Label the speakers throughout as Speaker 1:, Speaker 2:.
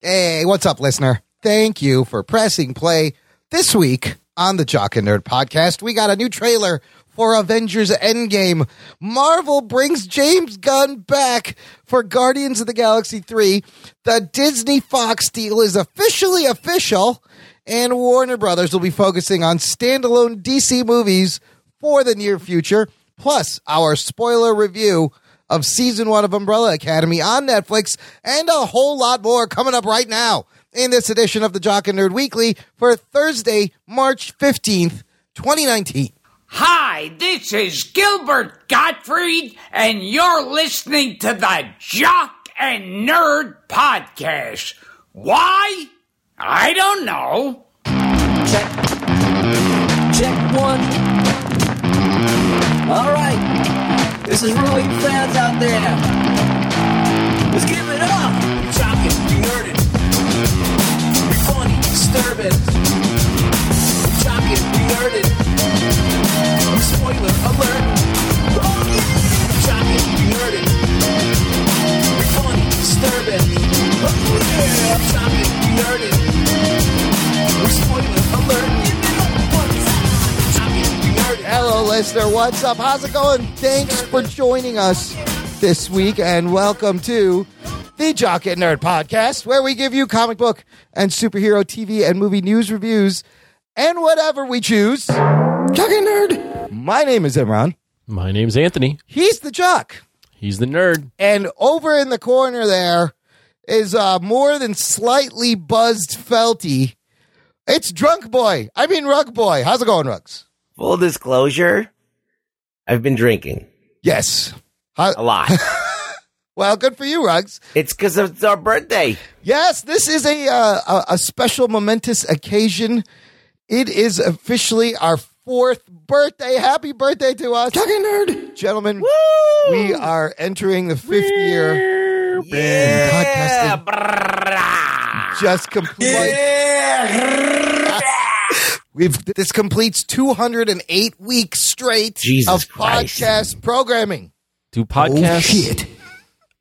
Speaker 1: Hey, what's up, listener? Thank you for pressing play this week on the Jock and Nerd podcast. We got a new trailer for Avengers Endgame. Marvel brings James Gunn back for Guardians of the Galaxy 3. The Disney Fox deal is officially official, and Warner Brothers will be focusing on standalone DC movies for the near future. Plus, our spoiler review of season one of Umbrella Academy on Netflix, and a whole lot more coming up right now in this edition of the Jock and Nerd Weekly for Thursday, March 15th, 2019.
Speaker 2: Hi, this is Gilbert Gottfried, and you're listening to the Jock and Nerd Podcast. Why? I don't know.
Speaker 3: Check. Check one. All right. This is really fans out there. Let's give it up.
Speaker 4: We talking, we nerding. We funny, disturbing. We talking, we nerding. We spoiler alert. Oh, yeah. We talking, we nerding. We funny, disturbing. Oh, yeah. We talking, we nerding. We spoiler alert. We talking, we nerding.
Speaker 1: Hello, listener. What's up? How's it going? Thanks for joining us this week, and welcome to the Jock and Nerd Podcast, where we give you comic book and superhero TV and movie news reviews and whatever we choose. Jock and Nerd. My name is Imran.
Speaker 5: My name's Anthony.
Speaker 1: He's the Jock.
Speaker 5: He's the nerd.
Speaker 1: And over in the corner there is uh, more than slightly buzzed Felty. It's Drunk Boy. I mean, Rug Boy. How's it going, Rugs?
Speaker 6: Full disclosure, I've been drinking
Speaker 1: Yes. How-
Speaker 6: a lot.
Speaker 1: well, good for you, Rugs.
Speaker 6: it's because it's our birthday.
Speaker 1: Yes, this is a, uh, a a special momentous occasion. It is officially our fourth birthday. Happy birthday to us, Talking Nerd, gentlemen. Woo! We are entering the fifth year. in podcasting.
Speaker 6: Yeah,
Speaker 1: just complete. We've this completes 208 weeks straight
Speaker 6: Jesus
Speaker 1: of
Speaker 6: Christ.
Speaker 1: podcast programming.
Speaker 5: Do podcasts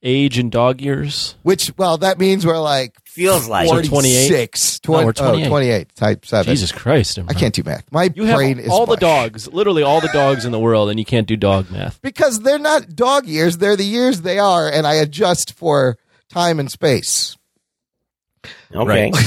Speaker 5: age in dog years?
Speaker 1: Which, well, that means we're like
Speaker 6: feels like
Speaker 5: Or 28?
Speaker 1: 46,
Speaker 5: No, we're
Speaker 1: 20 oh,
Speaker 5: 28.
Speaker 1: 28, type seven.
Speaker 5: Jesus Christ.
Speaker 1: I can't do math. My
Speaker 5: You have
Speaker 1: brain is
Speaker 5: all the
Speaker 1: mush.
Speaker 5: dogs, literally all the dogs in the world, and you can't do dog math.
Speaker 1: because they're not dog years; they're the years they are, and I adjust for time and space.
Speaker 6: okay.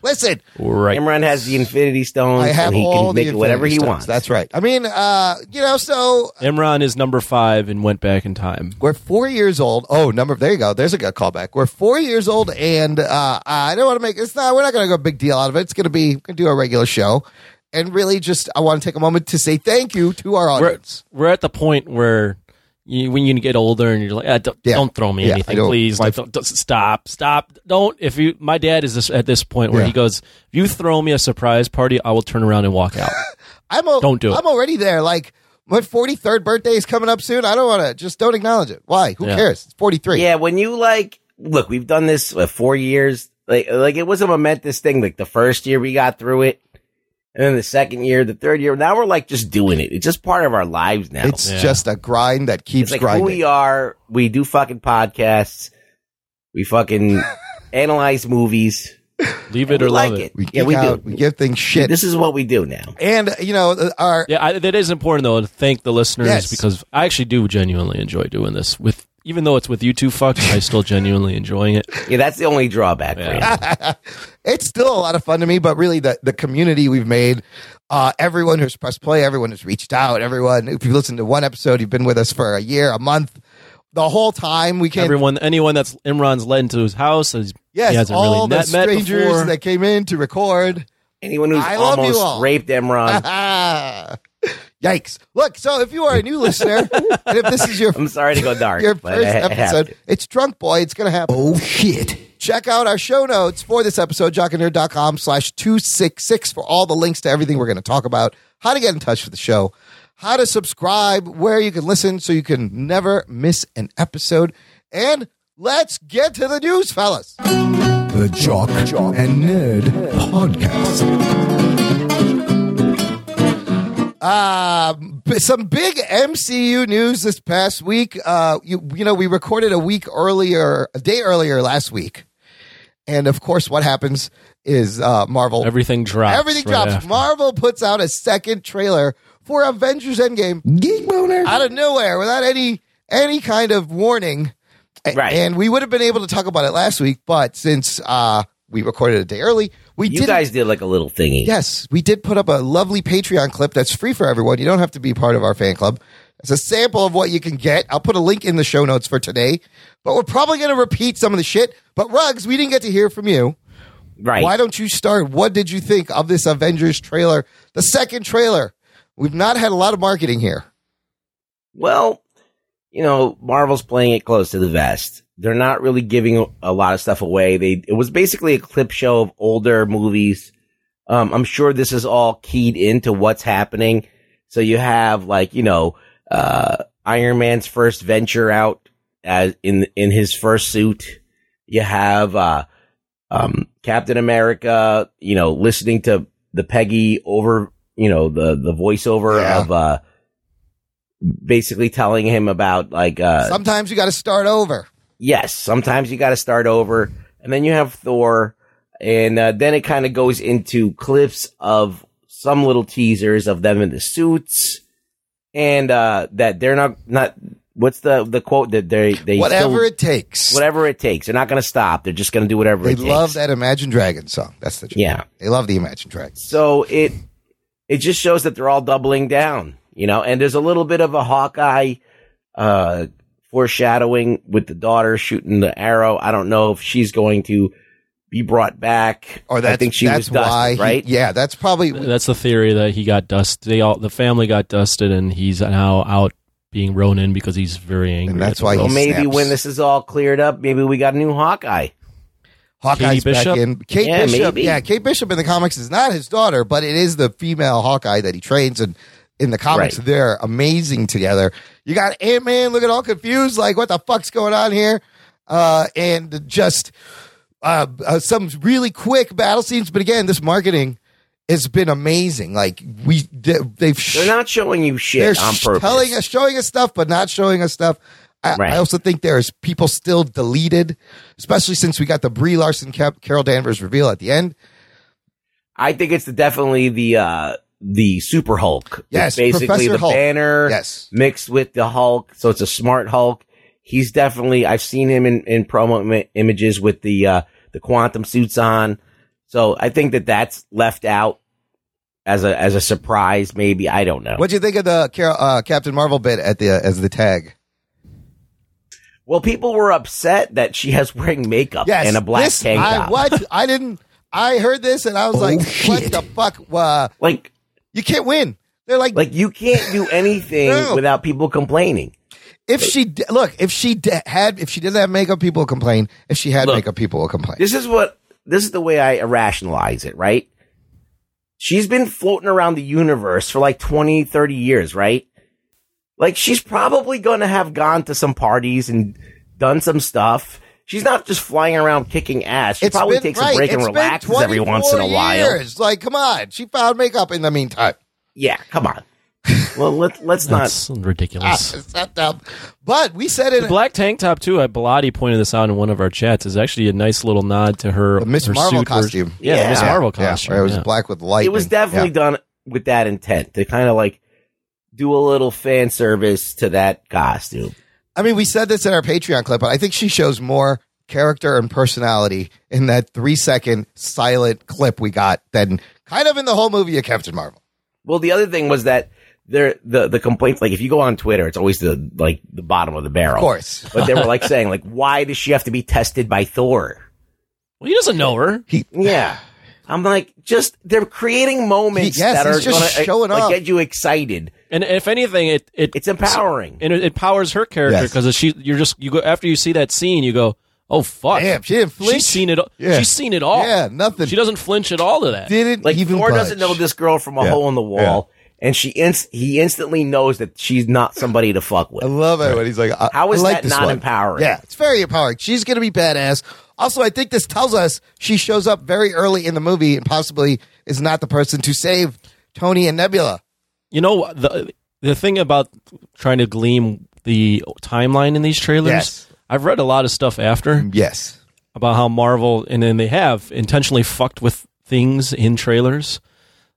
Speaker 1: Listen,
Speaker 5: Right.
Speaker 6: Imran has the Infinity Stones,
Speaker 1: I have
Speaker 6: and he
Speaker 1: all
Speaker 6: can
Speaker 1: the
Speaker 6: make it whatever
Speaker 1: Infinity
Speaker 6: he
Speaker 1: Stones.
Speaker 6: wants.
Speaker 1: That's right. I mean, uh, you know, so
Speaker 5: Imran is number five and went back in time.
Speaker 1: We're four years old. Oh, number. There you go. There's a good callback. We're four years old, and uh, I don't want to make it's not. We're not going to go big deal out of it. It's going to be going to do a regular show, and really just I want to take a moment to say thank you to our
Speaker 5: We're,
Speaker 1: audience.
Speaker 5: we're at the point where you, when you get older and you're like, ah, don't,
Speaker 1: Yeah.
Speaker 5: don't throw me
Speaker 1: Yeah, I
Speaker 5: anything,
Speaker 1: don't-
Speaker 5: please.
Speaker 1: my-
Speaker 5: don't, don't- stop, stop. Don't. If you, my dad is this, at this point where
Speaker 1: Yeah.
Speaker 5: he goes, if you throw me a surprise party, I will turn around and walk out.
Speaker 1: I'm a,
Speaker 5: Don't do it.
Speaker 1: I'm already there. Like my 43rd birthday is coming up soon. I don't want to just don't acknowledge it. Why? Who
Speaker 5: Yeah.
Speaker 1: cares? It's 43.
Speaker 6: Yeah, when you like, look, we've done this uh, four years. Like, like it was a momentous thing. Like the first year we got through it, and then the second year, the third year. Now we're like just doing it. It's just part of our lives now.
Speaker 1: It's
Speaker 5: Yeah.
Speaker 1: just a grind that keeps
Speaker 6: It's like
Speaker 1: grinding.
Speaker 6: who we are. We do fucking podcasts. We fucking analyze movies.
Speaker 5: Leave it
Speaker 6: we
Speaker 5: or
Speaker 6: like
Speaker 5: love
Speaker 6: it.
Speaker 5: it.
Speaker 1: We
Speaker 6: yeah,
Speaker 1: geek
Speaker 6: we
Speaker 1: out,
Speaker 6: do.
Speaker 1: We give things shit.
Speaker 6: This is what we do now.
Speaker 1: and you know our
Speaker 5: Yeah, I, that is important though to thank the listeners
Speaker 1: Yes.
Speaker 5: because I actually do genuinely enjoy doing this. With even though it's with you two fucks, I still genuinely enjoying it.
Speaker 6: Yeah, that's the only drawback.
Speaker 5: Yeah.
Speaker 6: Grant.
Speaker 1: it's still a lot of fun to me, but really the, the community we've made, uh, everyone who's pressed play, everyone who's reached out, everyone, if you've listened to one episode, you've been with us for a year, a month, the whole time we can't,
Speaker 5: Everyone, anyone that's Imran's led into his house, has,
Speaker 1: yes,
Speaker 5: he hasn't
Speaker 1: all
Speaker 5: really
Speaker 1: the
Speaker 5: met, met
Speaker 1: strangers
Speaker 5: before.
Speaker 1: that came in to record.
Speaker 6: Anyone who's
Speaker 1: I love you all.
Speaker 6: almost raped Emron.
Speaker 1: Yikes. Look, so if you are a new listener, and if this is your
Speaker 6: I'm sorry to go dark.
Speaker 1: your
Speaker 6: but
Speaker 1: first
Speaker 6: I- I have
Speaker 1: episode.
Speaker 6: to.
Speaker 1: It's Drunk Boy. It's going to happen. Oh, shit. Check out our show notes for this episode, jockandnerd.com slash 266 for all the links to everything we're going to talk about, how to get in touch with the show, how to subscribe, where you can listen so you can never miss an episode. And let's get to the news, fellas.
Speaker 7: The Jock, and Nerd Podcast.
Speaker 1: Um, b- some big MCU news this past week. Uh, you, you know, we recorded a week earlier, a day earlier last week, And of course, what happens is uh, Marvel
Speaker 5: Everything drops.
Speaker 1: everything
Speaker 5: right
Speaker 1: drops.
Speaker 5: after.
Speaker 1: Marvel puts out a second trailer for Avengers Endgame
Speaker 7: Geek boner.
Speaker 1: out of nowhere without any any kind of warning. A-
Speaker 6: Right.
Speaker 1: And we would have been able to talk about it last week, but since uh, we recorded a day early, we
Speaker 6: You
Speaker 1: did
Speaker 6: guys did like a little thingy.
Speaker 1: Yes, we did put up a lovely Patreon clip that's free for everyone. You don't have to be part of our fan club. It's a sample of what you can get. I'll put a link in the show notes for today. But we're probably going to repeat some of the shit. But Ruggs, we didn't get to hear from you.
Speaker 6: Right.
Speaker 1: Why don't you start? What did you think of this Avengers trailer? The second trailer. We've not had a lot of marketing here.
Speaker 6: Well, you know, Marvel's playing it close to the vest. They're not really giving a lot of stuff away. They it was basically a clip show of older movies. Um, I'm sure this is all keyed into what's happening. So you have like you know uh, Iron Man's first venture out as in in his first suit. You have uh, um, Captain America, you know, listening to the Peggy over, you know, the the voiceover
Speaker 1: Yeah.
Speaker 6: of uh, basically telling him about like uh,
Speaker 1: Sometimes you got to start over.
Speaker 6: yes, sometimes you got to start over, and then you have Thor, and uh, then it kind of goes into clips of some little teasers of them in the suits, and uh, that they're not not what's the the quote that they they
Speaker 1: Whatever
Speaker 6: still-
Speaker 1: it takes.
Speaker 6: whatever it takes. They're not going to stop. They're just going to do whatever
Speaker 1: They
Speaker 6: it takes.
Speaker 1: love that Imagine Dragons song. That's the truth.
Speaker 6: Yeah.
Speaker 1: They love the Imagine Dragons.
Speaker 6: So it it just shows that they're all doubling down, you know. And there's a little bit of a Hawkeye uh, foreshadowing with the daughter shooting the arrow. I don't know if she's going to be brought back.
Speaker 1: Or that's,
Speaker 6: I think she
Speaker 1: that's
Speaker 6: was dusted,
Speaker 1: why. he-
Speaker 6: right?
Speaker 1: yeah, that's probably
Speaker 5: That's the theory that he got dusted. They all the family got dusted, and he's now out being Ronin because he's very angry.
Speaker 1: And that's
Speaker 5: at the
Speaker 1: why
Speaker 5: world.
Speaker 6: So
Speaker 1: he
Speaker 6: maybe
Speaker 1: snaps.
Speaker 6: when this is all cleared up, maybe we got a new Hawkeye.
Speaker 1: Hawkeye's
Speaker 5: Katie
Speaker 1: back
Speaker 5: Bishop?
Speaker 1: in. Kate
Speaker 6: Yeah,
Speaker 1: Bishop,
Speaker 6: maybe.
Speaker 1: yeah, Kate Bishop in the comics is not his daughter, but it is the female Hawkeye that he trains, and in the comics
Speaker 6: Right.
Speaker 1: they're amazing together. You got Ant Man looking all confused, like what the fuck's going on here, uh, and just uh, uh, some really quick battle scenes. But again, this marketing has been amazing. Like we, they, they've sh-
Speaker 6: They're not showing you
Speaker 1: they're
Speaker 6: shit on
Speaker 1: sh-
Speaker 6: purpose.
Speaker 1: telling us, showing us stuff, but not showing us stuff. I,
Speaker 6: Right.
Speaker 1: I also think there's people still deleted, especially since we got the Brie Larson Cap- Carol Danvers reveal at the end.
Speaker 6: I think it's the, definitely the uh, the Super Hulk.
Speaker 1: Yes,
Speaker 6: It's basically
Speaker 1: Professor
Speaker 6: the
Speaker 1: Hulk.
Speaker 6: Banner.
Speaker 1: Yes.
Speaker 6: mixed with the Hulk, so it's a smart Hulk. He's definitely I've seen him in in promo Im- images with the uh, the quantum suits on. So I think that that's left out as a as a surprise. Maybe I don't know.
Speaker 1: What'd you think of the Carol, uh, Captain Marvel bit at the as the tag?
Speaker 6: Well, people were upset that she has wearing makeup and a black
Speaker 1: this,
Speaker 6: tank top. Oh,
Speaker 1: I, what I didn't. I heard this and I was like, "What
Speaker 7: shit.
Speaker 1: the fuck? Uh,
Speaker 6: Like
Speaker 1: you can't win." They're like,
Speaker 6: like you can't do anything
Speaker 1: No.
Speaker 6: without people complaining.
Speaker 1: "If she d- look, if she d- had, if she didn't have makeup, people will complain. If she had
Speaker 6: Look,
Speaker 1: makeup, people will complain."
Speaker 6: This is what this is the way I rationalize it, right? She's been floating around the universe for like 20, 30 years, right? Like she's probably going to have gone to some parties and done some stuff. She's not just flying around kicking ass. She
Speaker 1: It's
Speaker 6: probably
Speaker 1: been-
Speaker 6: takes
Speaker 1: right,
Speaker 6: a break and
Speaker 1: it's been
Speaker 6: relaxes every once in a
Speaker 1: 24
Speaker 6: while.
Speaker 1: years. Like, come on, she found makeup in the meantime.
Speaker 6: Yeah, come on. Well, let, let's not.
Speaker 5: That's ridiculous.
Speaker 1: It's not dumb. But we said
Speaker 5: The
Speaker 1: it.
Speaker 5: black tank top too. I Bilotti pointed this out in one of our chats. Is actually a nice little nod to her
Speaker 1: The Miss
Speaker 5: her
Speaker 1: Marvel
Speaker 5: suit where-
Speaker 1: costume.
Speaker 5: yeah, the Miss
Speaker 6: Yeah.
Speaker 5: Marvel
Speaker 1: Yeah,
Speaker 5: costume.
Speaker 1: where it was
Speaker 5: yeah.
Speaker 1: black with light.
Speaker 6: It was definitely done with that intent to kind of like do a little fan service to that costume.
Speaker 1: I mean, we said this in our Patreon clip, but I think she shows more character and personality in that three second silent clip we got than kind of in the whole movie of Captain Marvel.
Speaker 6: Well, the other thing was that there the the complaints like if you go on Twitter, it's always the like the bottom of the barrel.
Speaker 1: Of course.
Speaker 6: But they were like saying like why does she have to be tested by Thor?
Speaker 5: Well, he doesn't know her.
Speaker 6: Yeah. I'm like just they're creating moments
Speaker 1: He- yes,
Speaker 6: that are
Speaker 1: he's just
Speaker 6: gonna, uh,
Speaker 1: showing
Speaker 6: like,
Speaker 1: off.
Speaker 6: get you excited.
Speaker 5: And if anything, it it
Speaker 6: It's empowering.
Speaker 5: and it, it powers her character
Speaker 1: Yes.
Speaker 5: because she you're just you go after you see that scene you go oh fuck
Speaker 1: Damn, she didn't flinch.
Speaker 5: she's seen it
Speaker 1: Yeah.
Speaker 5: she's seen it all
Speaker 1: Yeah, nothing.
Speaker 5: she doesn't flinch at all to that
Speaker 1: Didn't
Speaker 6: like
Speaker 1: even
Speaker 6: Thor
Speaker 1: budge.
Speaker 6: doesn't know this girl from a
Speaker 1: Yeah.
Speaker 6: hole in the wall and she inst- he instantly knows that she's not somebody to fuck
Speaker 1: I
Speaker 6: with.
Speaker 1: love it when he's like, I,
Speaker 6: How is
Speaker 1: I like
Speaker 6: that
Speaker 1: this
Speaker 6: not
Speaker 1: one.
Speaker 6: empowering?
Speaker 1: Yeah, it's very empowering. She's going to be badass. Also, I think this tells us she shows up very early in the movie and possibly is not the person to save Tony and Nebula.
Speaker 5: you know the the thing about trying to gleam the timeline in these trailers
Speaker 1: Yes.
Speaker 5: I've read a lot of stuff after
Speaker 1: Yes.
Speaker 5: about how Marvel and then they have intentionally fucked with things in trailers.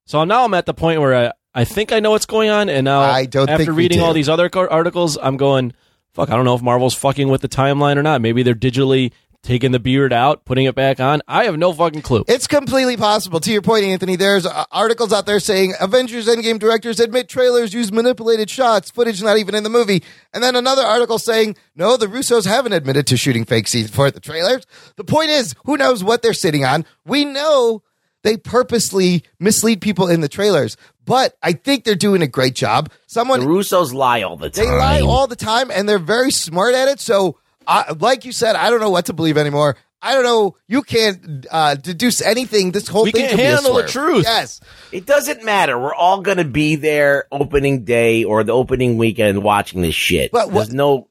Speaker 5: So now I'm at the point where I, I think I know what's going on, and now
Speaker 1: I don't
Speaker 5: after
Speaker 1: think we
Speaker 5: reading
Speaker 1: do.
Speaker 5: all these other car- articles, I'm going, fuck, I don't know if Marvel's fucking with the timeline or not. Maybe they're digitally taking the beard out, putting it back on. I have no fucking clue.
Speaker 1: It's completely possible. To your point, Anthony, there's uh, articles out there saying Avengers Endgame directors admit trailers use manipulated shots, footage not even in the movie. And then another article saying, no, the Russos haven't admitted to shooting fake scenes for the trailers. The point is, who knows what they're sitting on? We know they purposely mislead people in the trailers, but I think they're doing a great job.
Speaker 6: The
Speaker 1: Someone
Speaker 6: Russos lie all the time.
Speaker 1: they lie all the time, and they're very smart at it. So, I, like you said, I don't know what to believe anymore. I don't know. You can't uh, deduce anything. This whole
Speaker 5: We
Speaker 1: thing
Speaker 5: can't
Speaker 1: could be a
Speaker 5: handle the
Speaker 1: swerve.
Speaker 5: truth.
Speaker 1: Yes,
Speaker 6: It doesn't matter. We're all gonna be there opening day or the opening weekend watching this shit.
Speaker 1: But what-
Speaker 6: there's no,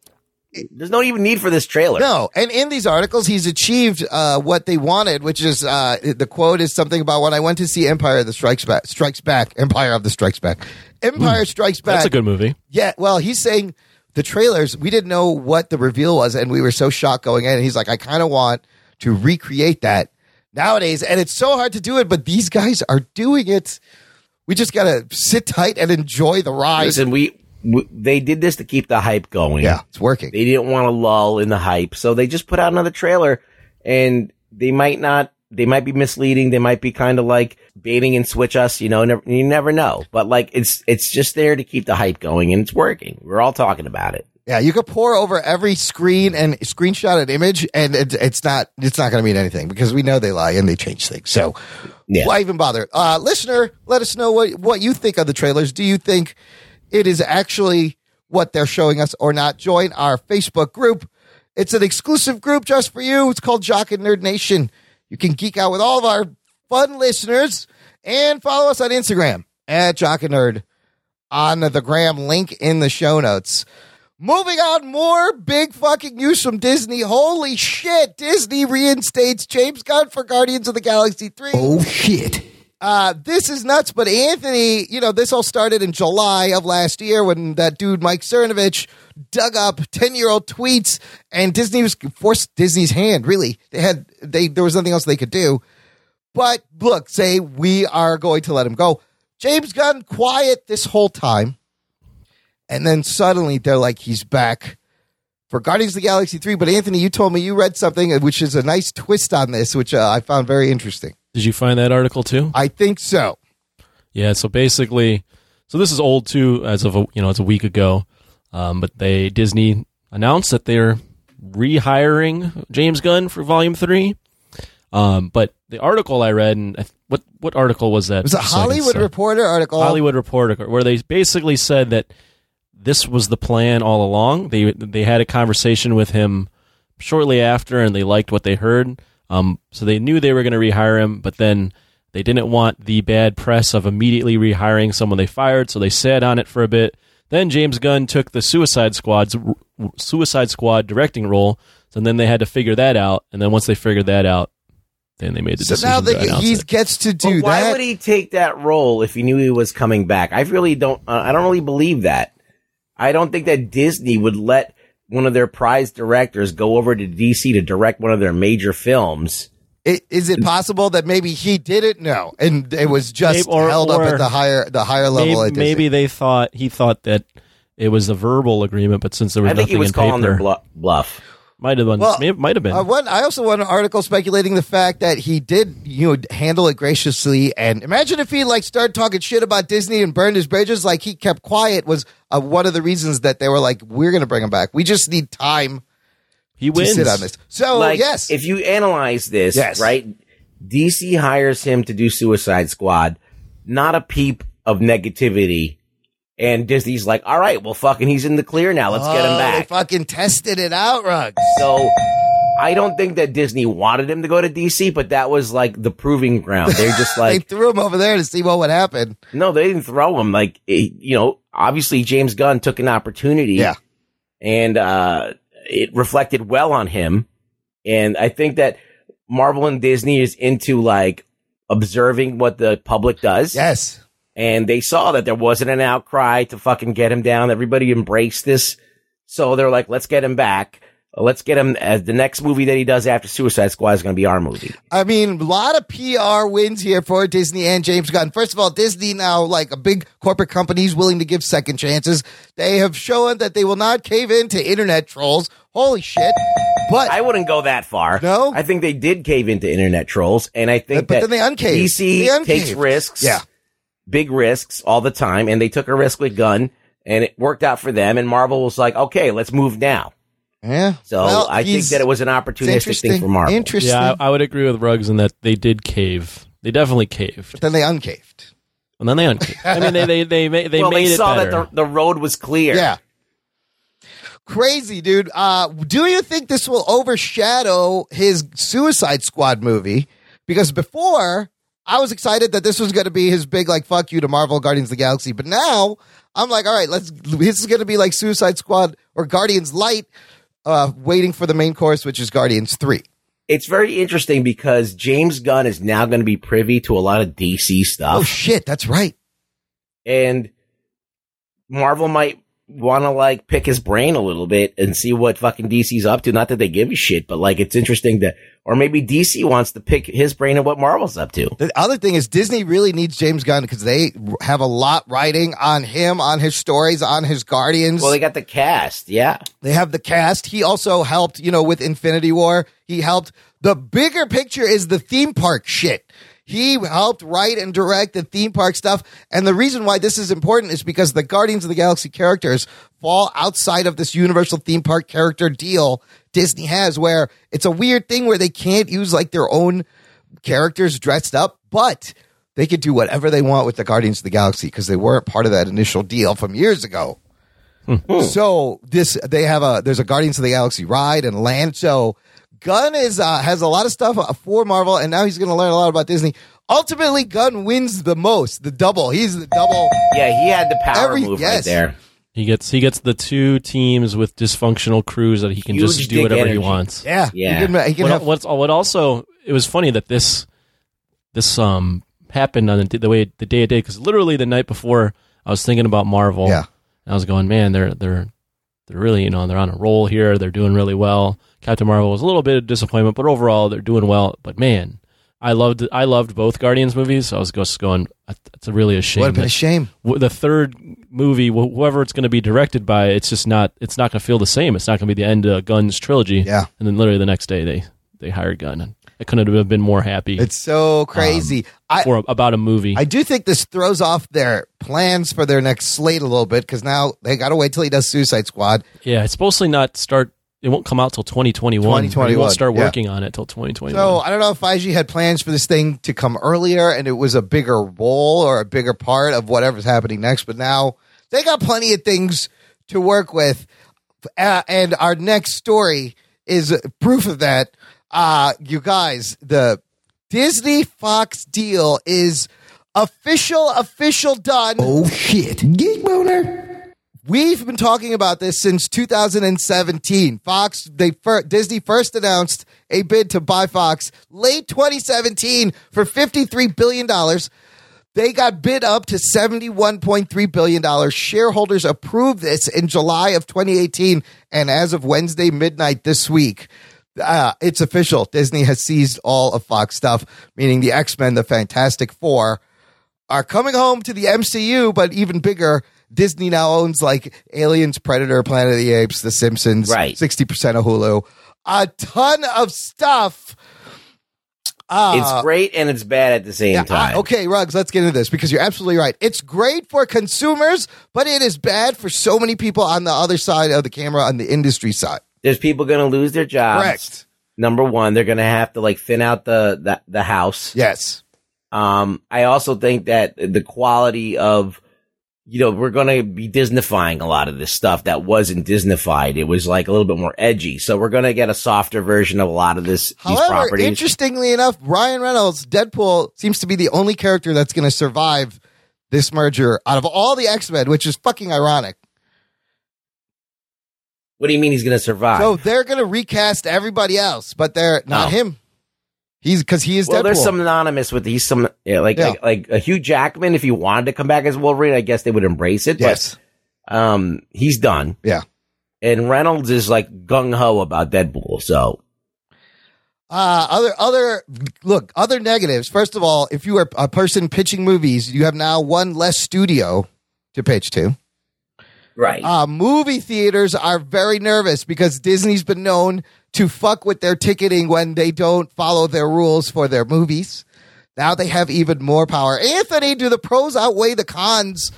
Speaker 6: there's no even need for this trailer.
Speaker 1: no. And in these articles, he's achieved uh, what they wanted, which is uh, the quote is something about when I went to see Empire of the Strikes Back, Strikes Back, Empire of the Strikes Back, Empire Strikes Back.
Speaker 5: That's a good movie.
Speaker 1: Yeah, well, he's saying the trailers, we didn't know what the reveal was, and we were so shocked going in. And he's like, I kind of want to recreate that nowadays. And it's so hard to do it, but these guys are doing it. We just got to sit tight and enjoy the ride.
Speaker 6: Listen, we, we they did this to keep the hype going.
Speaker 1: yeah, it's working.
Speaker 6: They didn't want to lull in the hype, so they just put out another trailer, and they might not. They might be misleading. They might be kind of like baiting and switch us. You know, never, you never know. But like, it's it's just there to keep the hype going, and it's working. We're all talking about it.
Speaker 1: Yeah, you could pour over every screen and screenshot an image, and it, it's not it's not going to mean anything because we know they lie and they change things. So
Speaker 6: Yeah.
Speaker 1: why even bother? Uh, listener, let us know what what you think of the trailers. Do you think it is actually what they're showing us or not? Join our Facebook group. It's an exclusive group just for you. It's called Jock and Nerd Nation. You can geek out with all of our fun listeners and follow us on Instagram at Jock and Nerd on the gram link in the show notes. Moving on, more big fucking news from Disney. Holy shit! Disney reinstates James Gunn for Guardians of the Galaxy 3.
Speaker 7: Oh shit.
Speaker 1: Uh, this is nuts, but Anthony, you know, this all started in July of last year when that dude Mike Cernovich dug up 10 year old tweets and Disney was forced Disney's hand, really. They had, they, there was nothing else they could do. But look, say we are going to let him go. James Gunn quiet this whole time. And then suddenly they're like, he's back for Guardians of the Galaxy 3. But Anthony, you told me you read something, which is a nice twist on this, which uh, I found very interesting.
Speaker 5: Did you find that article too?
Speaker 1: I think so.
Speaker 5: Yeah. So basically, so this is old too, as of a, you know, it's a week ago. Um, but they Disney announced that they're rehiring James Gunn for Volume Three. Um, but the article I read, and I th- what what article was that?
Speaker 1: It was a
Speaker 5: Just so I can
Speaker 1: Hollywood
Speaker 5: say-
Speaker 1: Reporter article.
Speaker 5: Hollywood Reporter, where they basically said that this was the plan all along. They they had a conversation with him shortly after, and they liked what they heard. Um, so they knew they were going to rehire him, but then they didn't want the bad press of immediately rehiring someone they fired, so they sat on it for a bit. Then James Gunn took the Suicide Squad's Suicide Squad directing role, and then they had to figure that out. And then once they figured that out, then they made the
Speaker 1: So
Speaker 5: decision.
Speaker 1: now
Speaker 5: to
Speaker 1: that
Speaker 5: announce
Speaker 1: he
Speaker 5: it.
Speaker 1: gets to
Speaker 6: But
Speaker 1: do
Speaker 6: why
Speaker 1: that,
Speaker 6: would he take that role if he knew he was coming back? I really don't. Uh, I don't really believe that. I don't think that Disney would let one of their prize directors go over to DC to direct one of their major films.
Speaker 1: i- is it possible that maybe he didn't know and it was just
Speaker 5: Maybe- or-
Speaker 1: held up
Speaker 5: or
Speaker 1: at the higher the higher level?
Speaker 5: maybe,
Speaker 1: at Disney?
Speaker 5: maybe they thought he thought that it was a verbal agreement, but since there was
Speaker 6: I think
Speaker 5: nothing
Speaker 6: he was
Speaker 5: in
Speaker 6: calling
Speaker 5: paper,
Speaker 6: their bluff. bluff.
Speaker 5: might have been.
Speaker 1: Well,
Speaker 5: may- might have been.
Speaker 1: Uh, one, I also want an article speculating the fact that he did, you know, handle it graciously. And imagine if he like started talking shit about Disney and burned his bridges, like he kept quiet was uh, one of the reasons that they were like, we're going to bring him back. We just need time
Speaker 5: he
Speaker 1: to
Speaker 5: wins.
Speaker 1: sit on this. So
Speaker 6: like,
Speaker 1: Oh, yes,
Speaker 6: If you analyze this,
Speaker 1: Yes.
Speaker 6: right? DC hires him to do Suicide Squad, not a peep of negativity. And Disney's like, all right, well, fucking, he's in the clear now. Let's get him
Speaker 1: Oh,
Speaker 6: back.
Speaker 1: They fucking tested it out, Ruggs.
Speaker 6: So I don't think that Disney wanted him to go to DC, but that was like the proving ground. They're just
Speaker 1: They
Speaker 6: like,
Speaker 1: threw him over there to see what would happen.
Speaker 6: no, they didn't throw him. Like, it- you know, obviously James Gunn took an opportunity.
Speaker 1: Yeah.
Speaker 6: And, uh, it reflected well on him. And I think that Marvel and Disney is into like observing what the public does.
Speaker 1: Yes.
Speaker 6: And they saw that there wasn't an outcry to fucking get him down. Everybody embraced this. So they're like, let's get him back. Let's get him. Uh, the next movie that he does after Suicide Squad is going to be our movie.
Speaker 1: I mean, a lot of PR wins here for Disney and James Gunn. First of all, Disney now, like a big corporate company, is willing to give second chances. They have shown that they will not cave in to internet trolls. Holy shit. But
Speaker 6: I wouldn't go that far.
Speaker 1: No?
Speaker 6: I think they did cave into internet trolls, and I think
Speaker 1: But
Speaker 6: that
Speaker 1: then they uncaved.
Speaker 6: DC
Speaker 1: They uncaved.
Speaker 6: takes risks,
Speaker 1: Yeah.
Speaker 6: big risks all the time, and they took a risk with Gunn, and it worked out for them. And Marvel was like, okay, let's move now.
Speaker 1: yeah.
Speaker 6: So
Speaker 1: Well,
Speaker 6: I think
Speaker 1: he's-
Speaker 6: that it was an
Speaker 1: it's
Speaker 6: opportunistic thing for Marvel.
Speaker 1: Interesting.
Speaker 5: Yeah, I, I would agree with Ruggs in that they did cave. They definitely caved,
Speaker 1: then they uncaved.
Speaker 5: and then they uncaved. I mean, they they they ma- they
Speaker 6: well,
Speaker 5: made
Speaker 6: they
Speaker 5: it
Speaker 6: saw
Speaker 5: better.
Speaker 6: that the, the road was clear.
Speaker 1: Yeah. Crazy, dude. Uh, do you think this will overshadow his Suicide Squad movie? Because before, I was excited that this was going to be his big, like, fuck you to Marvel Guardians of the Galaxy. But now, I'm like, all right, let's, this is going to be like Suicide Squad or Guardians Light, uh, waiting for the main course, which is Guardians 3.
Speaker 6: It's very interesting because James Gunn is now going to be privy to a lot of DC
Speaker 1: Oh,
Speaker 6: stuff.
Speaker 1: shit. That's right.
Speaker 6: and Marvel might want to like pick his brain a little bit and see what fucking DC's up to. Not that they give a shit, but like it's interesting that, or maybe DC wants to pick his brain of what Marvel's up to.
Speaker 1: The other thing is Disney really needs James Gunn because they have a lot writing on him, on his stories, on his Guardians.
Speaker 6: Well, they got the cast, yeah.
Speaker 1: They have the cast. He also helped, you know, with Infinity War. He helped. The bigger picture is the theme park shit. He helped write and direct the theme park stuff. And the reason why this is important is because the Guardians of the Galaxy characters fall outside of this universal theme park character deal Disney has, where it's a weird thing where they can't use like their own characters dressed up, but they could do whatever they want with the Guardians of the Galaxy because they weren't part of that initial deal from years ago. So this they have a there's a Guardians of the Galaxy ride and land. So Gunn is uh, has a lot of stuff uh, for Marvel, and now he's going to learn a lot about Disney. Ultimately, Gunn wins the most, the double. He's the double.
Speaker 6: Yeah, he had the power
Speaker 1: Every-
Speaker 6: move
Speaker 1: yes.
Speaker 6: right there.
Speaker 5: He gets he gets the two teams with dysfunctional crews that he can
Speaker 6: Huge
Speaker 5: just do
Speaker 6: dick
Speaker 5: whatever
Speaker 6: energy.
Speaker 5: he wants.
Speaker 1: Yeah,
Speaker 6: Yeah.
Speaker 1: He can, he can
Speaker 5: What,
Speaker 1: have,
Speaker 5: what's what also it was funny that this this um happened on the, d- the way the day it did because literally the night before I was thinking about Marvel.
Speaker 1: Yeah.
Speaker 5: and I was going, man, they're they're they're really you know they're on a roll here. They're doing really well. Captain Marvel was a little bit of disappointment, but overall they're doing well. But man, I loved I loved both Guardians movies. So I was just going, it's really a shame.
Speaker 1: would have been
Speaker 5: that-
Speaker 1: a shame.
Speaker 5: w- the third movie, wh- whoever it's going to be directed by, it's just not. It's not going to feel the same. It's not going to be the end of Gunn's trilogy.
Speaker 1: Yeah.
Speaker 5: And then literally the next day, they they hired Gunn. And I couldn't have been more happy
Speaker 1: It's so crazy. I
Speaker 5: Um, for about a movie.
Speaker 1: I do think this throws off their plans for their next slate a little bit because now they got to wait till he does Suicide Squad.
Speaker 5: yeah, it's supposedly not start. It won't come out till 2021. or You
Speaker 1: 2021,
Speaker 5: won't start
Speaker 1: yeah.
Speaker 5: working on it till 2021.
Speaker 1: So I don't know if Feige had plans for this thing to come earlier and it was a bigger role or a bigger part of whatever's happening next, but now they got plenty of things to work with. Uh, and our next story is proof of that. Uh, you guys, the Disney Fox deal is official, official done.
Speaker 7: Oh shit. Geek boner.
Speaker 1: We've been talking about this since 2017. Fox, they fir- Disney first announced a bid to buy Fox late 2017 for 53 billion dollars. They got bid up to 71.3 billion dollars. Shareholders approved this in July of 2018 and as of Wednesday midnight this week. Uh, it's official. Disney has seized all of Fox stuff, meaning the X-Men, the Fantastic 4, are coming home to the MCU, but even bigger, Disney now owns like Aliens, Predator, Planet of the Apes, The Simpsons,
Speaker 6: Right.
Speaker 1: 60% of Hulu, a ton of stuff. Uh,
Speaker 6: it's great and it's bad at the same
Speaker 1: Yeah,
Speaker 6: time.
Speaker 1: I- okay, Ruggs, let's get into this because you're absolutely right. It's great for consumers, but it is bad for so many people on the other side of the camera, on the industry side.
Speaker 6: There's people going to lose their jobs. Number one, they're going to have to like thin out the, the, the house.
Speaker 1: Yes.
Speaker 6: Um, I also think that the quality of, you know, we're going to be Disneyfying a lot of this stuff that wasn't Disneyfied. It was like a little bit more edgy. So we're going to get a softer version of a lot of this, these
Speaker 1: However,
Speaker 6: properties.
Speaker 1: interestingly enough, Ryan Reynolds, Deadpool, seems to be the only character that's going to survive this merger out of all the X Men, which is fucking ironic.
Speaker 6: what do you mean he's going to survive?
Speaker 1: So they're going to recast everybody else, but they're not
Speaker 6: Oh.
Speaker 1: him. He's because he is
Speaker 6: well,
Speaker 1: Deadpool.
Speaker 6: there's some anonymous with these, some, yeah, like,
Speaker 1: Yeah.
Speaker 6: like, like a Hugh Jackman, if he wanted to come back as Wolverine, I guess they would embrace it.
Speaker 1: yes.
Speaker 6: But, um, he's done.
Speaker 1: Yeah.
Speaker 6: and Reynolds is like gung ho about Deadpool. So
Speaker 1: Uh, other other look, other negatives. First of all, if you are a person pitching movies, you have now one less studio to pitch to.
Speaker 3: Right.
Speaker 1: Uh, movie theaters are very nervous because Disney's been known to fuck with their ticketing when they don't follow their rules for their movies. Now they have even more power. Anthony, do the pros outweigh the cons?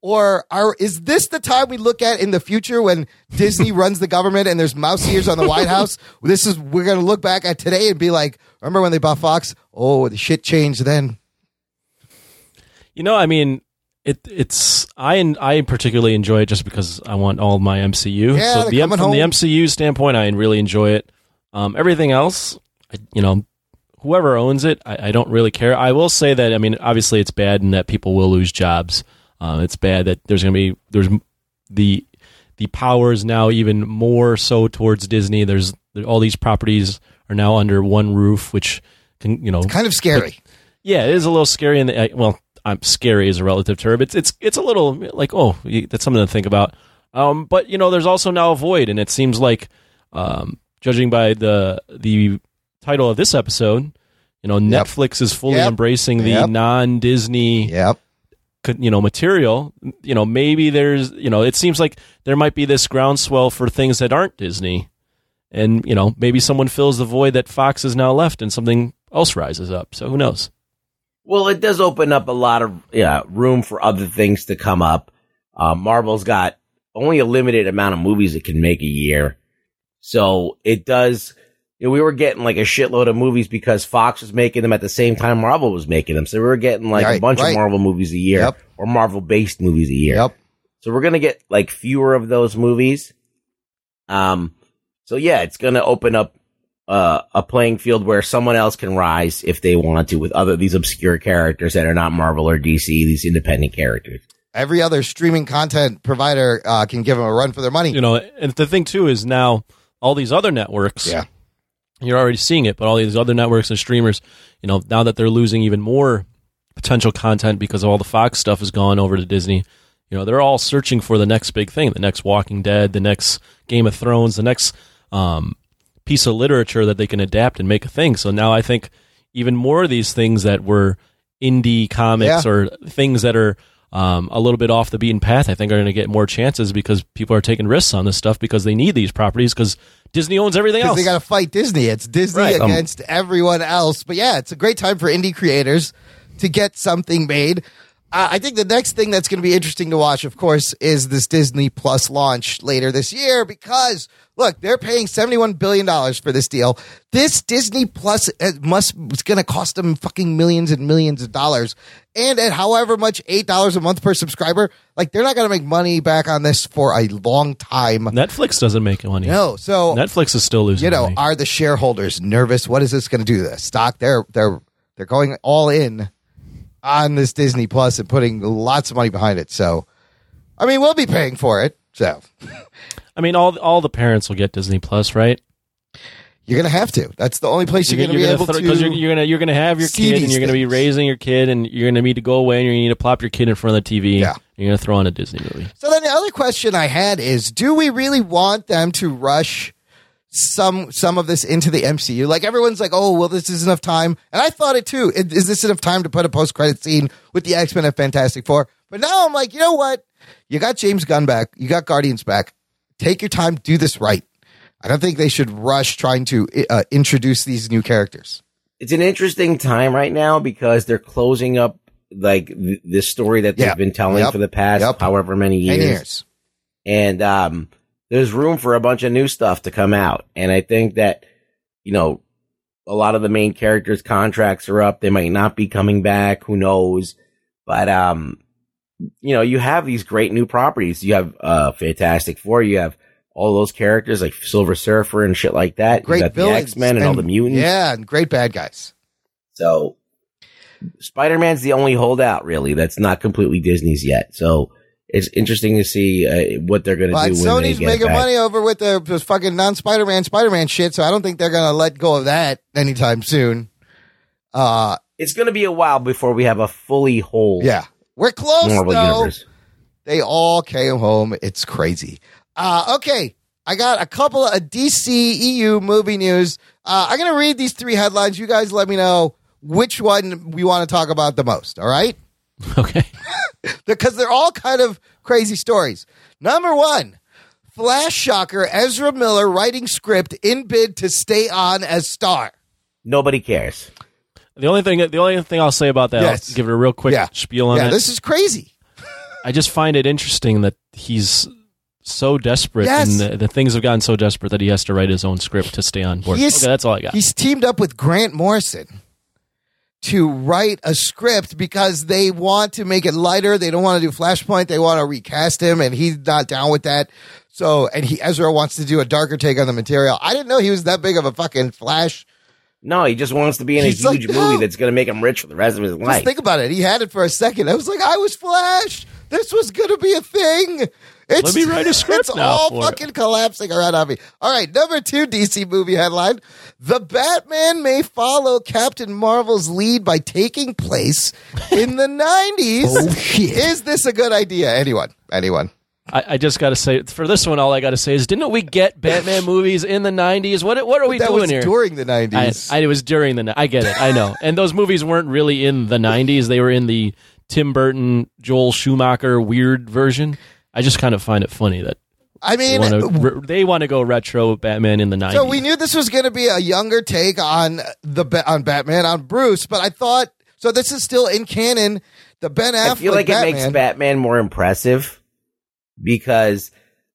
Speaker 1: Or are is this the time we look at in the future when Disney runs the government and there's mouse ears on the White House? This is we're gonna look back at today and be like, remember when they bought Fox? Oh, the shit changed then.
Speaker 5: You know, I mean, it it's I I particularly enjoy it just because I want all my MCU.
Speaker 1: Yeah,
Speaker 5: so
Speaker 1: they're
Speaker 5: the M-
Speaker 1: coming
Speaker 5: from the
Speaker 1: home.
Speaker 5: MCU standpoint, I really enjoy it. Um, everything else, I, you know, whoever owns it, I, I don't really care. I will say that I mean, obviously, it's bad in that people will lose jobs. Um, it's bad that there's going to be there's m- the the power is now even more so towards Disney. There's there- all these properties are now under one roof, which can you know
Speaker 1: Kind of scary.
Speaker 5: yeah, it is a little scary. And uh, well, I'm scary is a relative term. It's it's it's a little like oh, you- that's something to think about. Um, but you know, there's also now a void, and it seems like, um, judging by the the title of this episode, you know,
Speaker 1: Yep.
Speaker 5: Netflix is fully
Speaker 1: Yep.
Speaker 5: embracing the
Speaker 1: Yep.
Speaker 5: non-Disney
Speaker 1: Yep.
Speaker 5: could- you know material you know maybe there's you know it seems like there might be this groundswell for things that aren't disney and you know maybe someone fills the void that fox has now left and something else rises up so who knows
Speaker 6: well, it does open up a lot of yeah room for other things to come up. Uh, Marvel's got only a limited amount of movies it can make a year, so it does. You know, we were getting like a shitload of movies because Fox was making them at the same time Marvel was making them, so we were getting like
Speaker 1: Right,
Speaker 6: a bunch
Speaker 1: right.
Speaker 6: of Marvel movies a year
Speaker 1: Yep.
Speaker 6: or Marvel based movies a year.
Speaker 1: Yep.
Speaker 6: So we're gonna get like fewer of those movies. Um, so yeah, it's gonna open up uh, a playing field where someone else can rise if they want to with other these obscure characters that are not Marvel or DC, these independent characters.
Speaker 1: Every other streaming content provider uh, can give them a run for their money.
Speaker 5: you know and the thing too is now all these other networks
Speaker 1: Yeah.
Speaker 5: you're already seeing it but all these other networks and streamers you know now that they're losing even more potential content because all the fox stuff has gone over to disney you know they're all searching for the next big thing the next walking dead the next game of thrones the next um, piece of literature that they can adapt and make a thing so now i think even more of these things that were indie comics
Speaker 1: Yeah.
Speaker 5: or things that are um, a little bit off the beaten path i think are going to get more chances because people are taking risks on this stuff because they need these properties because disney owns everything
Speaker 1: because
Speaker 5: else
Speaker 1: they got to fight Disney. It's Disney
Speaker 5: Right. Um,
Speaker 1: against everyone else. But yeah, it's a great time for indie creators to get something made. Uh, I think the next thing that's going to be interesting to watch, of course, is this Disney Plus launch later this year because look, they're paying seventy-one billion dollars for this deal. This Disney Plus uh, must it's going to cost them fucking millions and millions of dollars, and at however much eight dollars a month per subscriber, like they're not going to make money back on this for a long time.
Speaker 5: netflix doesn't make money
Speaker 1: No, so
Speaker 5: Netflix is still losing.
Speaker 1: you know,
Speaker 5: money.
Speaker 1: are the shareholders nervous? What is this going to do to the stock? They're they're they're going all in on this Disney Plus and putting lots of money behind it. So, I mean, we'll be paying for it. So
Speaker 5: I mean, all all the parents will get Disney Plus, right?
Speaker 1: you're going to have to. That's the only place you're, going to be able
Speaker 5: throw-
Speaker 1: to.
Speaker 5: you're, you're gonna you're gonna have your
Speaker 1: see
Speaker 5: kid, and
Speaker 1: these
Speaker 5: you're gonna be
Speaker 1: things.
Speaker 5: raising your kid, and you're gonna need to go away, and you're gonna need to plop your kid in front of the TV.
Speaker 1: Yeah.
Speaker 5: and you're gonna throw on a Disney movie.
Speaker 1: So then the other question I had is, do we really want them to rush some some of this into the MCU? Like everyone's like, oh, well, this is enough time, and I thought it too. Is, is this enough time to put a post credit scene with the X Men and Fantastic Four? But now I'm like, you know what? You got James Gunn back. You got Guardians back. Take your time. Do this right. I don't think they should rush trying to uh, introduce these new characters.
Speaker 6: It's an interesting time right now because they're closing up like th- this story that they've
Speaker 1: Yep.
Speaker 6: been telling
Speaker 1: Yep.
Speaker 6: for the past
Speaker 1: Yep.
Speaker 6: however many
Speaker 1: And
Speaker 6: years.
Speaker 1: years.
Speaker 6: and um, there's room for a bunch of new stuff to come out. And I think that you know a lot of the main characters' contracts are up; they might not be coming back. Who knows? But um, you know, you have these great new properties. You have uh, Fantastic Four. You have all those characters like Silver Surfer and shit like that. you
Speaker 1: Great
Speaker 6: got the
Speaker 1: villains
Speaker 6: X Men and, all the mutants.
Speaker 1: Yeah, and great bad guys.
Speaker 6: So Spider Man's the only holdout really that's not completely Disney's yet. So. It's interesting to see uh, what they're going to
Speaker 1: But
Speaker 6: do. when they
Speaker 1: Sony's
Speaker 6: get
Speaker 1: making
Speaker 6: back.
Speaker 1: money over with their this fucking non Spider Man Spider Man shit, so I don't think they're gonna let go of that anytime soon. Uh
Speaker 6: it's going to be a while before we have a fully whole
Speaker 1: yeah. We're close
Speaker 6: Marvel
Speaker 1: though.
Speaker 6: universe.
Speaker 1: They all came home. It's crazy. Uh okay. I got a couple of DC EU movie news. Uh, I'm going to read these three headlines. You guys let me know which one we want to talk about the most, all right?
Speaker 5: Okay.
Speaker 1: Because they're all kind of crazy stories. Number one Flash Shocker Ezra Miller writing script in bid to stay on as star.
Speaker 6: Nobody cares.
Speaker 5: The only thing, the only thing I'll say about that,
Speaker 1: Yes.
Speaker 5: I'll give it a real quick
Speaker 1: Yeah.
Speaker 5: spiel on
Speaker 1: yeah,
Speaker 5: it.
Speaker 1: this is crazy.
Speaker 5: I just find it interesting that he's so desperate,
Speaker 1: Yes.
Speaker 5: and the, the things have gotten so desperate that he has to write his own script to stay on board.
Speaker 1: He is-
Speaker 5: okay, that's all I got.
Speaker 1: He's teamed up with Grant Morrison to write a script because they want to make it lighter. They don't want to do Flashpoint. They want to recast him, and he's not down with that. So, and he Ezra wants to do a darker take on the material. I didn't know he was that big of a fucking Flash.
Speaker 6: No, he just wants to be in a
Speaker 1: He's like,
Speaker 6: huge
Speaker 1: no.
Speaker 6: movie that's going to make him rich for the rest of his
Speaker 1: Just
Speaker 6: life.
Speaker 1: think about it. He had it for a second. I was like, I was Flash. This was going to be a thing. It's,
Speaker 5: Let me write a script
Speaker 1: It's
Speaker 5: now
Speaker 1: all
Speaker 5: for it.
Speaker 1: fucking collapsing around Avi. All right, number two DC movie headline: The Batman may follow Captain Marvel's lead by taking place in the nineties.
Speaker 7: Oh, shit.
Speaker 1: Is this a good idea? Anyone? Anyone?
Speaker 5: I, I just got to say, for this one, all I got to say is, didn't we get Batman movies in the '90s? What what are we
Speaker 1: that
Speaker 5: doing
Speaker 1: was
Speaker 5: here?
Speaker 1: during the
Speaker 5: I,
Speaker 1: nineties.
Speaker 5: I, it was during the. ni- I get it. I know. And those movies weren't really in the '90s. They were in the Tim Burton, Joel Schumacher weird version. I just kind of find it funny that
Speaker 1: I
Speaker 5: they
Speaker 1: mean,
Speaker 5: want to they want to go retro Batman in the '90s.
Speaker 1: So we knew this was going to be a younger take on the Ba- on Batman on Bruce, but I thought so. This is still in canon. The Ben Affleck
Speaker 6: I feel like
Speaker 1: Batman.
Speaker 6: it makes Batman more impressive because,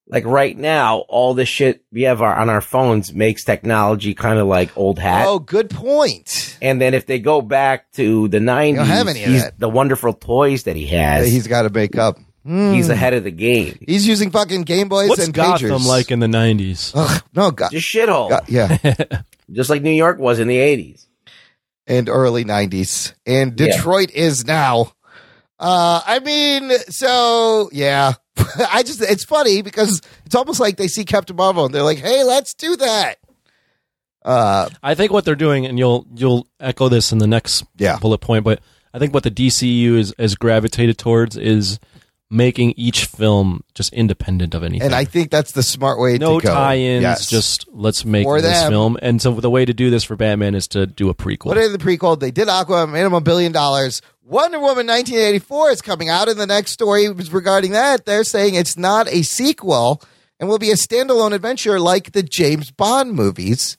Speaker 6: like, right now, all the shit we have our, on our phones makes technology kind of like old hat.
Speaker 1: Oh, good point.
Speaker 6: And then if they go back to the 90s,
Speaker 1: have any of
Speaker 6: he's-
Speaker 1: that.
Speaker 6: the wonderful toys that he has,
Speaker 1: He's got to make up. Hmm.
Speaker 6: he's ahead of the game.
Speaker 1: He's using fucking Game Boys
Speaker 5: What's
Speaker 1: and
Speaker 5: Gotham
Speaker 1: pagers. Uh-huh.
Speaker 5: like in the '90s?
Speaker 1: Ugh, no, God,
Speaker 6: Just shithole.
Speaker 1: God, yeah,
Speaker 6: Just like New York was in the 80s.
Speaker 1: and early '90s, and
Speaker 6: Yeah.
Speaker 1: Detroit is now. Uh, I mean, so yeah, I just it's funny because it's almost like they see Captain Marvel and they're like, "Hey, let's do that." Uh,
Speaker 5: I think what they're doing, and you'll you'll echo this in the next
Speaker 1: Yeah.
Speaker 5: bullet point, but I think what the DCU is is gravitated towards is making each film just independent of anything.
Speaker 1: and I think that's the smart way
Speaker 5: no
Speaker 1: to go.
Speaker 5: tie-ins,
Speaker 1: Yes.
Speaker 5: just let's make
Speaker 1: For
Speaker 5: this
Speaker 1: them.
Speaker 5: film. And so the way to do this for Batman is to do a prequel.
Speaker 1: What are the prequel? They did Aquaman, made him a billion dollars. Wonder Woman 1984 is coming out, and the next story was regarding that. They're saying it's not a sequel and will be a standalone adventure like the James Bond movies.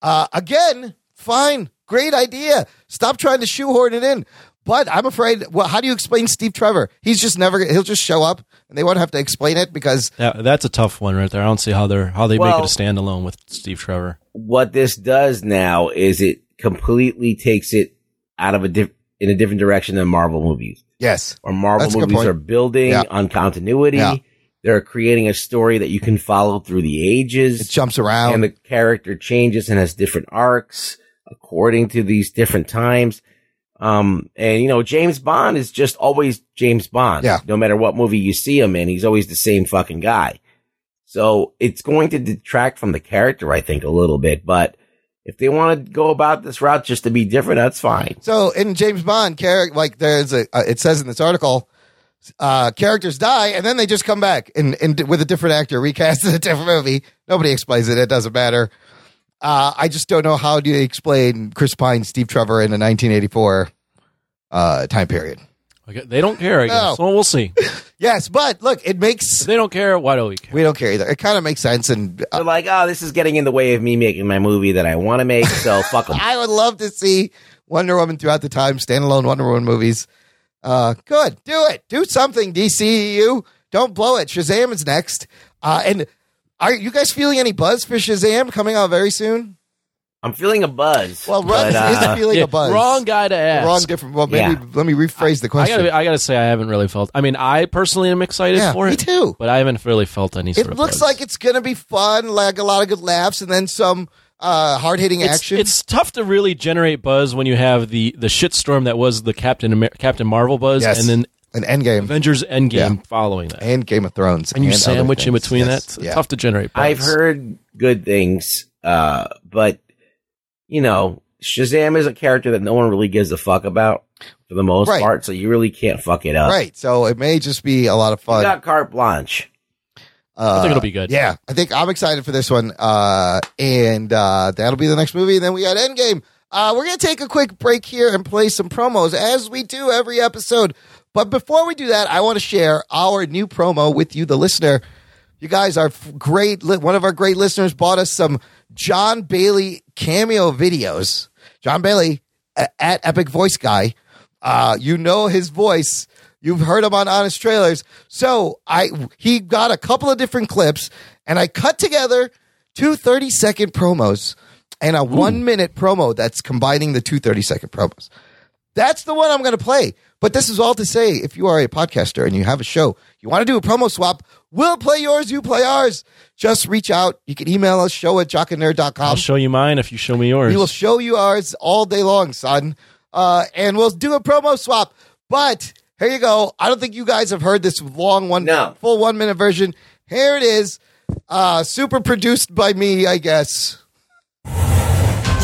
Speaker 1: Uh, again, fine, great idea. Stop trying to shoehorn it in. But I'm afraid. Well, how do you explain Steve Trevor? He's just never. He'll just show up, and they won't have to explain it because
Speaker 5: That- that's a tough one right there. I don't see how they're how they
Speaker 6: Well-
Speaker 5: make it a standalone with Steve Trevor.
Speaker 6: What this does now is it completely takes it out of a diff- in a different direction than Marvel movies.
Speaker 1: yes,
Speaker 6: or Marvel
Speaker 1: That's a good
Speaker 6: movies
Speaker 1: point.
Speaker 6: are building
Speaker 1: Yeah.
Speaker 6: on continuity.
Speaker 1: Yeah.
Speaker 6: They're creating a story that you can follow through the
Speaker 1: it
Speaker 6: ages
Speaker 1: jumps around.
Speaker 6: and the character changes and has different arcs according to these different times. Um, and you know, James Bond is just always James Bond.
Speaker 1: Yeah.
Speaker 6: No matter what movie you see him in, he's always the same fucking guy. So it's going to detract from the character, I think, a little bit, but if they want to go about this route just to be different, that's fine.
Speaker 1: So in James Bond, char- like there's a, uh, it says in this article, uh, characters die and then they just come back and, and with a different actor recast in a different movie. Nobody explains it. It doesn't matter. Uh, I just don't know how do you explain Chris Pine, Steve Trevor in a 1984 uh, time period.
Speaker 5: Okay, they don't care, I guess. Well, we'll see. If
Speaker 1: Yes, but look, it makes
Speaker 5: they don't care. Why don't we care?
Speaker 1: we don't care either. It kind of makes sense, and uh,
Speaker 6: They're like, oh, this is getting in the way of me making my movie that I want to make, so fuck them.
Speaker 1: I would love to see Wonder Woman throughout the time, standalone Wonder Woman movies. Uh, good. Do it. Do something, DCEU. Don't blow it. Shazam is next. Uh, and are you guys feeling any buzz for Shazam coming out very soon?
Speaker 6: I'm feeling a buzz.
Speaker 1: Well, Russ
Speaker 6: but, uh,
Speaker 1: is feeling
Speaker 5: Yeah,
Speaker 1: a buzz.
Speaker 5: Wrong guy to ask.
Speaker 1: Wrong, different. Well, maybe
Speaker 6: Yeah.
Speaker 1: let me rephrase the
Speaker 5: I
Speaker 1: question.
Speaker 5: gotta, be- I gotta say, I haven't really felt. I mean, I personally am excited
Speaker 1: Yeah,
Speaker 5: for
Speaker 1: me
Speaker 5: it,
Speaker 1: too.
Speaker 5: But I haven't really felt any.
Speaker 1: it
Speaker 5: sort of
Speaker 1: looks
Speaker 5: buzz.
Speaker 1: like it's going to be fun, like a lot of good laughs, and then some uh, hard hitting
Speaker 5: It's-
Speaker 1: action.
Speaker 5: It's, tough to really generate buzz when you have the the shitstorm that was the Captain Amer- Captain Marvel buzz,
Speaker 1: Yes.
Speaker 5: and then
Speaker 1: an Endgame
Speaker 5: Avengers Endgame
Speaker 1: Yeah.
Speaker 5: following that,
Speaker 1: and Game of Thrones,
Speaker 5: and you
Speaker 1: other
Speaker 5: sandwich in
Speaker 1: things.
Speaker 5: between
Speaker 1: Yes.
Speaker 5: that. It's
Speaker 1: Yeah.
Speaker 5: Tough to generate. buzz.
Speaker 6: I've heard good things, uh, but you know, Shazam is a character that no one really gives a fuck about for the most
Speaker 1: Right.
Speaker 6: part, so you really can't fuck it up.
Speaker 1: Right. So it may just be a lot of
Speaker 6: You
Speaker 1: fun. Uh,
Speaker 6: got carte blanche.
Speaker 5: I think it'll be good.
Speaker 1: Yeah, I think I'm excited for this one. Uh, and uh, that'll be the next movie. And then we got Endgame. Uh, we're going to take a quick break here and play some promos as we do every episode. But before we do that, I want to share our new promo with you, the listener. You guys are f- great. Li- One of our great listeners bought us some John Bailey cameo videos. John Bailey a- at Epic Voice Guy. Uh, you know his voice. You've heard him on Honest Trailers. So I he got a couple of different clips, and I cut together two 30 second promos and a one minute promo that's combining the two 30 second promos. That's the one I'm going to play. But this is all to say if you are a podcaster and you have a show, you want to do a promo swap, we'll play yours, you play ours. Just reach out. You can email us, show at jockandnerd.com.
Speaker 5: I'll show you mine if you show me yours.
Speaker 1: We will show you ours all day long, son. Uh, and we'll do a promo swap. But here you go. I don't think you guys have heard this long one,
Speaker 6: No.
Speaker 1: full one minute version. Here it is. Uh, super produced by me, I guess.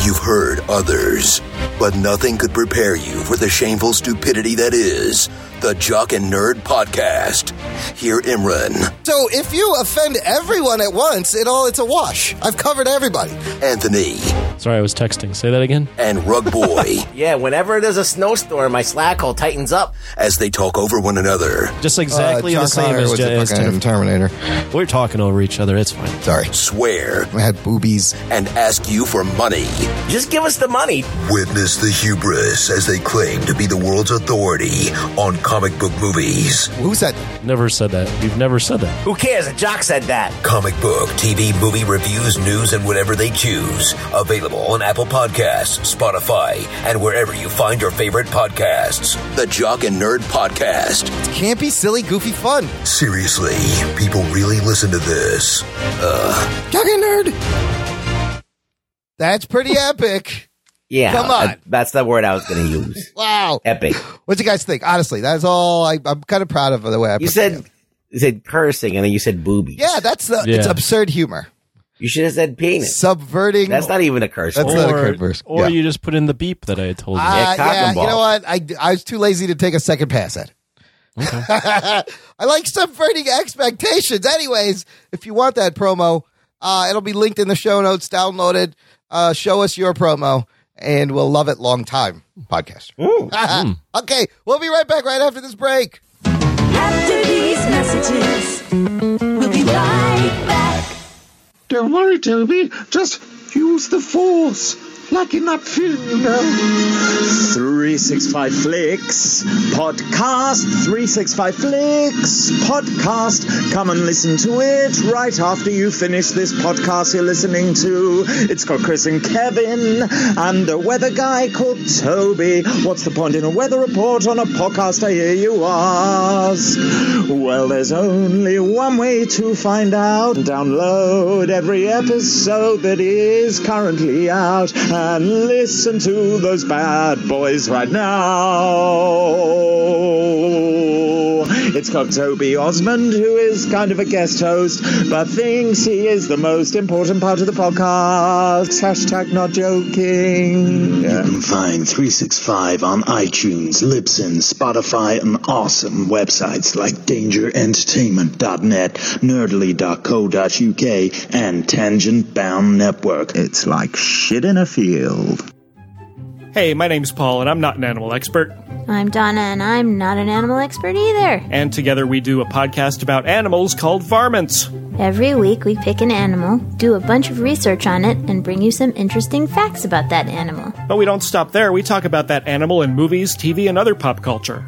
Speaker 8: You've heard others, but nothing could prepare you for the shameful stupidity that is the Jock and Nerd Podcast. Hear Imran,
Speaker 1: So if you offend everyone at once, it all it's a wash. I've covered everybody.
Speaker 8: Anthony,
Speaker 5: Sorry, I was texting. Say that again.
Speaker 8: and Rug Boy
Speaker 6: Yeah, whenever there's a snowstorm, my slack hole tightens up.
Speaker 8: as they talk over one another,
Speaker 5: Just exactly
Speaker 1: Uh,
Speaker 5: the
Speaker 1: John
Speaker 5: same
Speaker 1: Connor
Speaker 5: as,
Speaker 1: was
Speaker 5: Je-
Speaker 1: the
Speaker 5: as
Speaker 1: fucking
Speaker 5: Jennifer.
Speaker 1: Terminator.
Speaker 5: We're talking over each other. It's fine.
Speaker 1: Sorry,
Speaker 8: swear,
Speaker 1: I had boobies.
Speaker 8: and ask you for money.
Speaker 6: Just give us the money.
Speaker 8: Witness the hubris as they claim to be the world's authority on comic book movies,
Speaker 1: Who said?
Speaker 5: Never said that. You've never said that.
Speaker 6: Who cares? A jock said that.
Speaker 8: comic book, TV, movie reviews, news, and whatever they choose. Available on Apple Podcasts, Spotify, and wherever you find your favorite podcasts. The Jock and Nerd Podcast.
Speaker 1: Can't be silly, goofy, fun.
Speaker 8: Seriously, people really listen to this.
Speaker 1: Talking nerd. That's pretty epic.
Speaker 6: Yeah.
Speaker 1: Come on.
Speaker 6: uh, that's the word I was going to use.
Speaker 1: Wow.
Speaker 6: Epic.
Speaker 1: What do you guys think? Honestly, that's all. I, I'm kind of proud of the way I.
Speaker 6: You
Speaker 1: put
Speaker 6: said
Speaker 1: together.
Speaker 6: you said cursing, and then you said boobies.
Speaker 1: Yeah, that's the. It's
Speaker 5: Yeah.
Speaker 1: absurd humor.
Speaker 6: You should have said penis.
Speaker 1: Subverting.
Speaker 6: That's not even a curse.
Speaker 1: That's
Speaker 6: word.
Speaker 1: not a
Speaker 5: Or,
Speaker 1: code verse.
Speaker 5: or
Speaker 1: Yeah.
Speaker 5: you just put in the beep that I had told you.
Speaker 1: Uh,
Speaker 6: Yeah, cock and
Speaker 1: you know
Speaker 6: balls.
Speaker 1: what? I, I was too lazy to take a second pass at it. I like subverting expectations. Anyways, if you want that promo, uh, it'll be linked in the show notes, downloaded. Uh, show us your promo, and we'll love it long time, podcast. okay, we'll be right back right after this break.
Speaker 9: After these messages, we'll be right back.
Speaker 10: Don't worry, Toby. Just use the force, like in that film, you know. 365 Flicks Podcast. 365 Flicks Podcast. Come and listen to it right after you finish this podcast you're listening to. It's got Chris and Kevin and a weather guy called Toby. What's the point in a weather report on a podcast? I hear you ask. Well, there's only one way to find out. Download every episode that is currently out and listen to those bad boys right now. It's got Toby Osmond, who is kind of a guest host, but thinks he is the most important part of the podcast. Hashtag not joking.
Speaker 11: You can find 365 on iTunes, Libsyn, Spotify, and awesome websites like dangerentertainment.net, nerdly.co.uk, and Tangent Bound Network.
Speaker 10: It's like shit in a field.
Speaker 12: Hey, my name's Paul, and I'm not an animal expert.
Speaker 9: I'm Donna, and I'm not an animal expert either.
Speaker 12: And together we do a podcast about animals called Varmints.
Speaker 9: Every week, we pick an animal, do a bunch of research on it, and bring you some interesting facts about that animal.
Speaker 12: But we don't stop there, we talk about that animal in movies, TV, and other pop culture.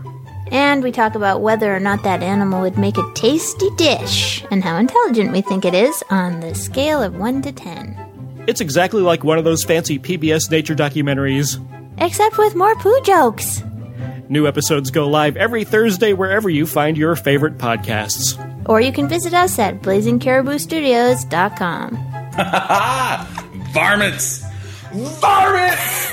Speaker 9: And we talk about whether or not that animal would make a tasty dish, and how intelligent we think it is on the scale of 1 to 10.
Speaker 12: It's exactly like one of those fancy PBS nature documentaries.
Speaker 9: Except with more poo jokes.
Speaker 12: New episodes go live every Thursday wherever you find your favorite podcasts.
Speaker 9: Or you can visit us at blazingcariboustudios.com.
Speaker 4: Varmints! Varmints!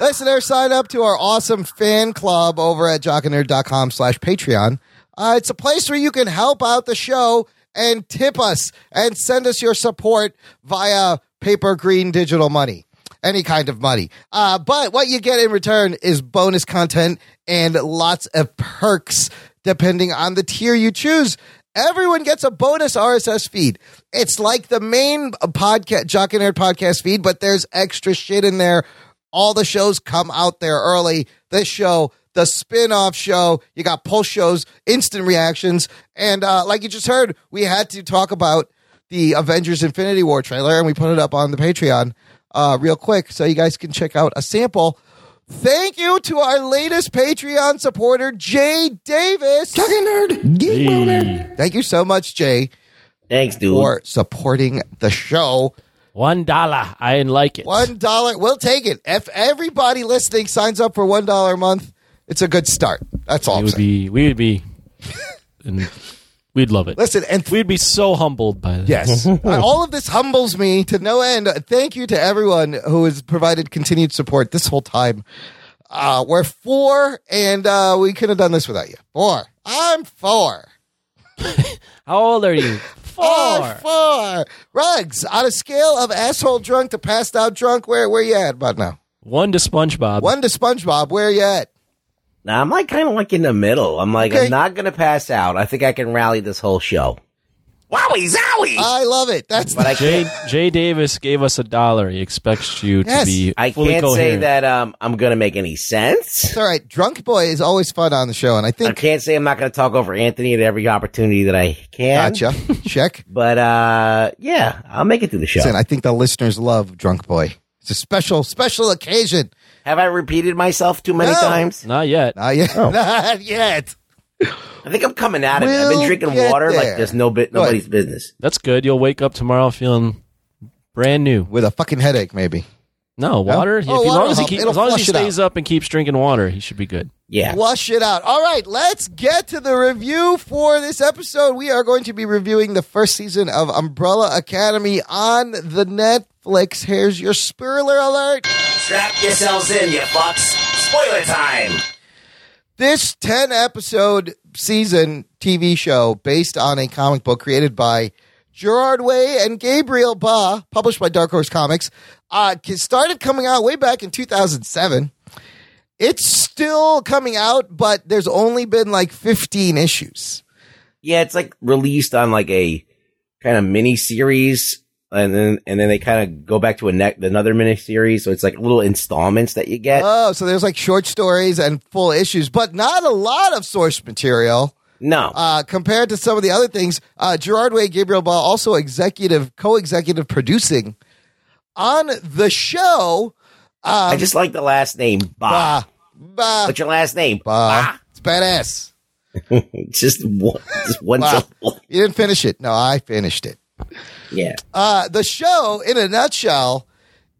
Speaker 1: Listener, sign up to our awesome fan club over at jockandnerd.com slash Patreon. Uh, it's a place where you can help out the show and tip us and send us your support via paper green digital money. any kind of money. Uh, but what you get in return is bonus content and lots of perks depending on the tier you choose. Everyone gets a bonus RSS feed. It's like the main podcast, Jock and Nerd podcast feed, but there's extra shit in there. All the shows come out there early. This show, the spin off show, you got post shows, instant reactions. And uh, like you just heard, we had to talk about the Avengers Infinity War trailer and we put it up on the Patreon uh, real quick so you guys can check out a sample. Thank you to our latest Patreon supporter, Jay Davis.
Speaker 7: Talking nerd, geek boner.
Speaker 1: Thank you so much, Jay.
Speaker 6: Thanks, dude.
Speaker 1: For supporting the show.
Speaker 5: One dollar. I didn't like it.
Speaker 1: One dollar. We'll take it. If everybody listening signs up for one dollar a month, it's a good start. That's all.
Speaker 5: We
Speaker 1: I'm
Speaker 5: would
Speaker 1: saying.
Speaker 5: be. We would be. and we'd love it.
Speaker 1: Listen, and
Speaker 5: We'd be so humbled by this.
Speaker 1: Yes. Uh, All of this humbles me to no end. Uh, Thank you to everyone who has provided continued support this whole time. Uh, we're four, and uh, we couldn't have done this without you. Four. I'm four.
Speaker 5: How old are you? Four.
Speaker 1: I'm four. Rugs, on a scale of asshole drunk to passed out drunk, where where you at about now?
Speaker 5: One to SpongeBob.
Speaker 1: One to SpongeBob, where you at?
Speaker 6: Now I'm like kind of like in the middle. I'm like
Speaker 1: Okay.
Speaker 6: I'm not gonna pass out. I think I can rally this whole show. Wowie zowie!
Speaker 1: I love it. That's
Speaker 6: but I
Speaker 5: Jay,
Speaker 6: can't.
Speaker 5: Jay Davis gave us a dollar. He expects you
Speaker 1: Yes.
Speaker 5: to be
Speaker 6: I
Speaker 5: fully
Speaker 6: can't say
Speaker 5: coherent.
Speaker 6: that um, I'm gonna make any sense.
Speaker 1: it's all right. Drunk boy is always fun on the show, and I
Speaker 6: I
Speaker 1: think
Speaker 6: can't say I'm not gonna talk over Anthony at every opportunity that I can.
Speaker 1: gotcha. Check.
Speaker 6: But uh, yeah, I'll make it through the show.
Speaker 1: Listen, I think the listeners love drunk boy. It's a special special occasion.
Speaker 6: Have I repeated myself too many
Speaker 1: No.
Speaker 6: times?
Speaker 5: Not yet.
Speaker 1: Not yet. Not yet.
Speaker 6: I think I'm coming out of it. I've
Speaker 1: We'll
Speaker 6: been drinking
Speaker 1: get
Speaker 6: water
Speaker 1: there.
Speaker 6: like there's no bit
Speaker 1: Go ahead.
Speaker 6: nobody's business.
Speaker 5: That's good. You'll wake up tomorrow feeling brand new.
Speaker 1: With a fucking headache, maybe.
Speaker 5: No water.
Speaker 1: Oh,
Speaker 5: if, as
Speaker 1: water
Speaker 5: long as he
Speaker 1: help.
Speaker 5: keep,
Speaker 1: It'll
Speaker 5: as long as he
Speaker 1: flush it out.
Speaker 5: stays up and keeps drinking water, he should be good.
Speaker 6: Yeah.
Speaker 1: Flush it out. All right, let's get to the review for this episode. We are going to be reviewing the first season of Umbrella Academy on the Netflix. Here's your spoiler alert.
Speaker 4: Strap yourselves in, you fucks. Spoiler time.
Speaker 1: This 10 episode season TV show based on a comic book created by Gerard Way and Gabriel Ba, published by Dark Horse Comics, uh, started coming out way back in 2007. It's still coming out, but there's only been like 15 issues.
Speaker 6: Yeah, it's like released on like a kind of mini series, and then and then they kind of go back to a ne- another mini series. So it's like little installments that you get.
Speaker 1: Oh, so there's like short stories and full issues, but not a lot of source material
Speaker 6: no,
Speaker 1: uh, compared to some of the other things. Uh, Gerard Way, Gabriel Ball, also executive, co-executive producing on the show. um,
Speaker 6: I just like the last name Ba.
Speaker 1: Bah, bah,
Speaker 6: What's your last name?
Speaker 1: bah. Uh, It's badass.
Speaker 6: It's just one, just one
Speaker 1: Bah.
Speaker 6: syllable.
Speaker 1: You didn't finish it. No, I finished it.
Speaker 6: Yeah.
Speaker 1: Uh, the show, in a nutshell,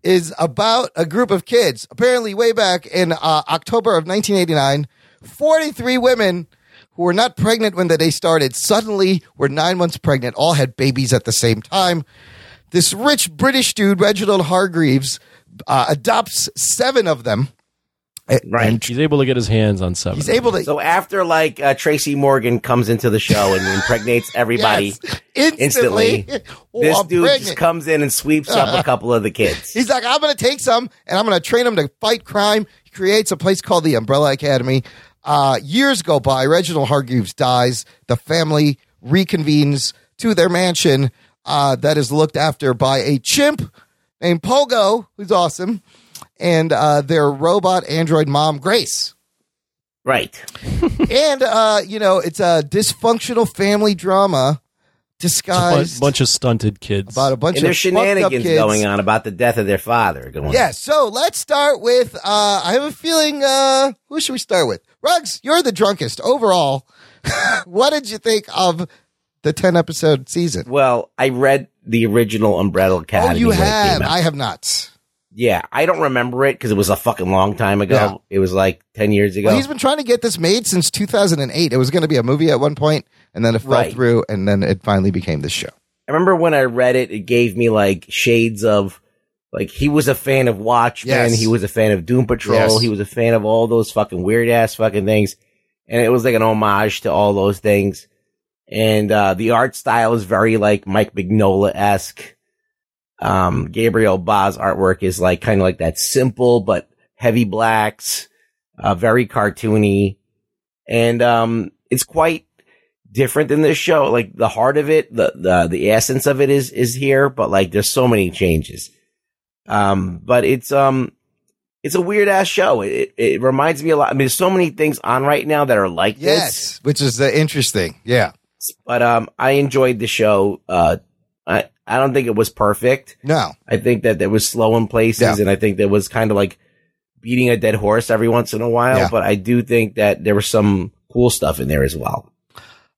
Speaker 1: is about a group of kids. Apparently, way back in uh, October of 1989, 43 women who were not pregnant when the day started suddenly were nine months pregnant, all had babies at the same time. This rich British dude, Reginald Hargreaves, uh, adopts seven of them.
Speaker 6: Right.
Speaker 1: And
Speaker 5: He's able to get his hands on seven.
Speaker 1: he's able to.
Speaker 6: So after like uh, Tracy Morgan comes into the show and impregnates everybody,
Speaker 1: Yes, instantly.
Speaker 6: instantly.
Speaker 1: Oh,
Speaker 6: this
Speaker 1: I'm
Speaker 6: dude
Speaker 1: pregnant.
Speaker 6: just comes in and sweeps up a couple of the kids.
Speaker 1: He's like, I'm going to take some and I'm going to train them to fight crime. He creates a place called the Umbrella Academy. Uh, years go by. Reginald Hargreaves dies. The family reconvenes to their mansion uh, that is looked after by a chimp named Pogo, who's awesome, and uh, their robot android mom, Grace
Speaker 6: Right.
Speaker 1: and uh, you know, it's a dysfunctional family drama
Speaker 5: a
Speaker 1: disguised
Speaker 5: bunch of stunted kids.
Speaker 1: about a bunch
Speaker 6: And
Speaker 1: of
Speaker 6: there's
Speaker 1: fucked up
Speaker 6: shenanigans
Speaker 1: kids.
Speaker 6: going on about the death of their father. Going
Speaker 1: Yeah, so let's start with. Uh, I have a feeling. Uh, who should we start with? Rugs, you're the drunkest overall. what did you think of the ten episode season?
Speaker 6: Well, I read the original Umbrella
Speaker 1: Oh,
Speaker 6: Academy.
Speaker 1: you
Speaker 6: when it came
Speaker 1: have.
Speaker 6: out.
Speaker 1: I have not.
Speaker 6: yeah, I don't remember it because it was a fucking long time ago.
Speaker 1: Yeah.
Speaker 6: It was like ten years ago.
Speaker 1: Well, he's been trying to get this made since 2008. It was going to be a movie at one point, and then it fell
Speaker 6: Right.
Speaker 1: through, and then it finally became this show.
Speaker 6: I remember when I read it, it gave me like shades of like he was a fan of Watchmen,
Speaker 1: Yes.
Speaker 6: he was a fan of Doom Patrol,
Speaker 1: Yes.
Speaker 6: he was a fan of all those fucking weird ass fucking things, and it was like an homage to all those things. And uh, the art style is very like Mike Mignola esque, Um, Gabriel Ba's artwork is like kind of like that simple but heavy blacks, uh, very cartoony, and um, it's quite different than this show. Like the heart of it, the the the essence of it is is here, but like there's so many changes. Um, but it's um, it's a weird ass show. It it reminds me a lot. I mean, there's so many things on right now that are like this.
Speaker 1: Yes, which is uh, interesting. Yeah.
Speaker 6: But um, I enjoyed the show. Uh, I I don't think it was perfect.
Speaker 1: No.
Speaker 6: I think that there was slow in places,
Speaker 1: Yeah.
Speaker 6: and I think there was kind of like beating a dead horse every once in a while.
Speaker 1: Yeah.
Speaker 6: But I do think that there was some cool stuff in there as well.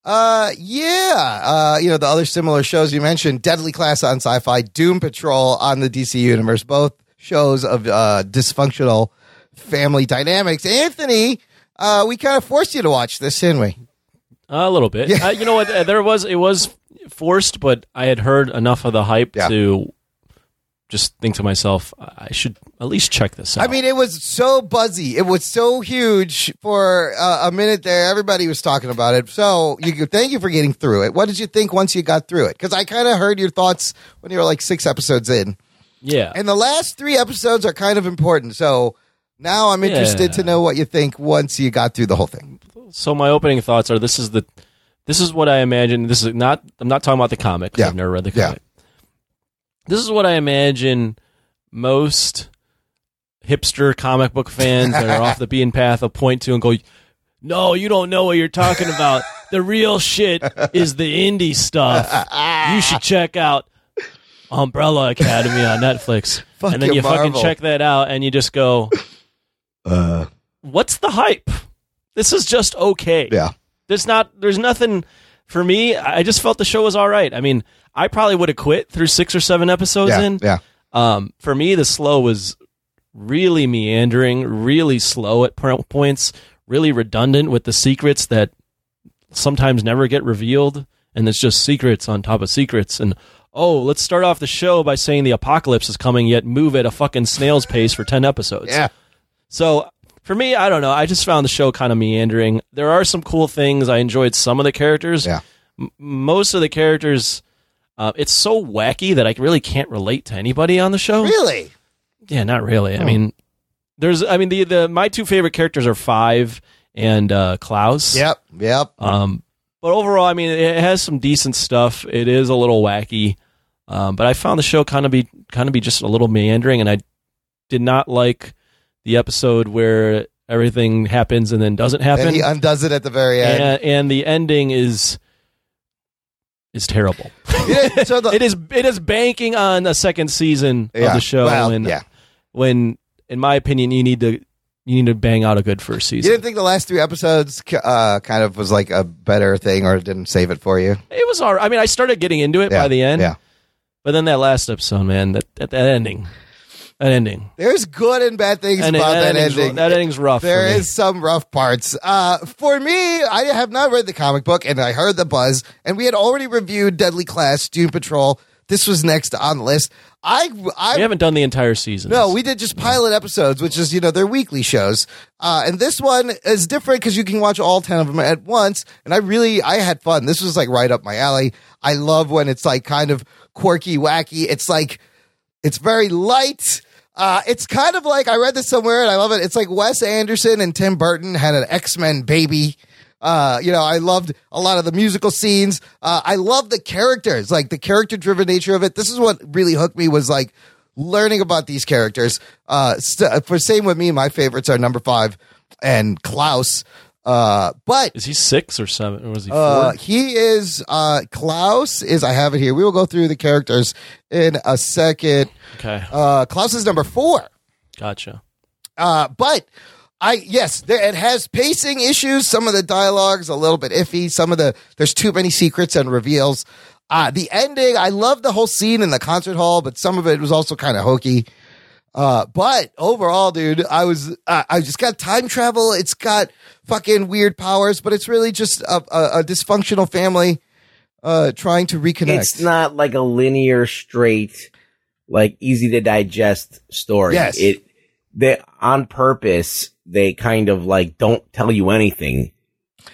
Speaker 1: Uh, yeah. Uh, you know, the other similar shows you mentioned, Deadly Class on Sci Fi, Doom Patrol on the DC Universe, both shows of uh, dysfunctional family dynamics. Anthony, uh, we kind of forced you to watch this, didn't we?
Speaker 5: a little bit.
Speaker 1: Yeah.
Speaker 5: Uh, you know what? uh, There was it was forced, but I had heard enough of the hype to just think to myself, I I should at least check this out.
Speaker 1: I mean, it was so buzzy. It was so huge for uh, a minute there. Everybody was talking about it. So, you thank you for getting through it. What did you think once you got through it? Because I kind of heard your thoughts when you were like six episodes in.
Speaker 5: yeah.
Speaker 1: And the last three episodes are kind of important. So now I'm interested to know what you think once you got through the whole thing.
Speaker 5: so my opening thoughts are this is the this is what I imagine. This is not I'm not talking about the comic. 'cause I've never read the comic. This is what I imagine most hipster comic book fans that are off the beaten path will point to and go, "No, you don't know what you're talking about. the real shit is the indie stuff. You should check out Umbrella Academy on Netflix." and then
Speaker 1: Fucking
Speaker 5: you
Speaker 1: Marvel.
Speaker 5: fucking check that out and you just go,
Speaker 1: Uh,
Speaker 5: what's the hype? This is just okay.
Speaker 1: Yeah.
Speaker 5: There's not there's nothing for me. I I just felt the show was all right. I mean, I probably would have quit through 6 or 7 episodes
Speaker 1: Yeah,
Speaker 5: in.
Speaker 1: yeah.
Speaker 5: Um for me the slow was really meandering, really slow at per- points, really redundant with the secrets that sometimes never get revealed and it's just secrets on top of secrets and oh, let's start off the show by saying the apocalypse is coming yet move at a fucking snail's pace for 10 episodes.
Speaker 1: Yeah.
Speaker 5: So for me, I don't know. I just found the show kind of meandering. There are some cool things. I enjoyed some of the characters.
Speaker 1: Yeah.
Speaker 5: M- most of the characters, uh, it's so wacky that I really can't relate to anybody on the show.
Speaker 1: Really?
Speaker 5: Yeah, not really. I
Speaker 1: Oh.
Speaker 5: mean, there's. I mean, the the my two favorite characters are Five and uh, Klaus.
Speaker 1: Yep. Yep.
Speaker 5: Um, but overall, I mean, it has some decent stuff. It is a little wacky, um, but I found the show kind of be kind of be just a little meandering, and I did not like the episode where everything happens and then doesn't happen.
Speaker 1: And he undoes it at the very end.
Speaker 5: and, and the ending is is terrible. it is it is banking on a second season of
Speaker 1: Yeah,
Speaker 5: the show.
Speaker 1: well,
Speaker 5: and
Speaker 1: yeah.
Speaker 5: when, in my opinion, you need to you need to bang out a good first
Speaker 1: You
Speaker 5: season.
Speaker 1: didn't think the last three episodes uh, kind of was like a better thing or didn't save it for you?
Speaker 5: It was all right. I mean, I started getting into it
Speaker 1: Yeah,
Speaker 5: by the end.
Speaker 1: yeah.
Speaker 5: But then that last episode, man, that that, that ending, that ending.
Speaker 1: There's good and bad things
Speaker 5: And
Speaker 1: about
Speaker 5: that
Speaker 1: that
Speaker 5: ending's-
Speaker 1: ending.
Speaker 5: that ending's rough for
Speaker 1: There
Speaker 5: me.
Speaker 1: is some rough parts. Uh, for me, I have not read the comic book, and I heard the buzz, and we had already reviewed Deadly Class, Doom Patrol. This was next on the list. I, I
Speaker 5: we haven't done the entire season.
Speaker 1: no, we did just pilot episodes, which is you know they're weekly shows, uh, and this one is different because you can watch all ten of them at once. And I really, I had fun. This was like right up my alley. I love when it's like kind of quirky, wacky. It's like it's very light. Uh, it's kind of like I read this somewhere and I love it. It's like Wes Anderson and Tim Burton had an X Men baby. Uh, you know, I loved a lot of the musical scenes. Uh, I love the characters, like the character driven nature of it. This is what really hooked me was like learning about these characters. Uh, st- for same with me, my favorites are number five and Klaus. Uh, but
Speaker 5: is he six or seven? Or was he four?
Speaker 1: uh, he is uh, Klaus. Is I have it here. We will go through the characters in a second.
Speaker 5: okay,
Speaker 1: Uh, Klaus is number four.
Speaker 5: gotcha.
Speaker 1: Uh, but I yes, there, it has pacing issues. Some of the dialogue's a little bit iffy. Some of the there's too many secrets and reveals. Uh, the ending, I love the whole scene in the concert hall, but some of it was also kind of hokey. Uh, but overall, dude, I was uh, I just got time travel. It's got fucking weird powers, but it's really just a, a, a dysfunctional family uh, trying to reconnect.
Speaker 6: It's not like a linear, straight, like easy to digest story.
Speaker 1: Yes.
Speaker 6: It they on purpose they kind of like don't tell you anything.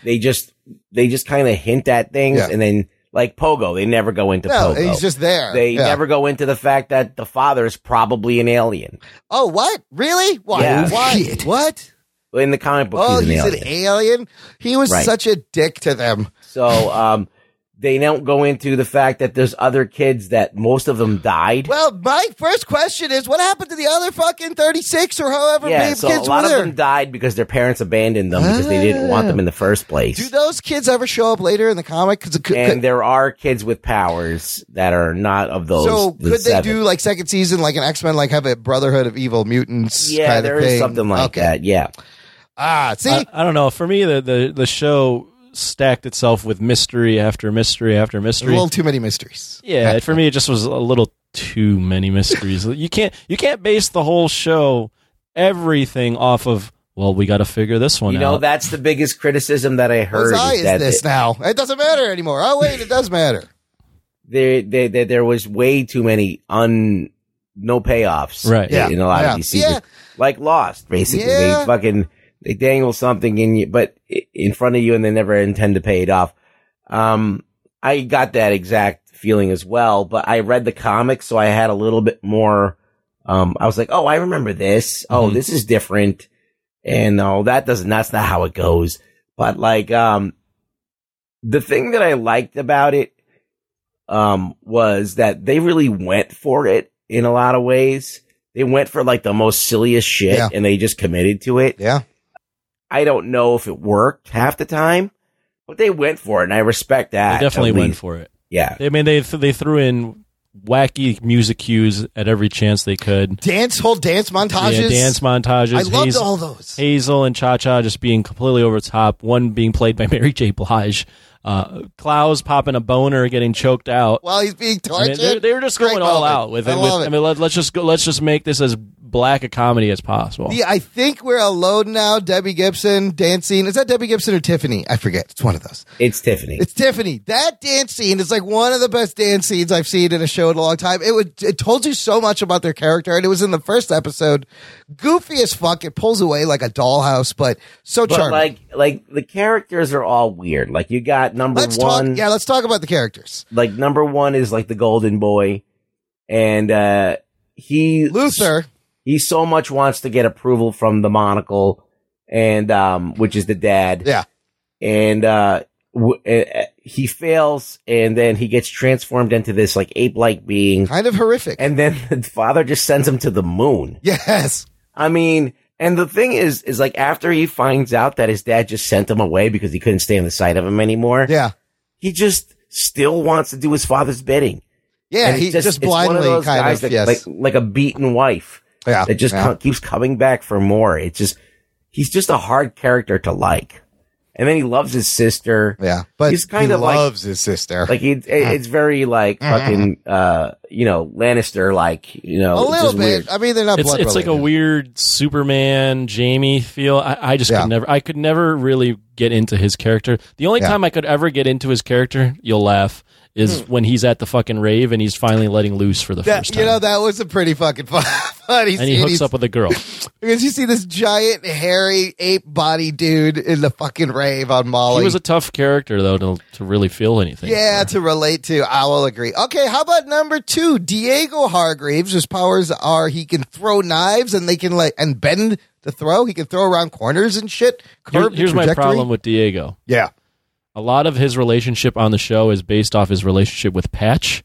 Speaker 6: They just they just kind of hint at things
Speaker 1: Yeah.
Speaker 6: and then like Pogo. They never go into
Speaker 1: No,
Speaker 6: Pogo.
Speaker 1: he's just there.
Speaker 6: They
Speaker 1: Yeah.
Speaker 6: never go into the fact that the father is probably an alien.
Speaker 1: Oh, what? Really? Why?
Speaker 6: Yeah.
Speaker 1: Why? What?
Speaker 6: In the comic book,
Speaker 1: Oh,
Speaker 6: he's an
Speaker 1: he's
Speaker 6: alien.
Speaker 1: an alien. He was
Speaker 6: Right.
Speaker 1: such a dick to them.
Speaker 6: So um, they don't go into the fact that there's other kids that most of them died.
Speaker 1: Well, my first question is, what happened to the other fucking thirty-six or however
Speaker 6: yeah,
Speaker 1: many
Speaker 6: so a
Speaker 1: kids
Speaker 6: lot
Speaker 1: were
Speaker 6: of
Speaker 1: there?
Speaker 6: them died because their parents abandoned them because they didn't want them in the first
Speaker 1: Do
Speaker 6: place.
Speaker 1: those kids ever show up later in the comic? 'Cause it could- could-
Speaker 6: And there are kids with powers that are not of those.
Speaker 1: so
Speaker 6: the
Speaker 1: could they
Speaker 6: seven.
Speaker 1: do like second season, like an X Men, like have a Brotherhood of Evil Mutants?
Speaker 6: Yeah,
Speaker 1: kind
Speaker 6: there
Speaker 1: of
Speaker 6: is
Speaker 1: thing?
Speaker 6: something like
Speaker 1: okay.
Speaker 6: that. Uh, Yeah.
Speaker 1: Ah, see,
Speaker 5: I, I don't know. For me, the, the the show stacked itself with mystery after mystery after
Speaker 1: a
Speaker 5: mystery.
Speaker 1: little too many mysteries.
Speaker 5: Yeah, for me, it just was a little too many mysteries. you can't you can't base the whole show everything off of. Well, we got to figure this one
Speaker 6: You
Speaker 5: out.
Speaker 6: know, that's the biggest criticism that I heard.
Speaker 1: Whose eye is
Speaker 6: that
Speaker 1: this
Speaker 6: it-
Speaker 1: now? It doesn't matter anymore. Oh wait, it does matter.
Speaker 6: There, there, there, there was way too many un no payoffs.
Speaker 5: Right.
Speaker 6: in- In a lot
Speaker 1: Yeah.
Speaker 6: of these
Speaker 1: Yeah.
Speaker 6: seasons, like Lost, basically,
Speaker 1: Yeah.
Speaker 6: they fucking they dangle something in you, but i- in front of you, and they never intend to pay it off. Um, I got that exact feeling as well, but I read the comics, so I had a little bit more. Um, I was like, oh, I remember this. Oh,
Speaker 1: Mm-hmm.
Speaker 5: Mhm.
Speaker 6: this is different. And no, that doesn't, that's not how it goes. But like, um, the thing that I liked about it, um, was that they really went for it in a lot of ways. They went for like the most silliest shit
Speaker 1: Yeah.
Speaker 6: and they just committed to it.
Speaker 1: Yeah.
Speaker 6: I don't know if it worked half the time, but they went for it and I respect that.
Speaker 5: They
Speaker 6: at
Speaker 5: definitely went
Speaker 6: least.
Speaker 5: for it.
Speaker 6: Yeah.
Speaker 5: I mean, they they threw in wacky music cues at every chance they could.
Speaker 1: Dance whole dance montages.
Speaker 5: Yeah, dance montages.
Speaker 1: I loved
Speaker 5: Hazel,
Speaker 1: all those.
Speaker 5: Hazel and Cha Cha just being completely over the top. One being played by Mary J. Blige. Uh, Klaus popping a boner, getting choked out.
Speaker 1: While he's being
Speaker 5: I
Speaker 1: tortured,
Speaker 5: mean, they, they were just going
Speaker 1: Great
Speaker 5: all
Speaker 1: moment.
Speaker 5: out with it.
Speaker 1: I
Speaker 5: with-
Speaker 1: love it.
Speaker 5: I mean, let, us just go. Let's just make this as black a comedy as possible.
Speaker 1: Yeah, I think we're alone now. Debbie Gibson dancing. Is that Debbie Gibson or Tiffany? I forget. It's one of those.
Speaker 6: It's Tiffany.
Speaker 1: It's Tiffany. That dance scene is like one of the best dance scenes I've seen in a show in a long time. It would it told you so much about their character, and it was in the first episode. Goofy as fuck. It pulls away like a dollhouse, but so
Speaker 6: but
Speaker 1: charming.
Speaker 6: like, like the characters are all weird. Like you got number
Speaker 1: let's
Speaker 6: one.
Speaker 1: talk. Yeah, let's talk about the characters.
Speaker 6: like number one is like the golden boy and uh he
Speaker 1: Luther.
Speaker 6: he so much wants to get approval from the monocle and um which is the dad
Speaker 1: Yeah.
Speaker 6: and uh w- uh, he fails and then he gets transformed into this like ape-like being
Speaker 1: Kind of horrific.
Speaker 6: and then the father just sends him to the moon
Speaker 1: yes.
Speaker 6: i mean and the thing is is like after he finds out that his dad just sent him away because he couldn't stand the sight of him anymore
Speaker 1: Yeah.
Speaker 6: he just still wants to do his father's bidding
Speaker 1: Yeah.
Speaker 6: and
Speaker 1: He
Speaker 6: it's
Speaker 1: just,
Speaker 6: it's one of
Speaker 1: blindly
Speaker 6: those
Speaker 1: kind
Speaker 6: guys
Speaker 1: of
Speaker 6: that-
Speaker 1: yes.
Speaker 6: like like a beaten wife
Speaker 1: yeah.
Speaker 6: that just
Speaker 1: yeah.
Speaker 6: co- keeps coming back for more. It's just he's just a hard character to like, and then he loves his sister.
Speaker 1: Yeah, but
Speaker 6: he's kind
Speaker 1: he
Speaker 6: of like-
Speaker 1: loves his sister.
Speaker 6: Like he, it, it's very like
Speaker 1: Mm-hmm.
Speaker 6: fucking uh you know Lannister like you know
Speaker 1: a
Speaker 6: it's
Speaker 1: little
Speaker 6: just
Speaker 1: bit.
Speaker 6: weird.
Speaker 1: I mean, they're not.
Speaker 5: it's
Speaker 1: blood
Speaker 5: it's like a
Speaker 1: related.
Speaker 5: weird Superman Jamie feel. I, I just
Speaker 1: Yeah.
Speaker 5: could never. I could never really get into his character. The only
Speaker 1: Yeah.
Speaker 5: time I could ever get into his character, you'll laugh, is when he's at the fucking rave and he's finally letting loose for the
Speaker 1: Hmm. That-
Speaker 5: first time.
Speaker 1: you know, that was a pretty fucking fun, funny
Speaker 5: and he
Speaker 1: scene.
Speaker 5: hooks
Speaker 1: He's-
Speaker 5: up with a girl.
Speaker 1: Because you see this giant, hairy, ape body dude in the fucking rave on Molly.
Speaker 5: he was a tough character though to, to really feel anything.
Speaker 1: yeah, to relate to, I will agree. Okay, how about number two? Diego Hargreaves. His powers are he can throw knives and they can like and bend the throw. He can throw around corners and shit.
Speaker 5: Here-
Speaker 1: Curve the
Speaker 5: here's my
Speaker 1: trajectory.
Speaker 5: problem with Diego.
Speaker 1: Yeah.
Speaker 5: A lot of his relationship on the show is based off his relationship with Patch,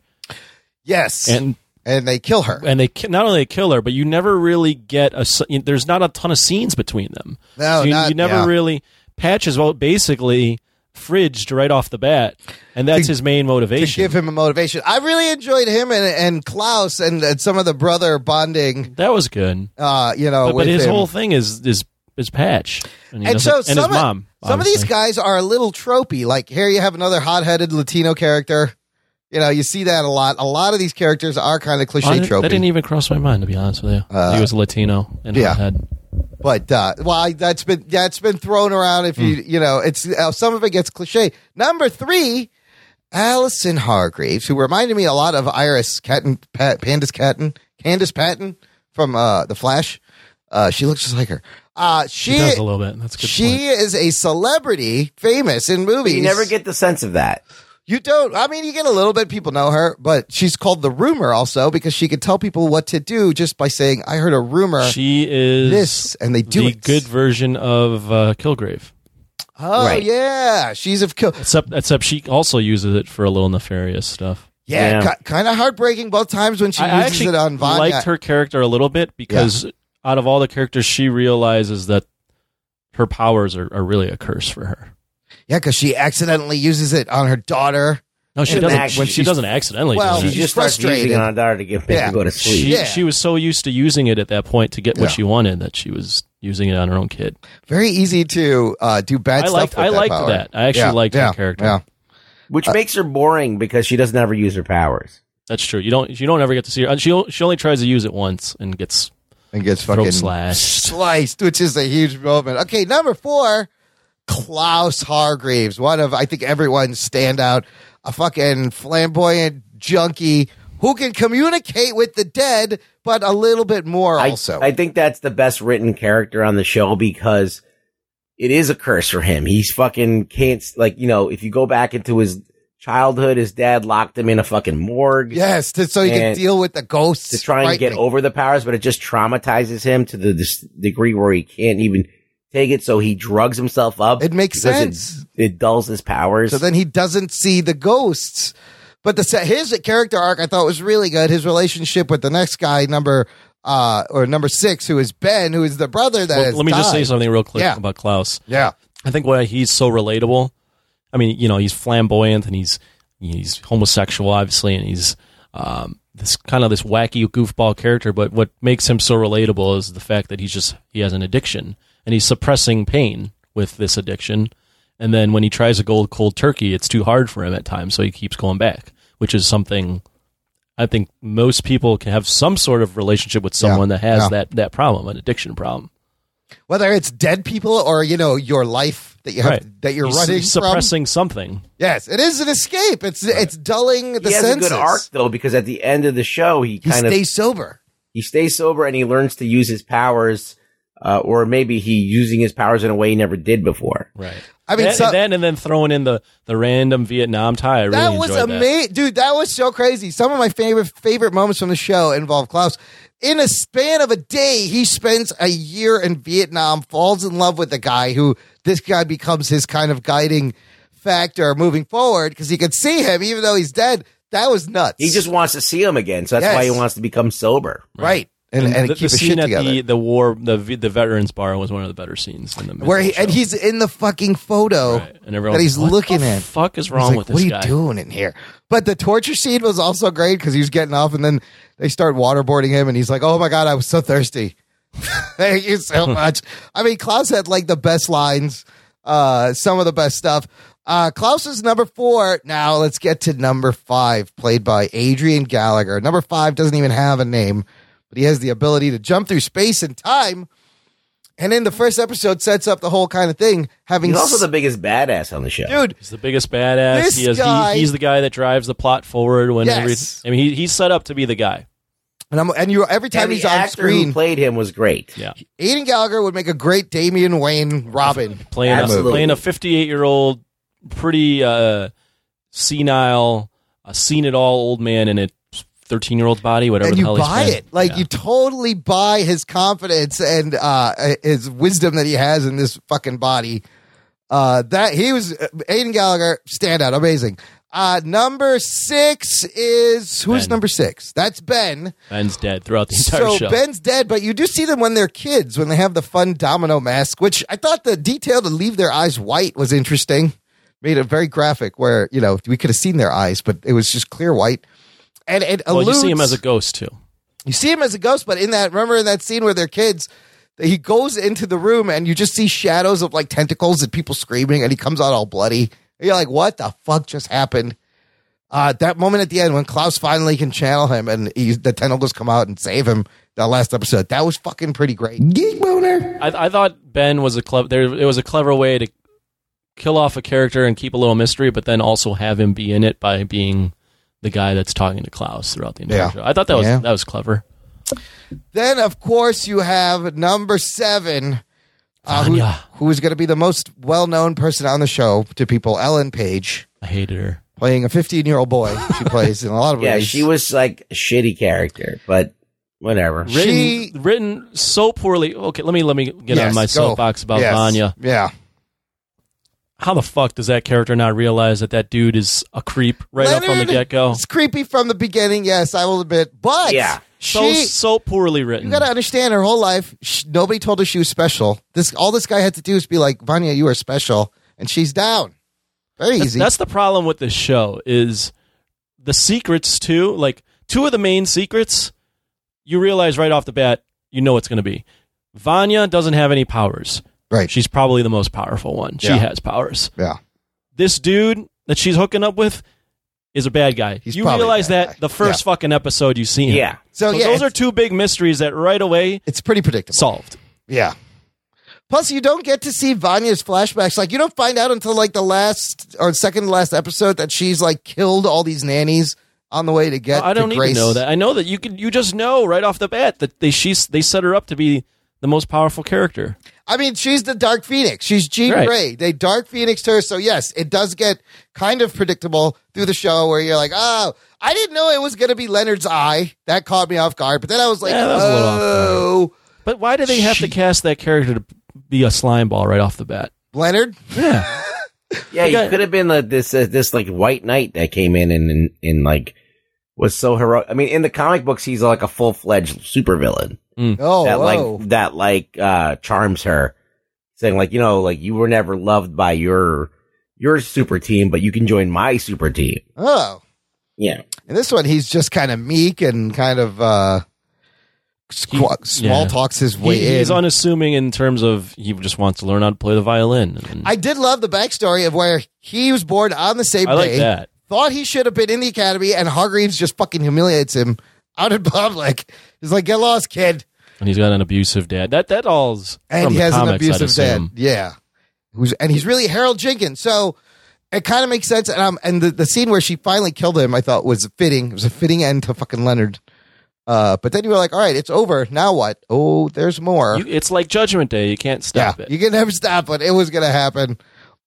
Speaker 1: Yes. And,
Speaker 5: and
Speaker 1: they kill her.
Speaker 5: and they ki- not only they kill her, but you never really get a. s- you- There's not a ton of scenes between them.
Speaker 1: No,
Speaker 5: So you,
Speaker 1: not-
Speaker 5: you never
Speaker 1: yeah.
Speaker 5: really Patch is well basically fridged right off the bat, and that's his main
Speaker 1: to
Speaker 5: motivation.
Speaker 1: give him a motivation. I really enjoyed him and, and Klaus and, and some of the brother bonding.
Speaker 5: that was good,
Speaker 1: Uh, you know,
Speaker 5: but, but
Speaker 1: with
Speaker 5: his
Speaker 1: him.
Speaker 5: whole thing is is is Patch, and, he
Speaker 1: and
Speaker 5: doesn't-
Speaker 1: so
Speaker 5: and
Speaker 1: some,
Speaker 5: his
Speaker 1: of-
Speaker 5: mom.
Speaker 1: some of these
Speaker 5: obviously.
Speaker 1: guys are a little tropey. Like here, you have another hot-headed Latino character. You know, you see that a lot. A lot of these characters are kind of cliche
Speaker 5: Hon- that
Speaker 1: tropey.
Speaker 5: didn't even cross my mind to be honest with you.
Speaker 1: Uh,
Speaker 5: he was Latino and
Speaker 1: yeah.
Speaker 5: hothead.
Speaker 1: but uh, well, I- that's been that's been thrown around. If
Speaker 5: Hmm.
Speaker 1: you you know, it's uh, some of it gets cliche. Number three, Allison Hargreaves, who reminded me a lot of Iris Catton, Pat, Pandas Catton, Candace Patton from uh, The Flash. Uh, she looks just like her. Uh, she
Speaker 5: He does a little bit. That's a good.
Speaker 1: she is a celebrity, famous in movies.
Speaker 6: You never get the sense of that.
Speaker 1: You don't. I mean, you get a little bit. People know her, but she's called the rumor also because she can tell people what to do just by saying, "I heard a rumor."
Speaker 5: Uh, She is
Speaker 1: this, and they do
Speaker 5: the
Speaker 1: it.
Speaker 5: good version of uh, Kilgrave.
Speaker 1: Oh yeah, she's of kill.
Speaker 5: Except, except she also uses it for a little nefarious stuff.
Speaker 1: Yeah, kind of heartbreaking both times when she
Speaker 5: I
Speaker 1: uses it
Speaker 5: actually
Speaker 1: on Vanya.
Speaker 5: liked her character a little bit because out of all the characters, she realizes that her powers are, are really a curse for her.
Speaker 1: Yeah, because she accidentally uses it on her daughter.
Speaker 5: No, she
Speaker 1: And
Speaker 5: doesn't.
Speaker 1: then
Speaker 5: she
Speaker 1: she's-
Speaker 5: doesn't accidentally.
Speaker 1: Well,
Speaker 5: do that.
Speaker 1: she's frustrated.
Speaker 6: daughter to get
Speaker 1: Yeah. go to sleep.
Speaker 5: She,
Speaker 1: Yeah.
Speaker 5: she was so used to using it at that point to get what
Speaker 1: Yeah.
Speaker 5: she wanted that she was using it on her own kid.
Speaker 1: Very easy to uh, do bad
Speaker 5: I
Speaker 1: stuff.
Speaker 5: liked-
Speaker 1: with
Speaker 5: I
Speaker 1: that
Speaker 5: liked
Speaker 1: power.
Speaker 5: that. I actually
Speaker 1: Yeah,
Speaker 5: liked her
Speaker 1: yeah,
Speaker 5: character.
Speaker 1: Yeah. Uh,
Speaker 6: which makes her boring because she doesn't ever use her powers.
Speaker 5: That's true. You don't. You don't ever get to see her. Uh, She she only tries to use it once and gets
Speaker 1: and gets
Speaker 5: throat
Speaker 1: fucking-
Speaker 5: slashed.
Speaker 1: sliced, which is a huge moment. Okay, number four, Klaus Hargreaves, one of I think everyone's standout, a fucking flamboyant junkie who can communicate with the dead, but a little bit more
Speaker 6: I,
Speaker 1: also.
Speaker 6: I think that's the best written character on the show because it is a curse for him. He's fucking can't like you know if you go back into his childhood, his dad locked him in a fucking morgue.
Speaker 1: yes, to, so you can
Speaker 6: And-
Speaker 1: deal with the ghosts
Speaker 6: to try and get
Speaker 1: frightening.
Speaker 6: over the powers, but it just traumatizes him to the dis- degree where he can't even take it. So he drugs himself up.
Speaker 1: It makes
Speaker 6: because
Speaker 1: sense.
Speaker 6: It, it dulls his powers.
Speaker 1: So then he doesn't see the ghosts. But the se- his character arc I thought was really good. His relationship with the next guy, number uh or number six, who is Ben, who is the brother that
Speaker 5: Well,
Speaker 1: has
Speaker 5: let me just say
Speaker 1: died.
Speaker 5: something real quick
Speaker 1: Yeah.
Speaker 5: about Klaus.
Speaker 1: Yeah.
Speaker 5: I think why he's so relatable. I mean, you know, he's flamboyant and he's he's homosexual, obviously, and he's um, this kind of this wacky goofball character. But what makes him so relatable is the fact that he's just he has an addiction and he's suppressing pain with this addiction. And then when he tries to go cold turkey, it's too hard for him at times, so he keeps going back, which is something I think most people can have some sort of relationship with someone that has
Speaker 1: yeah.
Speaker 5: that that problem, an addiction problem.
Speaker 1: whether it's dead people or you know your life that you have
Speaker 5: Right.
Speaker 1: that you're
Speaker 5: He's
Speaker 1: running
Speaker 5: suppressing something.
Speaker 1: from. Yes, it is an escape. It's it's dulling the
Speaker 6: he has
Speaker 1: senses.
Speaker 6: a good arc though, because at the end of the show, he
Speaker 1: he
Speaker 6: kind of
Speaker 1: stays sober.
Speaker 6: he stays sober and he learns to use his powers, uh, or maybe he using his powers in a way he never did before.
Speaker 5: Right.
Speaker 1: I mean,
Speaker 5: and,
Speaker 1: so-
Speaker 5: then and then throwing in the the random Vietnam tie. I really
Speaker 1: that was
Speaker 5: enjoyed
Speaker 1: amazing, dude. That was so crazy. Some of my favorite favorite moments from the show involve Klaus. In a span of a day, he spends a year in Vietnam, falls in love with the guy who this guy becomes his kind of guiding factor moving forward because he could see him even though he's dead. That was nuts.
Speaker 6: He just wants to see him again, so that's
Speaker 1: Yes.
Speaker 6: why he wants to become sober.
Speaker 1: right and and,
Speaker 5: the,
Speaker 1: keep his
Speaker 5: the
Speaker 1: shit
Speaker 5: scene at
Speaker 1: together.
Speaker 5: the the war the v- the veterans bar was one of the better scenes in the
Speaker 1: where he
Speaker 5: show.
Speaker 1: and he's in the fucking photo
Speaker 5: and everyone
Speaker 1: that he's
Speaker 5: what
Speaker 1: looking
Speaker 5: the
Speaker 1: at.
Speaker 5: Fuck is
Speaker 1: He's
Speaker 5: wrong
Speaker 1: like,
Speaker 5: with
Speaker 1: what
Speaker 5: this
Speaker 1: are
Speaker 5: guy?
Speaker 1: you doing in here? But the torture scene was also great because he was getting off, and then they start waterboarding him, and he's like, "Oh my god, I was so thirsty. Thank you so much." I mean, Klaus had like the best lines, uh, some of the best stuff. Uh, Klaus is number four. Now let's get to number five, played by Adrian Gallagher. Number five doesn't even have a name, but he has the ability to jump through space and time. And in the first episode, sets up the whole kind of thing. Having
Speaker 6: He's also
Speaker 1: s-
Speaker 6: the biggest badass on the show.
Speaker 1: dude,
Speaker 5: He's the biggest badass.
Speaker 1: This
Speaker 5: he has,
Speaker 1: guy-
Speaker 5: he, he's the guy that drives the plot forward when
Speaker 1: Yes.
Speaker 5: every, I mean he, he's set up to be the guy.
Speaker 1: and I'm and you every time
Speaker 6: and
Speaker 1: he's
Speaker 6: the
Speaker 1: on
Speaker 6: actor who
Speaker 1: screen,
Speaker 6: played him was great.
Speaker 5: Yeah.
Speaker 1: Aiden Gallagher would make a great Damian Wayne Robin.
Speaker 5: Playing a,
Speaker 6: Absolutely.
Speaker 5: playing a 58 year old pretty uh, senile uh, seen it all old man in a 13 year old body whatever
Speaker 1: And
Speaker 5: the
Speaker 1: you
Speaker 5: hell
Speaker 1: buy
Speaker 5: he's been.
Speaker 1: it. Like
Speaker 5: Yeah.
Speaker 1: you totally buy his confidence and uh his wisdom that he has in this fucking body. Uh that he was Aiden Gallagher, standout, amazing. Uh number six is who's
Speaker 5: Ben.
Speaker 1: number six? That's Ben.
Speaker 5: Ben's dead throughout the entire
Speaker 1: So
Speaker 5: show.
Speaker 1: Ben's dead, but you do see them when they're kids, when they have the fun domino mask, which I thought the detail to leave their eyes white was interesting. Made it very graphic where, you know, we could have seen their eyes, but it was just clear white. And it
Speaker 5: well,
Speaker 1: alludes,
Speaker 5: you see him as a ghost too.
Speaker 1: you see him as a ghost, but in that remember in that scene where they're kids, that he goes into the room and you just see shadows of like tentacles and people screaming and he comes out all bloody. And you're like, what the fuck just happened? Uh, that moment at the end when Klaus finally can channel him and he, the tentacles come out and save him. That last episode, that was fucking pretty great.
Speaker 7: Geek boner.
Speaker 5: I, I thought Ben was a clever. There, it was a clever way to kill off a character and keep a little mystery, but then also have him be in it by being the guy that's talking to Klaus throughout the entire
Speaker 1: Yeah.
Speaker 5: show. I thought that was
Speaker 1: Yeah.
Speaker 5: that was clever.
Speaker 1: Then, of course, you have number seven, uh, who,
Speaker 5: Vanya.
Speaker 1: who is going to be the most well known person on the show to people, Ellen Page.
Speaker 5: I hated her.
Speaker 1: playing a 15 year old boy. She plays in a lot of
Speaker 6: yeah,
Speaker 1: movies.
Speaker 6: she was like a shitty character, but whatever.
Speaker 5: Written, written so poorly. Okay, let me let me get
Speaker 6: Yes,
Speaker 5: on my
Speaker 6: go.
Speaker 5: soapbox about
Speaker 6: Yes.
Speaker 5: Vanya.
Speaker 1: Yeah.
Speaker 5: How the fuck does that character not realize that that dude is a creep right up from the
Speaker 1: Leonard
Speaker 5: get go?
Speaker 1: It's creepy from the beginning. Yes, I will admit, but
Speaker 5: Yeah. So-
Speaker 1: she
Speaker 5: so poorly
Speaker 1: You
Speaker 5: written.
Speaker 1: got to understand her whole life. Sh nobody told her she was special. This all this guy had to do is be like, Vanya, you are special, and she's down. Very
Speaker 5: That's-
Speaker 1: easy.
Speaker 5: That's the problem with this show is the secrets too. Like two of the main secrets, you realize right off the bat, you know it's going to be. Vanya doesn't have any powers.
Speaker 1: Right.
Speaker 5: She's probably the most powerful one. She
Speaker 1: Yeah.
Speaker 5: has powers.
Speaker 1: Yeah.
Speaker 5: This dude that she's hooking up with is a bad guy. you
Speaker 1: probably a
Speaker 5: realize that the first fucking episode you see him.
Speaker 1: Yeah. So,
Speaker 5: So,
Speaker 1: yeah,
Speaker 5: those are two big mysteries that right away
Speaker 1: it's pretty predictable.
Speaker 5: Solved.
Speaker 1: Yeah. Plus, you don't get to see Vanya's flashbacks. Like, you don't find out until like the last or second to last episode that she's like killed all these nannies on the way to get.
Speaker 5: I don't
Speaker 1: to
Speaker 5: even
Speaker 1: Grace.
Speaker 5: know that. I know that you can you just know right off the bat that they she's they set her up to be the most powerful character.
Speaker 1: I mean, she's the Dark Phoenix. She's Jean
Speaker 5: Right.
Speaker 1: Grey. They Dark Phoenixed her. So, yes, it does get kind of predictable through the show where you're like, oh, I didn't know it was going to be Leonard's eye. That caught me off guard. But then I was like,
Speaker 5: Yeah, that was a little off
Speaker 1: oh,
Speaker 5: But why do they have to cast that character to be a slime ball right off the bat?
Speaker 1: Leonard?
Speaker 5: Yeah. You
Speaker 6: Yeah, you
Speaker 5: got-
Speaker 6: could have been like this uh, this like white knight that came in and and, and like was so heroic. I mean, in the comic books, he's like a full fledged supervillain.
Speaker 5: Hmm.
Speaker 1: Oh,
Speaker 6: that
Speaker 1: whoa.
Speaker 6: like that like uh charms her, saying like you know like you were never loved by your your super team, but you can join my super team.
Speaker 1: oh.
Speaker 6: Yeah,
Speaker 1: And this one, he's just kind of meek and kind of uh, squa- small
Speaker 5: yeah.
Speaker 1: talks his way
Speaker 5: He,
Speaker 1: in.
Speaker 5: he's unassuming in terms of he just wants to learn how to play the violin. And-
Speaker 1: I did love the backstory of where he was born on the same
Speaker 5: I like
Speaker 1: day.
Speaker 5: that.
Speaker 1: Thought he should have been in the academy, and Hargreaves just fucking humiliates him out in public. He's like, "Get lost, kid,"
Speaker 5: and he's got an abusive dad. That that all's
Speaker 1: and
Speaker 5: from
Speaker 1: he
Speaker 5: the
Speaker 1: has an
Speaker 5: comics, I'd
Speaker 1: abusive dad.
Speaker 5: assume.
Speaker 1: Yeah, who's and he's really Harold Jenkins. So it kind of makes sense. And um, and the, the scene where she finally killed him, I thought was fitting. It was a fitting end to fucking Leonard. Uh, but then you were like, "All right, it's over. Now what? Oh, there's more."
Speaker 5: You- it's like Judgment Day. You can't stop it.
Speaker 1: You can never stop it. It was going to happen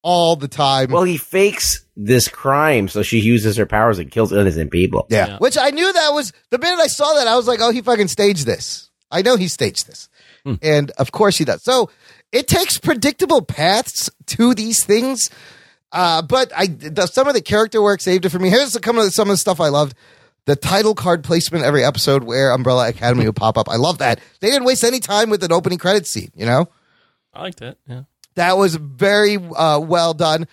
Speaker 1: all the time.
Speaker 6: Well, he fakes this crime, so she uses her powers and kills innocent people.
Speaker 1: Yeah. Which I knew that was the minute I saw that, I was like, oh, he fucking staged this. I know he staged this. And of course he does. So it takes predictable paths to these things. Uh, but I the, some of the character work saved it for me. Here's some of the, some of the stuff I loved. The title card placement every episode where Umbrella Academy would pop up. I love that. They didn't waste any time with an opening credit scene, you know?
Speaker 5: I like that. Yeah.
Speaker 1: That was very uh, well done.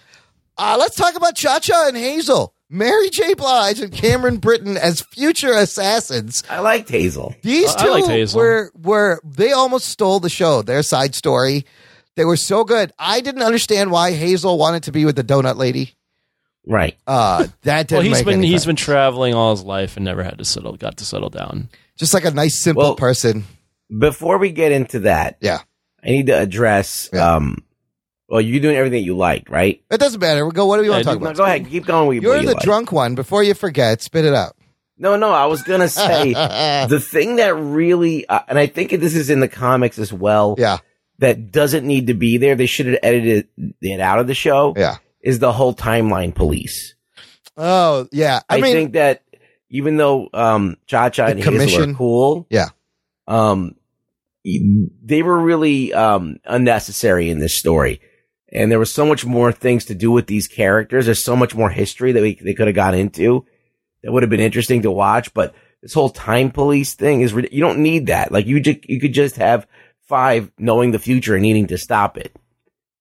Speaker 1: Uh, let's talk about Cha Cha and Hazel. Mary J. Blige and Cameron Britton as future assassins.
Speaker 6: I liked Hazel.
Speaker 1: These
Speaker 5: I- I
Speaker 1: two
Speaker 5: liked Hazel.
Speaker 1: were were they almost stole the show. Their side story, they were so good. I didn't understand why Hazel wanted to be with the donut lady.
Speaker 6: Right.
Speaker 1: Uh, that didn't
Speaker 5: Well, he's
Speaker 1: make
Speaker 5: been
Speaker 1: any
Speaker 5: he's
Speaker 1: sense.
Speaker 5: been traveling all his life and never had to settle. Got to settle down.
Speaker 1: just like a nice simple
Speaker 6: Well-
Speaker 1: person.
Speaker 6: before we get into that,
Speaker 1: Yeah,
Speaker 6: I need to address. Um, well, you're doing everything you like, right?
Speaker 1: it doesn't matter. We will go. What do we want to
Speaker 6: No,
Speaker 1: talk about?
Speaker 6: Go ahead, keep going. With
Speaker 1: You're
Speaker 6: what you
Speaker 1: the
Speaker 6: like.
Speaker 1: drunk one. Before you forget, spit it out.
Speaker 6: No, no, I was gonna say the thing that really, uh, and I think this is in the comics as well.
Speaker 1: Yeah.
Speaker 6: that doesn't need to be there. They should have edited it out of the show.
Speaker 1: Yeah.
Speaker 6: is the whole timeline police.
Speaker 1: Oh yeah, I,
Speaker 6: I,
Speaker 1: mean,
Speaker 6: think that even though um, Cha Cha
Speaker 1: The
Speaker 6: and Hazel
Speaker 1: commission.
Speaker 6: are cool,
Speaker 1: yeah,
Speaker 6: um, they were really um, unnecessary in this story. And there was so much more things to do with these characters. There's so much more history that we, they could have gone into that would have been interesting to watch. But this whole time police thing is, rid- you don't need that. Like you just, you could just have five knowing the future and needing to stop it.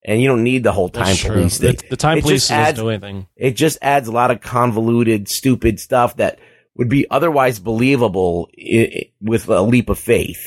Speaker 6: And you don't need the whole time
Speaker 5: That's true.
Speaker 6: police thing.
Speaker 5: The, the time
Speaker 6: It just
Speaker 5: police doesn't
Speaker 6: adds-
Speaker 5: do anything.
Speaker 6: it just adds a lot of convoluted, stupid stuff that would be otherwise believable i- i- with a leap of faith.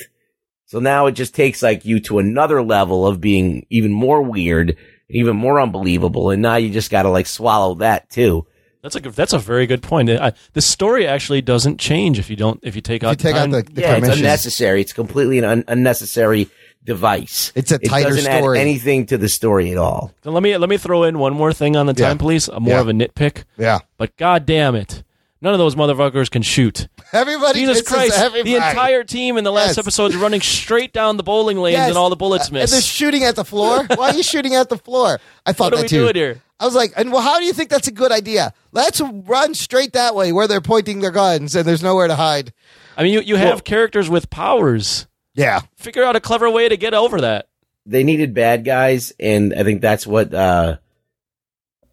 Speaker 6: So now it just takes like you to another level of being even more weird, even more unbelievable, and now you just got to like swallow that too.
Speaker 5: That's a good- that's a very good point. I, the story actually doesn't change if you don't if you take out
Speaker 1: you take out
Speaker 5: time-
Speaker 1: the, the
Speaker 6: yeah, it's
Speaker 1: commission.
Speaker 6: unnecessary. It's completely an un- unnecessary device.
Speaker 1: It's a
Speaker 6: it
Speaker 1: tighter
Speaker 6: doesn't
Speaker 1: story.
Speaker 6: add anything to the story at all.
Speaker 5: Now, let me let me throw in one more thing on the time police. uh, More
Speaker 1: Yeah.
Speaker 5: of a nitpick,
Speaker 1: yeah,
Speaker 5: but god damn it, None of those motherfuckers can shoot.
Speaker 1: Everybody
Speaker 5: Jesus
Speaker 1: misses
Speaker 5: Christ!
Speaker 1: everybody.
Speaker 5: The entire team in the last
Speaker 1: Yes.
Speaker 5: episode's running straight down the bowling lanes,
Speaker 1: Yes.
Speaker 5: and all the bullets
Speaker 1: Uh, And
Speaker 5: miss.
Speaker 1: they're shooting at the floor. Why are you shooting at the floor? I thought
Speaker 5: What are
Speaker 1: that
Speaker 5: we
Speaker 1: too.
Speaker 5: doing here?
Speaker 1: I was like, and well, how do you think that's a good idea? Let's run straight that way where they're pointing their guns and there's nowhere to hide.
Speaker 5: I mean, you, you have characters with powers.
Speaker 1: Yeah.
Speaker 5: Figure out a clever way to get over that.
Speaker 6: They needed bad guys, and I think that's what uh,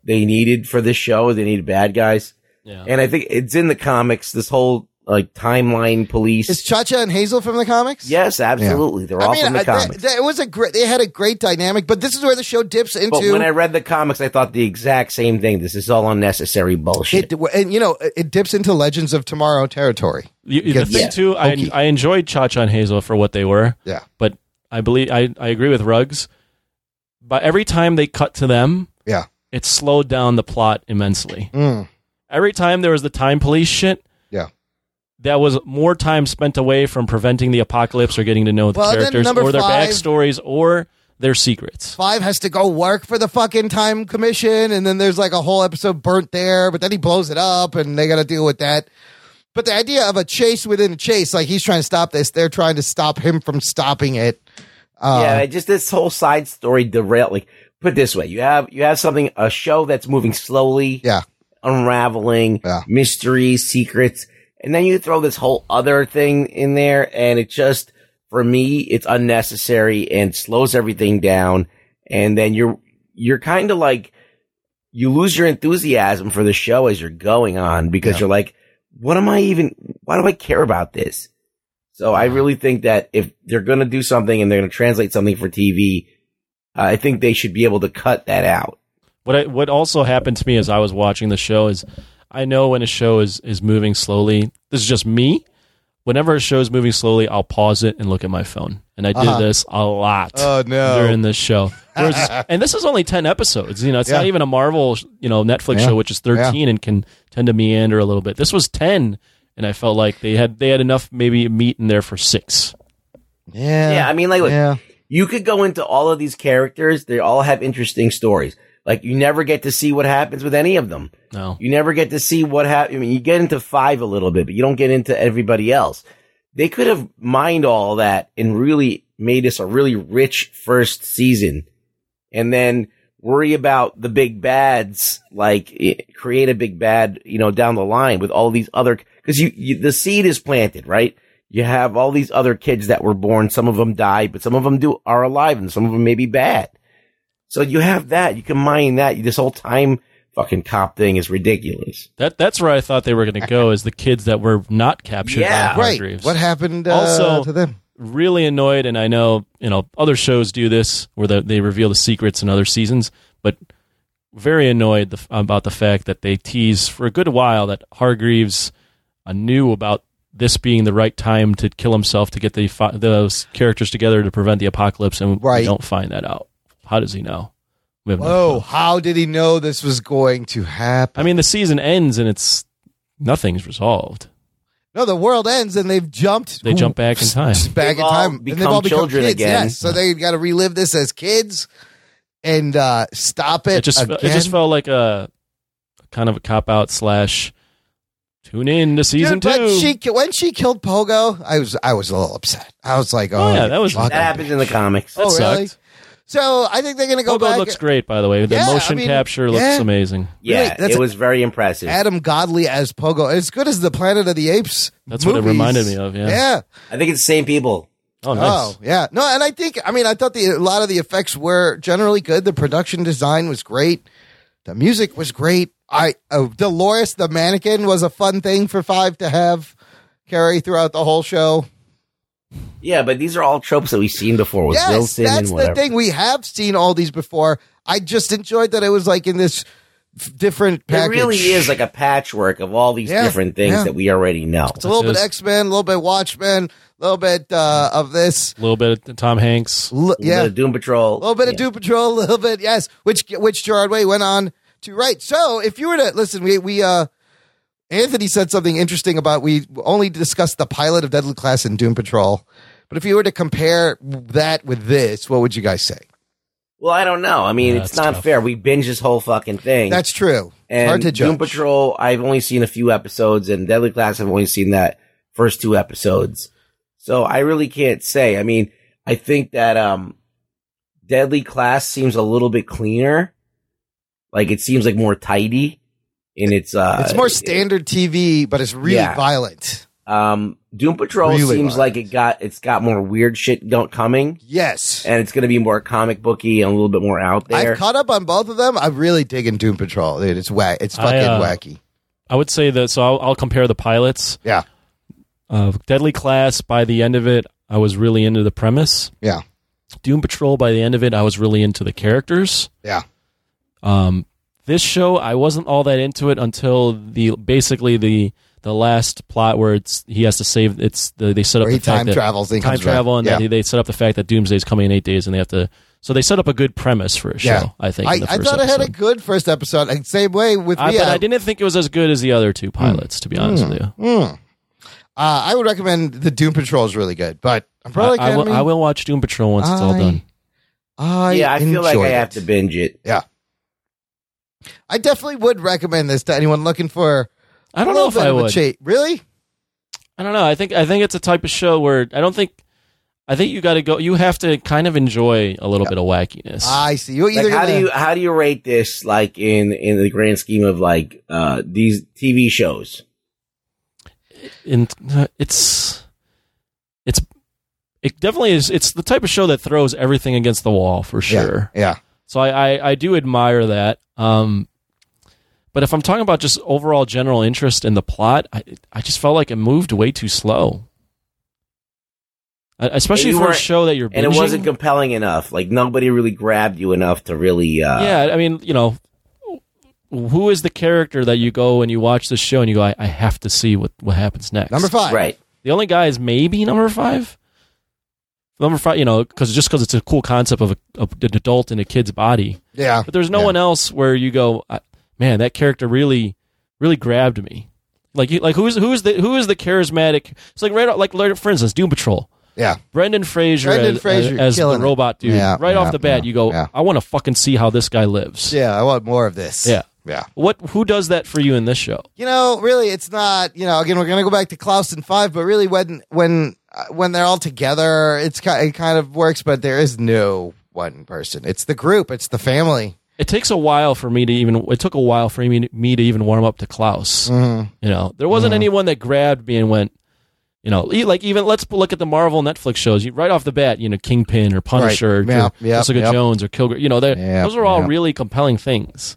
Speaker 6: they needed for this show. They needed bad guys,
Speaker 5: Yeah.
Speaker 6: and I think it's in the comics. This whole like timeline police.
Speaker 1: Is Cha Cha and Hazel from the comics?
Speaker 6: yes, absolutely. They're all from the
Speaker 1: I- that-
Speaker 6: comics.
Speaker 1: that- it was a great. They had a great dynamic, but this is where the show dips into.
Speaker 6: but when I read the comics, I thought the exact same thing. This is all unnecessary bullshit.
Speaker 1: it, and you know, it- it dips into Legends of Tomorrow territory.
Speaker 5: You, the
Speaker 1: Gets
Speaker 5: thing too, I, I enjoyed Cha Cha and Hazel for what they were.
Speaker 1: Yeah.
Speaker 5: But I believe I, I agree with Ruggs. But every time they cut to them,
Speaker 1: Yeah.
Speaker 5: it slowed down the plot immensely.
Speaker 1: Mm.
Speaker 5: Every time there was the time police shit,
Speaker 1: Yeah.
Speaker 5: that was more time spent away from preventing the apocalypse or getting to know the
Speaker 1: Well, then
Speaker 5: characters
Speaker 1: number
Speaker 5: or their
Speaker 1: five-
Speaker 5: backstories or their secrets.
Speaker 1: Five has to go work for the fucking time commission, and then there's like a whole episode burnt there, but then he blows it up and they gotta deal with that. But the idea of a chase within a chase, like he's trying to stop this, they're trying to stop him from stopping it. Uh,
Speaker 6: yeah, it just this whole side story derailed. Like, put it this way, you have you have something a show that's moving slowly,
Speaker 1: yeah,
Speaker 6: unraveling mysteries, secrets, and then you throw this whole other thing in there, and it just for me it's unnecessary and slows everything down, and then you're you're kind of like you lose your enthusiasm for the show as you're going on because you're like, what am I even? Why do I care about this? So I really think that if they're going to do something and they're going to translate something for TV, uh, I think they should be able to cut that out.
Speaker 5: What I, what also happened to me as I was watching the show is I know when a show is is moving slowly. This is just me. Whenever a show is moving slowly, I'll pause it and look at my phone. And I did
Speaker 1: Uh-huh.
Speaker 5: this a lot.
Speaker 1: Oh, no.
Speaker 5: During this show, There was this- and this is only ten episodes. You know, it's
Speaker 1: Yeah.
Speaker 5: not even a Marvel, you know, Netflix
Speaker 1: Yeah.
Speaker 5: show which is thirteen and can tend to meander a little bit. This was ten, and I felt like they had they had enough maybe meat in there for six.
Speaker 1: Yeah.
Speaker 6: Yeah. I mean, like, look,
Speaker 5: Yeah.
Speaker 6: you could go into all of these characters. They all have interesting stories. Like, you never get to see what happens with any of them.
Speaker 5: No.
Speaker 6: You never get to see what happened. I mean, you get into five a little bit, but you don't get into everybody else. They could have mined all that and really made us a really rich first season and then worry about the big bads, like i- create a big bad, you know, down the line with all these other, cause you, you, the seed is planted, right? You have all these other kids that were born. Some of them died, but some of them do are alive and some of them may be bad. So you have that. You can mine that. This whole time fucking cop thing is ridiculous.
Speaker 5: That that's where I thought they were going to go is the kids that were not captured
Speaker 6: Yeah.
Speaker 5: by
Speaker 1: Right.
Speaker 5: Hargreaves.
Speaker 1: What happened uh,
Speaker 5: also
Speaker 1: to them?
Speaker 5: Really annoyed, and I know you know other shows do this where the, they reveal the secrets in other seasons, but very annoyed the, about the fact that they tease for a good while that Hargreaves uh, knew about this being the right time to kill himself to get the fi- those characters together to prevent the apocalypse, and
Speaker 1: Right.
Speaker 5: we don't find that out. How does he know? We have no
Speaker 1: Whoa, how did he know this was going to happen?
Speaker 5: I mean, the season ends and it's nothing's resolved.
Speaker 1: No, the world ends and they've jumped.
Speaker 5: They jump back in time.
Speaker 1: back
Speaker 6: They've
Speaker 1: in
Speaker 6: all
Speaker 1: time. and they've
Speaker 6: become
Speaker 1: all become
Speaker 6: children
Speaker 1: kids,
Speaker 6: again.
Speaker 1: Yes, so they got to relive this as kids and uh, stop it.
Speaker 5: It just
Speaker 1: again.
Speaker 5: it just felt like a kind of a cop out slash tune in to season
Speaker 1: Dude, but
Speaker 5: two.
Speaker 1: She, ki- when she killed Pogo, I was I was a little upset. I was like, oh,
Speaker 5: Oh, yeah, that was-
Speaker 1: fuck
Speaker 6: That happens in the comics.
Speaker 1: Oh,
Speaker 5: That
Speaker 1: really? So I think they're gonna go
Speaker 5: Pogo
Speaker 1: back.
Speaker 5: looks great, by the way. The
Speaker 1: Yeah, I
Speaker 5: motion
Speaker 1: mean,
Speaker 5: capture looks
Speaker 1: yeah.
Speaker 5: amazing.
Speaker 1: Really?
Speaker 6: Yeah,
Speaker 1: That's
Speaker 6: it
Speaker 1: a-
Speaker 6: was very impressive.
Speaker 1: Adam Godley as Pogo, as good as the Planet of the Apes.
Speaker 5: That's what it
Speaker 1: movies.
Speaker 5: reminded me of, yeah.
Speaker 1: yeah.
Speaker 6: I think it's the same people.
Speaker 5: Oh, nice.
Speaker 1: Oh yeah, no, and I think I mean I thought the a lot of the effects were generally good. The production design was great. The music was great. I uh, Dolores the mannequin was a fun thing for Five to have carry throughout the whole show.
Speaker 6: Yeah, but these are all tropes that we've seen before with
Speaker 1: yes,
Speaker 6: Wilson
Speaker 1: that's
Speaker 6: and whatever.
Speaker 1: the thing. We have seen all these before. I just enjoyed that it was like in this f- different package.
Speaker 6: It really is like a patchwork of all these
Speaker 1: Yeah,
Speaker 6: different things
Speaker 1: yeah.
Speaker 6: that we already know.
Speaker 1: It's a little bit X Men, a little bit Watchmen, a little bit uh, of this.
Speaker 5: A little bit of Tom Hanks.
Speaker 1: L- yeah,
Speaker 6: The Doom Patrol.
Speaker 1: A little bit of Doom Patrol, a little bit, yes, which which Gerard Way went on to write. So if you were to listen, we we uh Anthony said something interesting about we only discussed the pilot of Deadly Class and Doom Patrol, but if you were to compare that with this, what would you guys say?
Speaker 6: Well, I don't know. I mean, it's not fair. We binge this whole fucking thing.
Speaker 1: That's true.
Speaker 6: And
Speaker 1: Hard to
Speaker 6: Doom
Speaker 1: judge.
Speaker 6: Patrol, I've only seen a few episodes, and Deadly Class, I've only seen that first two episodes. So I really can't say. I mean, I think that um, Deadly Class seems a little bit cleaner. Like it seems like more tidy, and it's uh,
Speaker 1: it's more standard TV, but it's really
Speaker 6: Yeah.
Speaker 1: violent.
Speaker 6: Um, Doom Patrol
Speaker 1: Really
Speaker 6: seems
Speaker 1: violent.
Speaker 6: like it got it's got more weird shit go- coming.
Speaker 1: Yes,
Speaker 6: and it's going to be more comic booky and a little bit more out there.
Speaker 1: I've caught up on both of them. I'm really digging Doom Patrol. Dude, it's whack. It's
Speaker 5: I,
Speaker 1: fucking
Speaker 5: uh,
Speaker 1: wacky.
Speaker 5: I would say that. So I'll, I'll compare the pilots.
Speaker 1: Yeah.
Speaker 5: Uh, Deadly Class. By the end of it, I was really into the premise.
Speaker 1: Yeah.
Speaker 5: Doom Patrol. By the end of it, I was really into the characters.
Speaker 1: Yeah.
Speaker 5: Um, this show, I wasn't all that into it until the basically the the last plot where it's he has to save. It's the, they set up
Speaker 1: Where he
Speaker 5: the fact
Speaker 1: time
Speaker 5: that
Speaker 1: travels and
Speaker 5: time
Speaker 1: comes back.
Speaker 5: travel, and
Speaker 1: Yeah.
Speaker 5: that they set up the fact that Doomsday is coming in eight days, and they have to. So they set up a good premise for a show. I think.
Speaker 1: I,
Speaker 5: in the
Speaker 1: I
Speaker 5: first
Speaker 1: thought I had
Speaker 5: episode.
Speaker 1: a good first episode. And same way with
Speaker 5: I,
Speaker 1: me. uh,
Speaker 5: but I didn't think it was as good as the other two pilots, to be honest with you.
Speaker 1: Mm. Uh, I would recommend the Doom Patrol is really good, but I'm probably
Speaker 5: I, I will, I will watch Doom Patrol once it's all
Speaker 1: I-
Speaker 5: done.
Speaker 1: I
Speaker 6: yeah, I feel like I
Speaker 1: enjoyed
Speaker 6: have to binge it.
Speaker 1: Yeah. I definitely would recommend this to anyone looking for.
Speaker 5: I don't
Speaker 1: a
Speaker 5: know
Speaker 1: little
Speaker 5: if
Speaker 1: bit
Speaker 5: I
Speaker 1: of a
Speaker 5: would.
Speaker 1: cheat. Really?
Speaker 5: I don't know. I think I think it's a type of show where I don't think I think you got to go. You have to kind of enjoy a little bit of wackiness.
Speaker 1: I see. You either
Speaker 6: Like, how do
Speaker 1: gonna-
Speaker 6: you how do you rate this? Like in in the grand scheme of like uh these TV shows?
Speaker 5: and uh, it's it's it definitely is. It's the type of show that throws everything against the wall for sure.
Speaker 1: Yeah.
Speaker 5: So I I, I do admire that. Um, but if I'm talking about just overall general interest in the plot, I I just felt like it moved way too slow. Uh, Especially
Speaker 6: And you
Speaker 5: for a
Speaker 6: weren't-
Speaker 5: show that you're binging.
Speaker 6: and it wasn't compelling enough. Like nobody really grabbed you enough to really. uh
Speaker 5: yeah, I mean, you know, who is the character that you go and you watch this show and you go, I, I have to see what, what happens next?
Speaker 1: Number five.
Speaker 6: Right.
Speaker 5: The only guy is maybe number five. Number five, you know, because just because it's a cool concept of, a, of an adult in a kid's body.
Speaker 1: Yeah.
Speaker 5: But there's no
Speaker 1: Yeah.
Speaker 5: one else where you go, I, man, that character really, really grabbed me. Like, you, like who's who's the who is the charismatic? It's like right, off- like for instance, Doom Patrol.
Speaker 1: Yeah.
Speaker 5: Brendan Fraser
Speaker 1: Brendan
Speaker 5: as,
Speaker 1: Fraser,
Speaker 5: as- as the
Speaker 1: killing it.
Speaker 5: robot dude.
Speaker 1: Yeah,
Speaker 5: right
Speaker 1: yeah,
Speaker 5: off the bat,
Speaker 1: yeah,
Speaker 5: you go,
Speaker 1: yeah.
Speaker 5: I want to fucking see how this guy lives.
Speaker 1: Yeah, I want more of this.
Speaker 5: Yeah.
Speaker 1: Yeah.
Speaker 5: What? Who does that for you in this show?
Speaker 1: You know, really, it's not. You know, again, we're gonna go back to Klaus and Five, but really, when when uh, when they're all together, it's ki- it kind of works. But there is no one person. It's the group. It's the family.
Speaker 5: It takes a while for me to even. It took a while for me me to even warm up to Klaus.
Speaker 1: Mhm.
Speaker 5: You know, there wasn't anyone that grabbed me and went. You know, e- like even let's look at the Marvel Netflix shows. You, right off the bat, you know, Kingpin or Punisher,
Speaker 1: Right. Yeah,
Speaker 5: or
Speaker 1: yeah,
Speaker 5: Jessica
Speaker 1: yeah.
Speaker 5: Jones or Kilgore. You know, they're-
Speaker 1: Yeah,
Speaker 5: those are all
Speaker 1: yeah.
Speaker 5: really compelling things.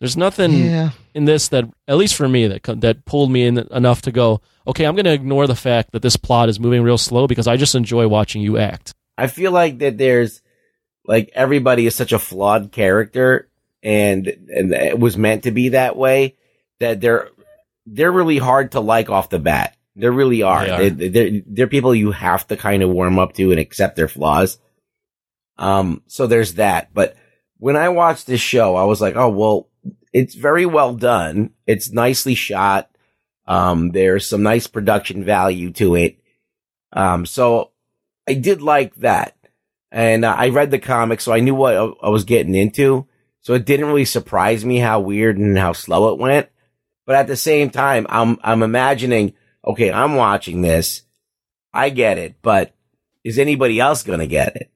Speaker 5: There's nothing
Speaker 1: Yeah.
Speaker 5: in this that, at least for me, that co- that pulled me in enough to go, okay, I'm going to ignore the fact that this plot is moving real slow because I just enjoy watching you act.
Speaker 6: I feel like that there's like everybody is such a flawed character and and it was meant to be that way that they're they're really hard to like off the bat. They really are.
Speaker 5: They
Speaker 6: They
Speaker 5: are.
Speaker 6: are. They're, they're people you have to kind of warm up to and accept their flaws. Um, so there's that. But when I watched this show, I was like, oh well, it's very well done. It's nicely shot. Um, there's some nice production value to it. Um, so I did like that. And uh, I read the comic, so I knew what I, I was getting into. So it didn't really surprise me how weird and how slow it went. But at the same time, I'm, I'm imagining, okay, I'm watching this. I get it, but is anybody else going to get it?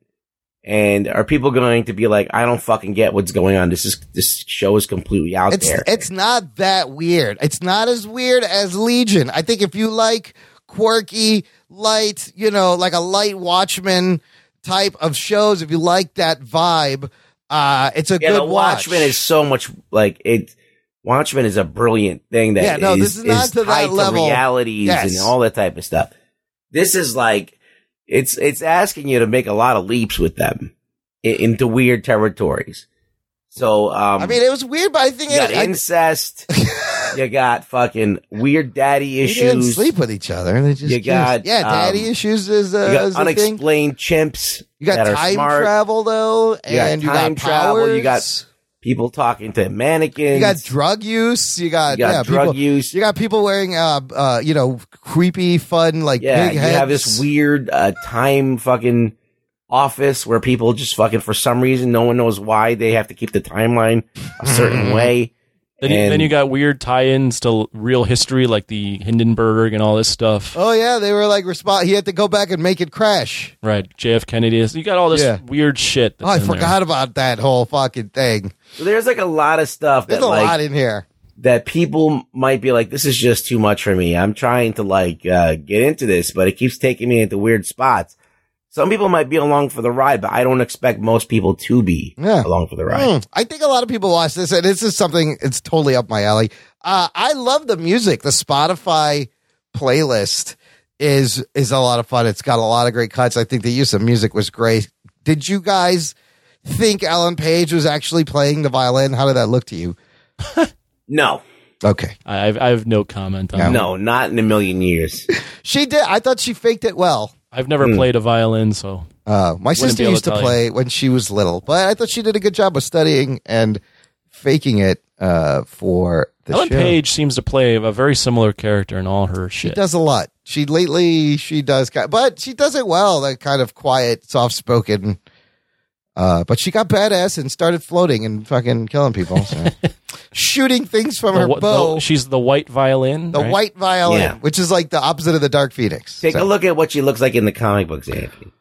Speaker 6: And are people going to be like, I don't fucking get what's going on. This is, this show is completely out
Speaker 1: It's
Speaker 6: there.
Speaker 1: it's not that weird. It's not as weird as Legion. I think if you like quirky, light, you know, like a light Watchmen type of shows, if you like that vibe, uh, it's a
Speaker 6: yeah,
Speaker 1: good
Speaker 6: the Watchmen
Speaker 1: watch.
Speaker 6: is so much like it. Watchmen is a brilliant thing that
Speaker 1: Yeah, no, this is not to that
Speaker 6: tied
Speaker 1: level.
Speaker 6: realities
Speaker 1: Yes.
Speaker 6: and all that type of stuff. This is like it's it's asking you to make a lot of leaps with them i- into weird territories. So um,
Speaker 1: I mean, it was weird, but I think
Speaker 6: you got
Speaker 1: it, I,
Speaker 6: incest, you got fucking weird daddy
Speaker 1: they didn't
Speaker 6: issues,
Speaker 1: sleep with each other. They just
Speaker 6: You got,
Speaker 1: yeah, daddy
Speaker 6: um,
Speaker 1: issues is, uh,
Speaker 6: you got
Speaker 1: is the thing.
Speaker 6: unexplained chimps,
Speaker 1: You got
Speaker 6: that are
Speaker 1: time
Speaker 6: smart.
Speaker 1: travel though,
Speaker 6: you got
Speaker 1: and you
Speaker 6: time
Speaker 1: got
Speaker 6: travel, you
Speaker 1: powers.
Speaker 6: got people talking to mannequins,
Speaker 1: You got drug use. You got,
Speaker 6: You got
Speaker 1: yeah,
Speaker 6: drug
Speaker 1: people,
Speaker 6: use.
Speaker 1: You got people wearing uh, uh, you know, creepy, fun, like
Speaker 6: Yeah,
Speaker 1: big
Speaker 6: you
Speaker 1: heads.
Speaker 6: have this weird uh, time fucking office where people just fucking for some reason no one knows why they have to keep the timeline a
Speaker 1: Mm-hmm.
Speaker 6: certain way.
Speaker 5: Then you, then you got weird tie-ins to real history, like the Hindenburg and all this stuff.
Speaker 1: Oh yeah, they were like respond. He had to go back and make it crash.
Speaker 5: Right, JF Kennedy. is- You got all this
Speaker 1: Yeah.
Speaker 5: weird shit. that's
Speaker 1: Oh, I
Speaker 5: in there.
Speaker 1: forgot about that whole fucking thing.
Speaker 6: So there's like a lot of stuff.
Speaker 1: There's
Speaker 6: that,
Speaker 1: a
Speaker 6: like,
Speaker 1: lot in here.
Speaker 6: that people might be like, this is just too much for me. I'm trying to like uh, get into this, but it keeps taking me into weird spots. Some people might be along for the ride, but I don't expect most people to be along for the ride.
Speaker 1: Hmm. I think a lot of people watch this, and this is something it's totally up my alley. Uh, I love the music. The Spotify playlist is is a lot of fun. It's got a lot of great cuts. I think the use of music was great. Did you guys think Alan Page was actually playing the violin? How did that look to you?
Speaker 6: No.
Speaker 1: Okay.
Speaker 5: I, I've, I have no comment on.
Speaker 6: No.
Speaker 5: that.
Speaker 6: not in a million years.
Speaker 1: She did. I thought she faked it well.
Speaker 5: I've never
Speaker 1: Hmm.
Speaker 5: played a violin, so
Speaker 1: Uh, my
Speaker 5: Wouldn't
Speaker 1: sister
Speaker 5: be able
Speaker 1: used
Speaker 5: to
Speaker 1: to
Speaker 5: tell
Speaker 1: play when she was little, but I thought she did a good job of studying and faking it uh, for the
Speaker 5: Ellen
Speaker 1: show.
Speaker 5: Page seems to play a very similar character in all her
Speaker 1: She
Speaker 5: shit.
Speaker 1: does a lot. She lately she does, ki- but she does it well. That kind of quiet, soft spoken. Uh, but she got badass and started floating and fucking killing people, so. shooting things from
Speaker 5: The
Speaker 1: her
Speaker 5: wh- the-
Speaker 1: bow. The,
Speaker 5: she's the white violin. right?
Speaker 1: white violin,
Speaker 6: Yeah.
Speaker 1: which is like the opposite of the dark phoenix.
Speaker 6: Take
Speaker 1: So-
Speaker 6: a look at what she looks like in the comic books, Anthony.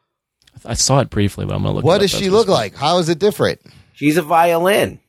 Speaker 5: I saw it briefly, but I'm gonna look.
Speaker 1: What
Speaker 5: it up
Speaker 1: does
Speaker 5: as
Speaker 1: she
Speaker 5: we
Speaker 1: look
Speaker 5: speak.
Speaker 1: like? How is it different?
Speaker 6: She's a violin.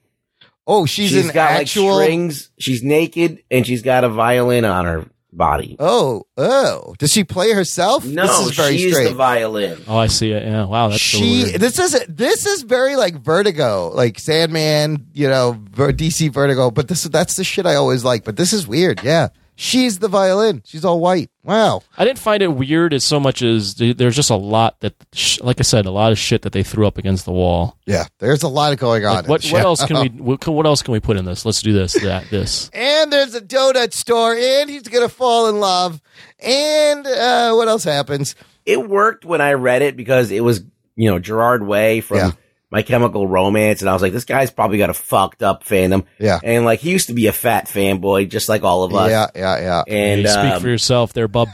Speaker 1: Oh, she's,
Speaker 6: she's
Speaker 1: an
Speaker 6: got
Speaker 1: actual.
Speaker 6: like strings. She's naked and she's got a violin on her body.
Speaker 1: Oh, oh! Does she play herself?
Speaker 6: No,
Speaker 1: this is very
Speaker 6: she's
Speaker 1: strange.
Speaker 6: the violin.
Speaker 5: Oh, I see it. Yeah. Wow. That's so
Speaker 1: she.
Speaker 5: weird.
Speaker 1: This is this is very like Vertigo, like Sandman. You know, Ver- DC Vertigo. But this that's the shit I always like. But this is weird. Yeah, she's the violin. She's all white. Wow.
Speaker 5: I didn't find it weird as so much as th- there's just a lot that, sh- like I said, a lot of shit that they threw up against the wall.
Speaker 1: Yeah, there's a lot going on.
Speaker 5: Like,
Speaker 1: in
Speaker 5: what
Speaker 1: the
Speaker 5: what
Speaker 1: show.
Speaker 5: else can we what, can- what else can we put in this? Let's do this that this.
Speaker 1: And there's a donut store, and he's gonna fall in love. And uh, what else happens?
Speaker 6: It worked when I read it because it was, you know, Gerard Way from My Chemical Romance. And I was like, this guy's probably got a fucked up fandom.
Speaker 1: Yeah.
Speaker 6: And like, he used to be a fat fanboy, just like all of us.
Speaker 1: Yeah, yeah, yeah.
Speaker 6: And
Speaker 5: Hey, speak
Speaker 6: um,
Speaker 5: for yourself, there, bub.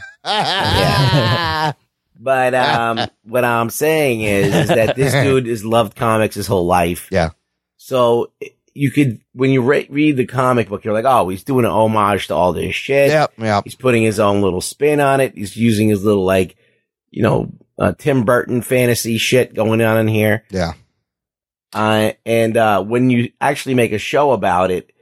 Speaker 6: But um, what I'm saying is, is that this dude has loved comics his whole life.
Speaker 1: Yeah.
Speaker 6: So you could, when you re- read the comic book, you're like, oh, he's doing an homage to all this shit.
Speaker 1: Yep, yep.
Speaker 6: He's putting his own little spin on it. He's using his little, like, you know, uh, Tim Burton fantasy shit going on in here.
Speaker 1: Yeah.
Speaker 6: Uh, and uh, when you actually make a show about it,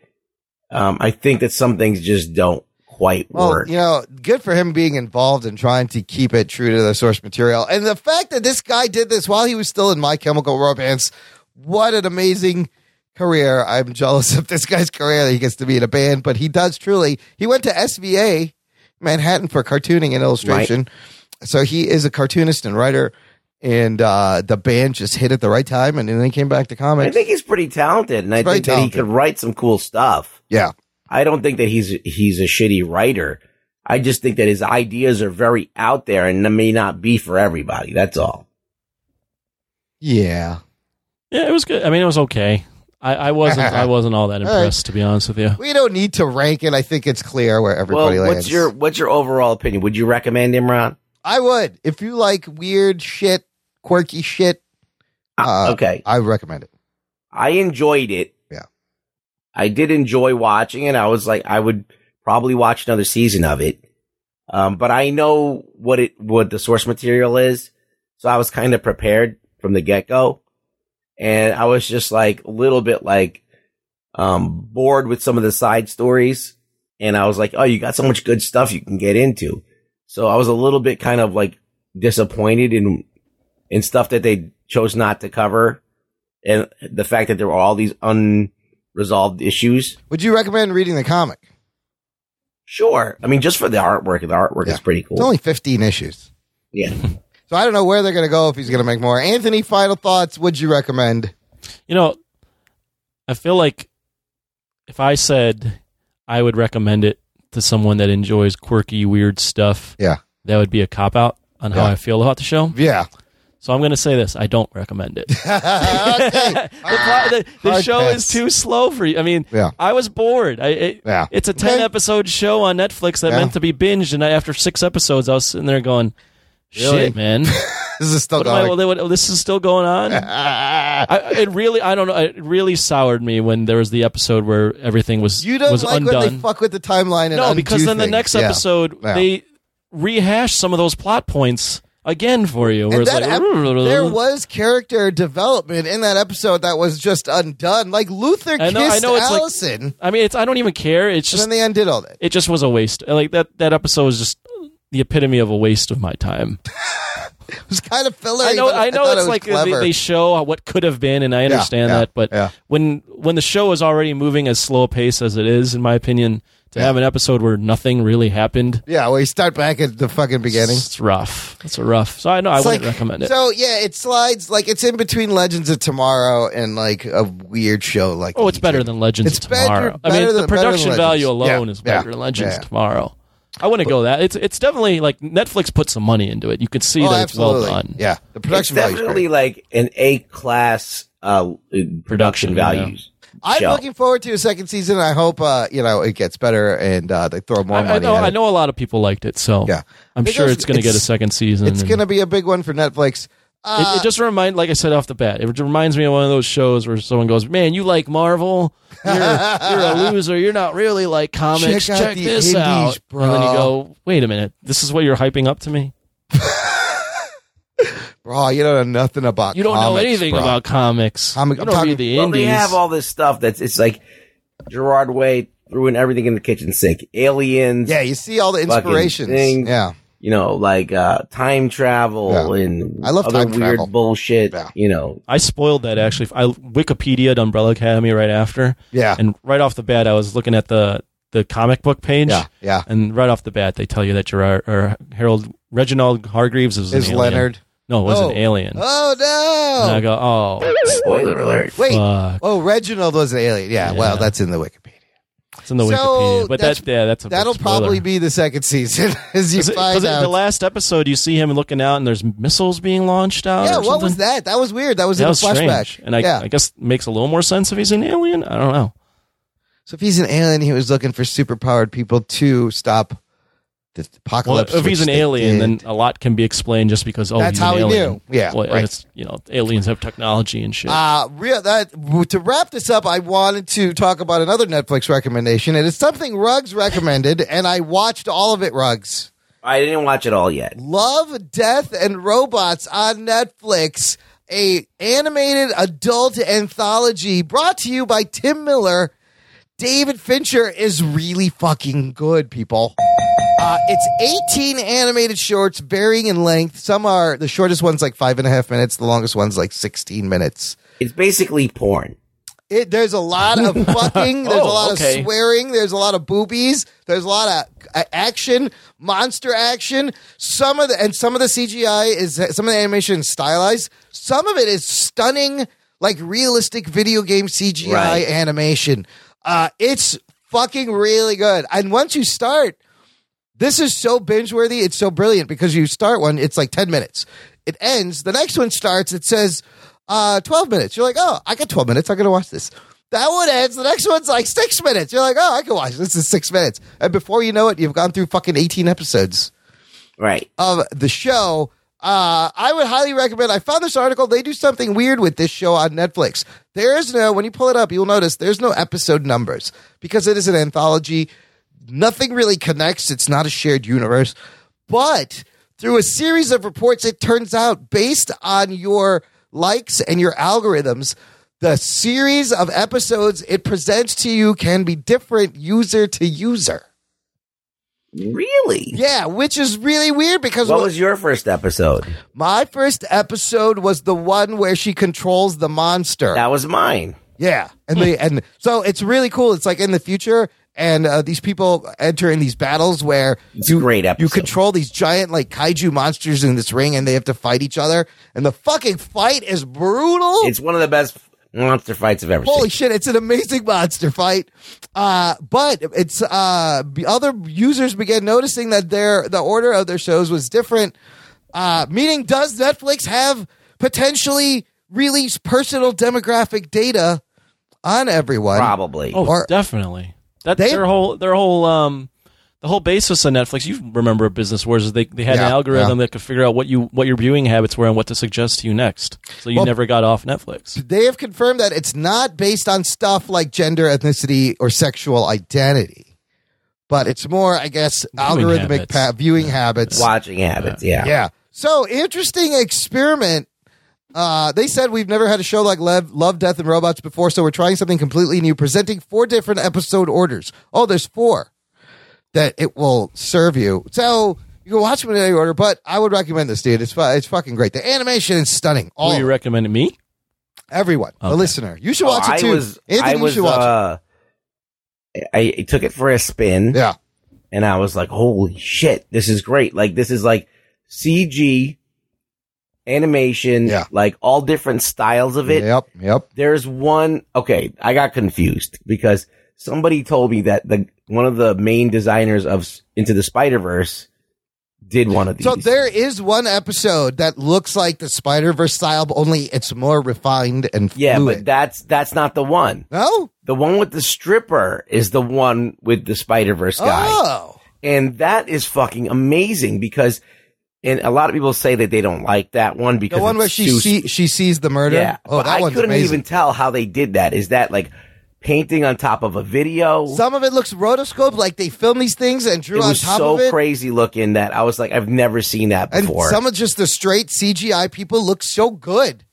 Speaker 6: um, I think that some things just don't quite
Speaker 1: Well,
Speaker 6: work.
Speaker 1: you know, good for him being involved and trying to keep it true to the source material. And the fact that this guy did this while he was still in My Chemical Romance, what an amazing career. I'm jealous of this guy's career that he gets to be in a band, but he does truly. He went to SVA, Manhattan, for cartooning and illustration. So he is a cartoonist and writer. And uh, the band just hit at the right time, and then he came back to comics.
Speaker 6: I think he's pretty talented, and I
Speaker 1: very
Speaker 6: think that he
Speaker 1: talented.
Speaker 6: could write some cool stuff.
Speaker 1: Yeah.
Speaker 6: I don't think that he's he's a shitty writer. I just think that his ideas are very out there and they may not be for everybody. That's all.
Speaker 1: yeah.
Speaker 5: Yeah, it was good. I mean, it was okay. I, I wasn't I wasn't all that
Speaker 1: All right.
Speaker 5: impressed to be honest with you.
Speaker 1: We don't need to rank it. I think it's clear where
Speaker 6: Well,
Speaker 1: everybody lands.
Speaker 6: what's your what's your overall opinion? Would you recommend him, Ron?
Speaker 1: I would. If you like weird shit, quirky shit,
Speaker 5: Ah,
Speaker 1: uh,
Speaker 6: okay.
Speaker 1: I recommend it.
Speaker 6: I enjoyed it.
Speaker 1: Yeah.
Speaker 6: I did enjoy watching it. I was like, I would probably watch another season of it. Um, but I know what it, what the source material is. So I was kind of prepared from the get go. And I was just like a little bit like, um, bored with some of the side stories. And I was like, oh, you got so much good stuff you can get into. So I was a little bit kind of like disappointed in, in stuff that they chose not to cover and the fact that there were all these unresolved issues.
Speaker 1: Would you recommend reading the comic?
Speaker 6: Sure. I mean, just for the artwork, the artwork is pretty cool.
Speaker 1: It's only 15 issues.
Speaker 6: yeah.
Speaker 1: So I don't know where they're going to go if he's going to make more. Anthony, final thoughts. Would you recommend?
Speaker 5: You know, I feel like if I said I would recommend it to someone that enjoys quirky, weird stuff,
Speaker 1: Yeah.
Speaker 5: that would be a cop out on how
Speaker 1: Yeah.
Speaker 5: I feel about the show.
Speaker 1: Yeah.
Speaker 5: So I'm going to say this: I don't recommend it.
Speaker 1: okay.
Speaker 5: the the
Speaker 1: Hard
Speaker 5: show
Speaker 1: pass.
Speaker 5: is too slow for you. I mean,
Speaker 1: Yeah.
Speaker 5: I was bored. I it,
Speaker 1: Yeah.
Speaker 5: it's a ten
Speaker 1: Okay.
Speaker 5: episode show on Netflix that
Speaker 1: Yeah.
Speaker 5: meant to be binged, and I, after six episodes, I was sitting there going, "Shit,
Speaker 1: Really?
Speaker 5: man,
Speaker 1: This is still
Speaker 5: What am I-
Speaker 1: going.
Speaker 5: what- this is still going on. I, it really, I don't know. It really soured me when there was the episode where everything was
Speaker 1: You don't
Speaker 5: was
Speaker 1: like
Speaker 5: undone.
Speaker 1: when they fuck with the timeline and
Speaker 5: no,
Speaker 1: undo
Speaker 5: because then the
Speaker 1: things.
Speaker 5: next
Speaker 1: Yeah.
Speaker 5: episode
Speaker 1: Yeah.
Speaker 5: they rehash some of those plot points again for you. Where
Speaker 1: And
Speaker 5: it's
Speaker 1: that
Speaker 5: like,
Speaker 1: ep- there was character development in that episode that was just undone. Like Luther
Speaker 5: I
Speaker 1: kissed
Speaker 5: know, I know it's
Speaker 1: Allison.
Speaker 5: like. I mean, it's. I don't even care. It's just.
Speaker 1: then they undid all that.
Speaker 5: It just was a waste. Like that. That episode was just the epitome of a waste of my time.
Speaker 1: it's kind of filler.
Speaker 5: I know.
Speaker 1: but
Speaker 5: I know.
Speaker 1: thought it
Speaker 5: it's
Speaker 1: was
Speaker 5: like uh, they,
Speaker 1: clever.
Speaker 5: they show what could have been, and I understand
Speaker 1: yeah,
Speaker 5: that. But when when the show is already moving as slow a pace as it is, in my opinion, to have an episode where nothing really happened,
Speaker 1: yeah, well, you start back at the fucking beginning.
Speaker 5: it's rough. It's rough. So I know I
Speaker 1: It's
Speaker 5: wouldn't
Speaker 1: like-
Speaker 5: recommend it.
Speaker 1: So yeah, it slides like it's in between Legends of Tomorrow and like a weird show like
Speaker 5: oh, it's better than Legends
Speaker 1: It's
Speaker 5: of
Speaker 1: better-
Speaker 5: Tomorrow. I
Speaker 1: better
Speaker 5: mean,
Speaker 1: than-
Speaker 5: the
Speaker 1: better than
Speaker 5: production
Speaker 1: Legends.
Speaker 5: value alone
Speaker 1: Yeah,
Speaker 5: is better
Speaker 1: yeah,
Speaker 5: than Legends
Speaker 1: yeah.
Speaker 5: Tomorrow. I wouldn't go that. It's it's definitely like Netflix put some money into it. You could see
Speaker 6: Oh,
Speaker 5: that it's well
Speaker 6: absolutely.
Speaker 5: done.
Speaker 1: Yeah, the production
Speaker 6: it's
Speaker 1: value is
Speaker 6: definitely like an A class uh, production, values.
Speaker 1: I'm
Speaker 6: show.
Speaker 1: looking forward to a second season. I hope uh, you know it gets better and uh, they throw more
Speaker 5: I, I
Speaker 1: money.
Speaker 5: know.
Speaker 1: at it.
Speaker 5: I know a lot of people liked it, so
Speaker 1: Yeah.
Speaker 5: I'm
Speaker 1: Because
Speaker 5: sure it's going to get a
Speaker 1: it's-
Speaker 5: second season.
Speaker 1: It's
Speaker 5: and-
Speaker 1: going to be a big one for Netflix. Uh,
Speaker 5: it, it just remind, like I said off the bat, it reminds me of one of those shows where someone goes, "Man, you like Marvel? You're, you're a loser. You're not really like comics.
Speaker 1: Check
Speaker 5: Check,
Speaker 1: out the
Speaker 5: this
Speaker 1: indies,
Speaker 5: out." And then
Speaker 1: bro.
Speaker 5: you go, "Wait a minute, this is what you're hyping up to me?
Speaker 1: bro, you don't know nothing about.
Speaker 5: You don't know
Speaker 1: comics,
Speaker 5: anything
Speaker 1: bro.
Speaker 5: about comics.
Speaker 1: Comic-
Speaker 5: you
Speaker 1: I'm
Speaker 5: don't
Speaker 1: talking-
Speaker 5: read the
Speaker 6: Well,
Speaker 5: indies.
Speaker 6: they have all this stuff that's it's like Gerard Way throwing everything in the kitchen sink. Aliens.
Speaker 1: Yeah, you see all the
Speaker 6: fucking
Speaker 1: inspirations.
Speaker 6: things,
Speaker 1: Yeah.
Speaker 6: You know, like uh, time travel and
Speaker 1: I love
Speaker 6: other
Speaker 1: time
Speaker 6: weird
Speaker 1: travel.
Speaker 6: bullshit. You know,
Speaker 5: I spoiled that actually. I Wikipedia'd Umbrella Academy right after.
Speaker 1: Yeah.
Speaker 5: And right off the bat, I was looking at the the comic book page.
Speaker 1: Yeah, yeah.
Speaker 5: And right off the bat, they tell you that Gerard or Harold Reginald Hargreaves is, an
Speaker 1: Is
Speaker 5: alien.
Speaker 1: Leonard.
Speaker 5: No, it was
Speaker 1: Oh.
Speaker 5: an alien.
Speaker 1: Oh
Speaker 5: And I
Speaker 1: no!
Speaker 5: go, oh,
Speaker 6: spoiler alert.
Speaker 1: Wait.
Speaker 5: fuck.
Speaker 1: Oh, Reginald was an alien. Yeah. Well, that's in the Wikipedia.
Speaker 5: it's in the
Speaker 1: So,
Speaker 5: Wikipedia. But
Speaker 1: that's-
Speaker 5: that, yeah, that's a big
Speaker 1: That'll
Speaker 5: spoiler.
Speaker 1: probably be the second season as you
Speaker 5: Is it- 'cause
Speaker 1: find
Speaker 5: it-
Speaker 1: out.
Speaker 5: the last episode, you see him looking out, and there's missiles being launched out.
Speaker 1: yeah.
Speaker 5: or
Speaker 1: What was
Speaker 5: something.
Speaker 1: that? That was weird. That was
Speaker 5: That
Speaker 1: in
Speaker 5: was
Speaker 1: a flashback.
Speaker 5: strange, and I,
Speaker 1: yeah.
Speaker 5: I guess it makes a little more sense if he's an alien. I don't know.
Speaker 1: so if he's an alien, he was looking for superpowered people to stop the
Speaker 5: Well,
Speaker 1: apocalypse.
Speaker 5: if he's
Speaker 1: which
Speaker 5: an
Speaker 1: they
Speaker 5: alien,
Speaker 1: did.
Speaker 5: then a lot can be explained just because oh,
Speaker 1: That's
Speaker 5: he's an
Speaker 1: how he
Speaker 5: alien.
Speaker 1: knew. Yeah,
Speaker 5: well, and
Speaker 1: right.
Speaker 5: it's you know aliens have technology and shit.
Speaker 1: Uh, real that w- to wrap this up, I wanted to talk about another Netflix recommendation, and it's something Ruggs recommended, and I watched all of it. Ruggs,
Speaker 6: I didn't watch it all yet.
Speaker 1: Love, Death, and Robots on Netflix, a animated adult anthology brought to you by Tim Miller. David Fincher is really fucking good, people. Uh, it's 18 animated shorts varying in length. Some are, the shortest one's like five and a half minutes, the longest one's like 16 minutes.
Speaker 6: It's basically porn.
Speaker 1: It, there's a lot of fucking. There's
Speaker 5: Oh,
Speaker 1: a lot
Speaker 5: okay.
Speaker 1: of swearing. There's a lot of boobies. There's a lot of uh, action, monster action. Some of the and some of the CGI is some of the animation is stylized. Some of it is stunning, like realistic video game CGI
Speaker 6: Right.
Speaker 1: animation. Uh, it's fucking really good. And once you start, this is so binge worthy. It's so brilliant because you start one, it's like 10 minutes. It ends, the next one starts, it says uh, 12 minutes. You're like, oh, I got 12 minutes. I'm going to watch this. That one ends, the next one's like six minutes. You're like, oh, I can watch this. This is six minutes. And before you know it, you've gone through fucking 18 episodes
Speaker 6: Right.
Speaker 1: of the show. Uh, I would highly recommend. I found this article. They do something weird with this show on Netflix. There is no, when you pull it up, you'll notice there's no episode numbers because it is an anthology. Nothing really connects. It's not a shared universe. But through a series of reports, it turns out based on your likes and your algorithms, the series of episodes it presents to you can be different user to user.
Speaker 6: Really?
Speaker 1: Yeah, which is really weird because
Speaker 6: What was your first episode?
Speaker 1: my first episode was the one where she controls the monster.
Speaker 6: That was mine.
Speaker 1: Yeah, and they and so it's really cool. It's like in the future, and uh, these people enter in these battles where
Speaker 6: It's a great episode.
Speaker 1: you control these giant like kaiju monsters in this ring, and they have to fight each other. And the fucking fight is brutal.
Speaker 6: It's one of the best monster fights I've ever
Speaker 1: Holy
Speaker 6: seen.
Speaker 1: shit, it's an amazing monster fight. Uh, but it's uh, the other users began noticing that their the order of their shows was different. Uh, meaning, does Netflix have potentially really personal demographic data on everyone?
Speaker 6: Probably.
Speaker 5: oh,
Speaker 1: or-
Speaker 5: definitely. That
Speaker 1: They-
Speaker 5: their whole their whole um the whole basis of Netflix, you remember Business Wars, is they, they had
Speaker 1: Yeah,
Speaker 5: an algorithm
Speaker 1: yeah.
Speaker 5: that could figure out what you what your viewing habits were and what to suggest to you next. So you
Speaker 1: Well-
Speaker 5: never got off Netflix.
Speaker 1: They have confirmed that it's not based on stuff like gender, ethnicity, or sexual identity, but it's more, I guess, algorithmic
Speaker 6: habits.
Speaker 1: pa- viewing habits,
Speaker 6: Watching habits, yeah.
Speaker 1: yeah. So interesting experiment. Uh, they said we've never had a show like Lev, Love, Death, and Robots before, so we're trying something completely new, presenting four different episode orders. Oh, there's four that it will serve you. So you can watch them in any order, but I would recommend this, dude. It's fu- it's fucking great. The animation is stunning. All
Speaker 5: Who you recommended me?
Speaker 1: everyone, the listener, you should
Speaker 6: Oh,
Speaker 1: watch it
Speaker 6: I
Speaker 1: too.
Speaker 6: was,
Speaker 1: Anthony,
Speaker 6: I
Speaker 1: you
Speaker 6: was,
Speaker 1: should watch it.
Speaker 6: uh, I, I took it for a spin.
Speaker 1: Yeah.
Speaker 6: And I was like, holy shit, this is great. Like, this is like CG, animation, yeah. like all different styles of it.
Speaker 1: Yep, yep.
Speaker 6: There's one, okay, I got confused because somebody told me that the, one of the main designers of S- Into the Spider-Verse did one of these.
Speaker 1: So there is one episode that looks like the Spider Verse style, but only it's more refined and
Speaker 6: yeah,
Speaker 1: fluid.
Speaker 6: but that's, that's not the one.
Speaker 1: No?
Speaker 6: The one with the stripper is the one with the Spider-Verse guy.
Speaker 1: Oh.
Speaker 6: And that is fucking amazing because, and a lot of people say that they don't like that one because
Speaker 1: The one
Speaker 6: it's
Speaker 1: where she
Speaker 6: too-
Speaker 1: see, she sees the murder.
Speaker 6: yeah.
Speaker 1: Oh,
Speaker 6: but
Speaker 1: that
Speaker 6: I
Speaker 1: one's
Speaker 6: couldn't
Speaker 1: amazing.
Speaker 6: even tell how they did that. Is that like painting on top of a video?
Speaker 1: Some of it looks rotoscope, like they film these things and
Speaker 6: it
Speaker 1: drew on
Speaker 6: was
Speaker 1: top
Speaker 6: so
Speaker 1: of it.
Speaker 6: crazy looking that I was like, I've never seen that
Speaker 1: and
Speaker 6: before.
Speaker 1: some of just the straight CGI people look so good.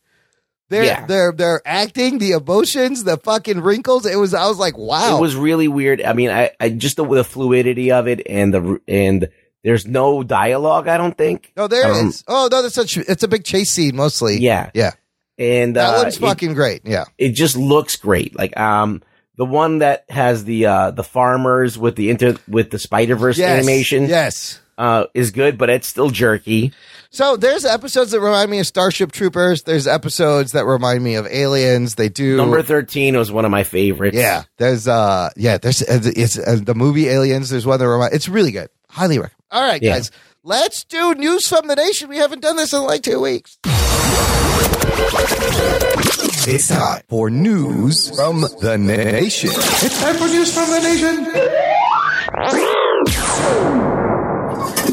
Speaker 1: They're
Speaker 6: Yeah.
Speaker 1: they're they're acting, the emotions, the fucking wrinkles. It was I was like, wow.
Speaker 6: It was really weird. I mean, I, I just the, the fluidity of it and the and there's no dialogue. I don't think.
Speaker 1: no, there
Speaker 6: I
Speaker 1: it
Speaker 6: don't-
Speaker 1: is. Oh no, that's such it's a big chase scene mostly.
Speaker 6: um, Yeah.
Speaker 1: Yeah.
Speaker 6: And
Speaker 1: That
Speaker 6: uh,
Speaker 1: one's
Speaker 6: it-
Speaker 1: fucking great. Yeah.
Speaker 6: it just looks great. Like um the one that has the uh the farmers with the inter with the Spider Verse
Speaker 1: Yes,
Speaker 6: animation.
Speaker 1: Yes.
Speaker 6: Uh is good, but it's still jerky.
Speaker 1: So there's episodes that remind me of Starship Troopers. There's episodes that remind me of Aliens. They do
Speaker 6: Number thirteen was one of my favorites.
Speaker 1: Yeah, there's uh, yeah, there's uh, it's uh, the movie Aliens. There's one that remind. It's really good. Highly recommend. All right,
Speaker 6: Yeah.
Speaker 1: guys, let's do news from the nation. We haven't done this in like two weeks.
Speaker 13: It's time for news from the nation.
Speaker 1: It's time for news from the nation.